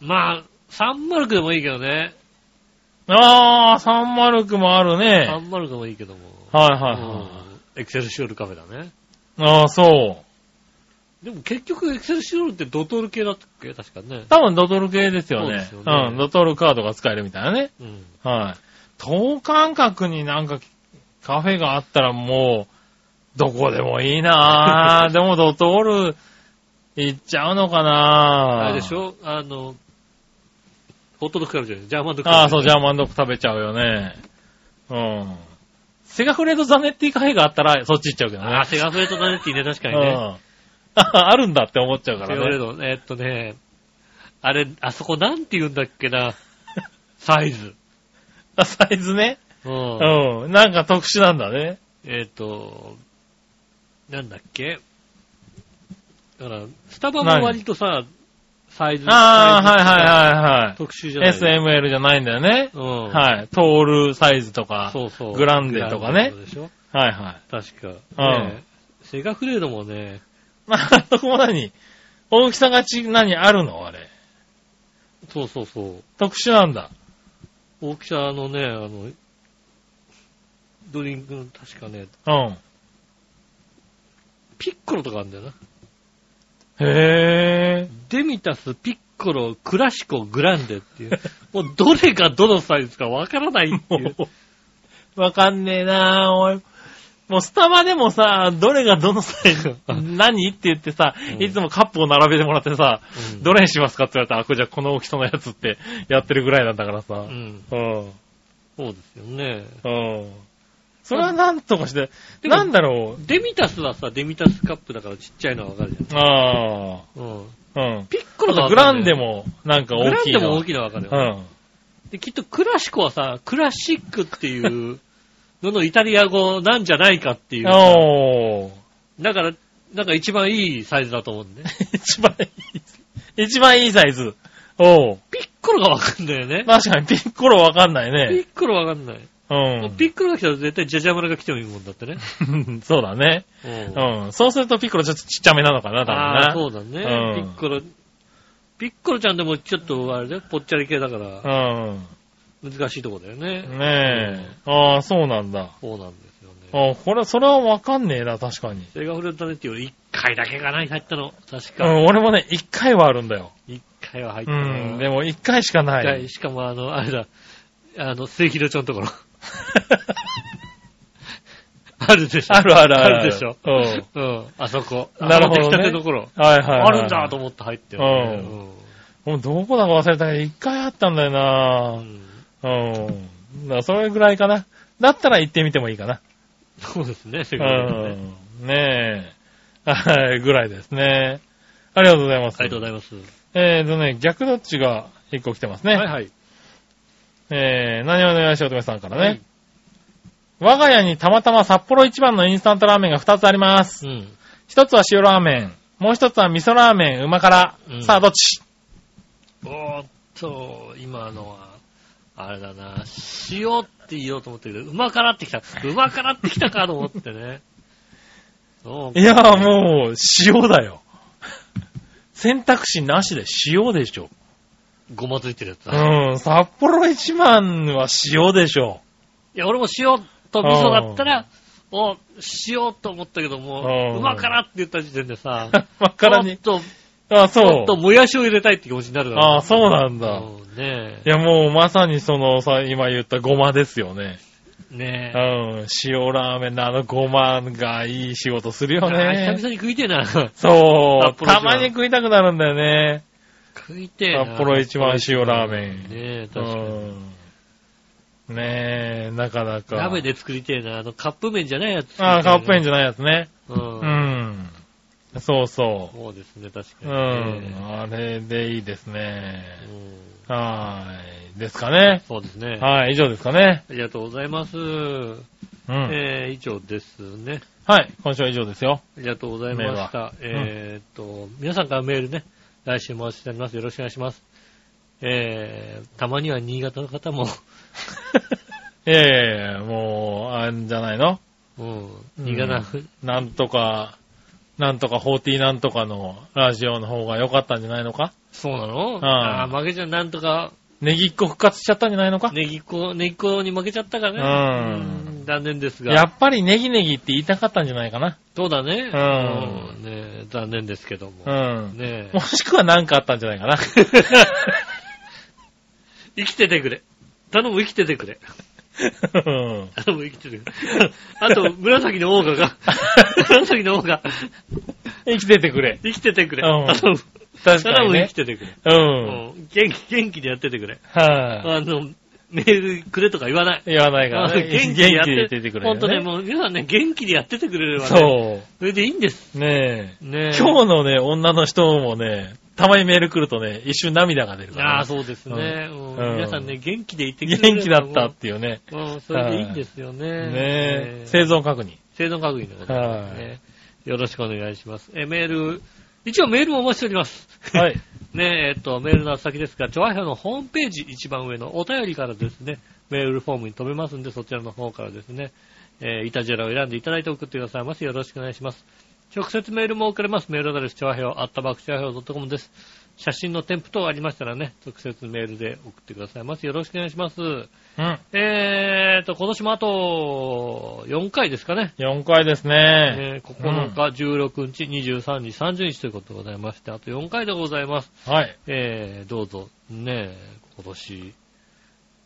Speaker 2: まあ、サンマルクでもいいけどね。
Speaker 3: あー、309もあるね。はい
Speaker 2: 305もいいけども。
Speaker 3: はいは
Speaker 2: うんエクセルシオールカメラね。
Speaker 3: い。あー、そう。
Speaker 2: でも結局エクセルシオールってドトール系だったっけ確かね。
Speaker 3: 多分ドトル系ですよ
Speaker 2: そうで
Speaker 3: ね。
Speaker 2: す
Speaker 3: う
Speaker 2: よね
Speaker 3: ん、ドトルカードが使えるみたいなね。
Speaker 2: うん。
Speaker 3: はい。等間隔になんかカフェがあったらもう、どこでもいいな ぁ。でもドトール行っちゃうのかなぁ。
Speaker 2: あれでしょあの、ホットドッグあるじゃないジャーマンドッグる
Speaker 3: ああ、そう、ジ
Speaker 2: ゃ
Speaker 3: ャーマンドッグ食べちゃうよね。うん。セガフレードザネッティカフェがあったらそっち行っちゃうけど
Speaker 2: あ
Speaker 3: ね
Speaker 2: あ、。セガフレートだねっていいね、確かにね。
Speaker 3: うん。 あるんだって思っちゃうか
Speaker 2: セガフレ
Speaker 3: らね。
Speaker 2: ート、えーっとね、あれ、あそこなんて言うんだっ けな。サイズ。
Speaker 3: あ サイズね。
Speaker 2: うん。
Speaker 3: うん。なんか特殊なんだね。
Speaker 2: えーっと、なんだっけだから、スタバも割とさ、サイズ。
Speaker 3: あ
Speaker 2: サイズ
Speaker 3: あ、はい
Speaker 2: 特殊じゃ
Speaker 3: はいはいは。
Speaker 2: ないい。
Speaker 3: SML じゃないんだよね。
Speaker 2: うん。
Speaker 3: はい。トールサイズとか。
Speaker 2: そうそう。
Speaker 3: グランデとかね
Speaker 2: グランデでしょ
Speaker 3: はいはい。
Speaker 2: 確か。
Speaker 3: うん
Speaker 2: ねえセガフレードもね、
Speaker 3: まあ、そこも何大きさがち、何あるのあれ。
Speaker 2: そうそうそう。
Speaker 3: 特殊なんだ。
Speaker 2: 大きさのね、あの、ドリンクの確かね、
Speaker 3: うん。
Speaker 2: ピッコロとかあるんだよな。
Speaker 3: へえ。
Speaker 2: デミタス、ピッコロ、クラシコ、グランデっていう。もうどれがどのサイズかわからないって
Speaker 3: も
Speaker 2: いう。
Speaker 3: う、わかんねえなぁ、おい。もうスタバでもさ、どれがどのサイズ、何って言ってさ、
Speaker 2: うん
Speaker 3: いつもカップを並べてもらってさ、
Speaker 2: うん
Speaker 3: どれにしますかって言われたら、あ、これじゃあこの大きさのやつってやってるぐらいなんだからさ
Speaker 2: う。ん。
Speaker 3: うん。
Speaker 2: そうですよね。
Speaker 3: うん。それはなんとかして、
Speaker 2: でも
Speaker 3: なんだろ
Speaker 2: デミタスはさ、デミタスカップだからちっちゃいのはわかるじ
Speaker 3: う。あ
Speaker 2: ゃん。うん。
Speaker 3: あ。うん。
Speaker 2: ピッコロがわ
Speaker 3: グ
Speaker 2: か
Speaker 3: ラ
Speaker 2: ん
Speaker 3: ン
Speaker 2: だ
Speaker 3: デ
Speaker 2: よ
Speaker 3: もなんか
Speaker 2: グラ
Speaker 3: 大
Speaker 2: ン
Speaker 3: きい
Speaker 2: デ
Speaker 3: の。
Speaker 2: も大きいのはわかるよ。
Speaker 3: うん。
Speaker 2: で、きっとクラシコはさ、クラシックっていうののイタリア語なんじゃないかっていう。
Speaker 3: おー。
Speaker 2: だから、なんか一番いいサイズだと思うんで、ね。
Speaker 3: 一番いい、一番いいサイズ。おー。
Speaker 2: ピッコロがわかんないよね。
Speaker 3: 確かにピッコロわかんない
Speaker 2: ピ
Speaker 3: ね。
Speaker 2: ッコロわかんない。
Speaker 3: う。
Speaker 2: もうんピッコロが来たら絶対ジャジャマラが来てもいいもんだってね。
Speaker 3: そうだね。
Speaker 2: うん
Speaker 3: うん。そうするとピッコロちょっとちっちゃめなのかな、多
Speaker 2: ああ、
Speaker 3: 分
Speaker 2: そ
Speaker 3: な。
Speaker 2: うだね。
Speaker 3: うん
Speaker 2: ピッコロ。ピッコロちゃんでもちょっとあれだよ、ぽっちゃり系だから、難しいとこだよね。
Speaker 3: うん。ねえ。ああ、そうなんだ。
Speaker 2: そうなんですよね。
Speaker 3: ああ、これ、それはわかんねえな、確かに。
Speaker 2: セガフレットネットより1回だけがない入ったの。確
Speaker 3: う
Speaker 2: か。
Speaker 3: ん、俺もね、一回はあるんだよ。
Speaker 2: 1回は入
Speaker 3: う
Speaker 2: ったな。
Speaker 3: ん、でも一回しかな
Speaker 2: 一回
Speaker 3: い。
Speaker 2: しかもあの、あれだ、あの、末広町のところ。 あるでしょ。
Speaker 3: あるあるある。
Speaker 2: あるでしょ。
Speaker 3: うん。
Speaker 2: うん、あそこ。
Speaker 3: なるほどね
Speaker 2: あの出来たての頃。
Speaker 3: はいはいはい。
Speaker 2: あるんだと思って入ってる、
Speaker 3: うんもうどこだか忘れたけど、一回あったんだよ
Speaker 2: うん。
Speaker 3: な
Speaker 2: う
Speaker 3: んうん。だからそれぐらいかな。だったら行ってみてもいいかな。
Speaker 2: そうですね、セ
Speaker 3: う
Speaker 2: ガフレットね。
Speaker 3: ん。ねえ。はい、ぐらいですね。ありがとうございます。
Speaker 2: ありがとうございます。
Speaker 3: えーとね、逆どっちが一個来てますね。
Speaker 2: はいはい。
Speaker 3: えー、何をお願いしようとめさんからね。
Speaker 2: はい
Speaker 3: 我が家にたまたま札幌一番のインスタントラーメンが2つあります。
Speaker 2: うん。
Speaker 3: 1つは塩ラーメン。もう1つは味噌ラーメン、旨辛。
Speaker 2: うん
Speaker 3: さあ、どっち
Speaker 2: おーっと、今のは、あれだな、塩って言おうと思ったけど、うまからってきた。うまからってきたかと思 ってね。そう
Speaker 3: いやーもう、塩だよ。選択肢なしで塩でしょ。
Speaker 2: ごまついてるやつだ。い
Speaker 3: うん、札幌一番は塩でし ょ。
Speaker 2: や、俺も塩と味噌だったら、お、塩と思ったけども
Speaker 3: う、ん
Speaker 2: うまからって言った時点 でさ、
Speaker 3: わからに。
Speaker 2: ちょっ
Speaker 3: あ、
Speaker 2: と、ちょ
Speaker 3: そ
Speaker 2: っと
Speaker 3: う。
Speaker 2: もやしを入れたいって気持ちになるだろ
Speaker 3: あ、そうなんだ。い
Speaker 2: そうね
Speaker 3: や、もうまさにそのさ、今言ったごまですよね。
Speaker 2: え。
Speaker 3: う
Speaker 2: ねえ。
Speaker 3: ん、塩ラーメンのあのごまがいい仕事するよ
Speaker 2: あー久
Speaker 3: ね。
Speaker 2: 々に食いてえな。
Speaker 3: そう
Speaker 2: 札。幌一番
Speaker 3: たまに食いたくなるんだよね。
Speaker 2: 食いてえな。
Speaker 3: 札幌一番塩ラーメン。
Speaker 2: ねえ、
Speaker 3: う
Speaker 2: 確かに。
Speaker 3: ん。ねえ、なかなか。
Speaker 2: 鍋で作りてえな。あの、カップ麺じゃないやつ。
Speaker 3: ああ、カップ麺
Speaker 2: じ
Speaker 3: じゃないやつね。
Speaker 2: ゃないううん。
Speaker 3: ん。そうそ
Speaker 2: そうですね、確か
Speaker 3: う。う
Speaker 2: に
Speaker 3: ん。
Speaker 2: ね。
Speaker 3: あれでいいですね。
Speaker 2: うん
Speaker 3: はーい。ですかね。
Speaker 2: そうですね。あ
Speaker 3: はい、以上ですかね。
Speaker 2: りがとうございます。
Speaker 3: うん。
Speaker 2: えー以上ですね。
Speaker 3: はい、今週は以上ですよ。
Speaker 2: ありがとうございました。
Speaker 3: ールは
Speaker 2: えーっと、皆さんからメールね、来週もお待ちしております。よろしくお願いします。えー、たまには新潟の方も、
Speaker 3: いやいやいやもう、あんじゃないの
Speaker 2: うん、新潟 の、
Speaker 3: なんとか、なんとか40なんとかのラジオの方が良かったんじゃないのか
Speaker 2: そうなの
Speaker 3: ん
Speaker 2: ああ、負けちゃんなんとか、
Speaker 3: ネギっ子復活しちゃったんじゃないのか、
Speaker 2: ネギっ子、ネギっ子に負けちゃったからね。
Speaker 3: うん
Speaker 2: うん残念です
Speaker 3: や
Speaker 2: が。
Speaker 3: っぱりネギネギって言いたかったんじゃないかな。
Speaker 2: そうだね。
Speaker 3: うん
Speaker 2: うんね残念ですけども。
Speaker 3: うん。
Speaker 2: ねえ
Speaker 3: もしくは何かあったんじゃないか な。
Speaker 2: 生きててくれ。頼む、生きててく
Speaker 3: うん
Speaker 2: れ。頼む、生きててく れ。あと、紫のオーガが。紫のオーガ。
Speaker 3: 生きててくれ。
Speaker 2: 生きててくれ。
Speaker 3: うん
Speaker 2: 頼む。
Speaker 3: 確か
Speaker 2: 頼
Speaker 3: にね
Speaker 2: む、生き。ててくれ。
Speaker 3: うん。
Speaker 2: うん元気、元気でやっててくれ。
Speaker 3: はい。
Speaker 2: あの、メールくれとか言わない。
Speaker 3: 言わないからね。
Speaker 2: あ
Speaker 3: 元気
Speaker 2: でやっ
Speaker 3: で出てくれる。
Speaker 2: 本当ね、もう皆さんね、元気でやっててくれればね。
Speaker 3: そ
Speaker 2: それでいいんです。
Speaker 3: う。ね
Speaker 2: ね
Speaker 3: え。今日のね、女の人もね、たまにメール来るとね、一瞬涙が出るから。
Speaker 2: ああ、そうですね。
Speaker 3: ん
Speaker 2: うん
Speaker 3: うん
Speaker 2: 皆さんね、元気でいてくれれば
Speaker 3: 元気だったっていうね。
Speaker 2: もううん、それでいいんですよね。
Speaker 3: ねえ。
Speaker 2: え
Speaker 3: 生存確認。
Speaker 2: 生存確認のことですね。よろしくお願いします。え、メール、一応メールもお待ちしております。
Speaker 3: はい。
Speaker 2: ねえ、えっと、メールの宛先ですが、調和表のホームページ一番上のお便りからですね、メールフォームに飛べますんで、そちらの方からですね、えー、イタジェラを選んでいただいて送ってくださいませ。よろしくお願いします。直接メールも送れます。メールアドレス、調和表、あったばく調和表 .com です。写真の添付等ありましたらね、直接メールで送ってくださいませ。よろしくお願いしま
Speaker 3: う
Speaker 2: す。
Speaker 3: ん。
Speaker 2: えーと、今年もあと、4回ですかね。
Speaker 3: 4回ですね。
Speaker 2: ね、9日、16日、23日、30日ということでございまして、あと4回でございます。
Speaker 3: はい。
Speaker 2: えー、どうぞ、ね、今年、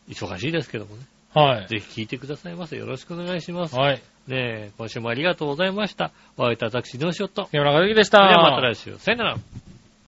Speaker 2: 忙しいですけどもね、
Speaker 3: はい。
Speaker 2: ぜひ聞いてくださいませ。よろしくお願いします。
Speaker 3: はい。
Speaker 2: ね、今週もありがとうございました。お会いいた私、ノーショット。
Speaker 3: 山中由紀でし
Speaker 2: そ
Speaker 3: た。
Speaker 2: れではまた来週。さよなら。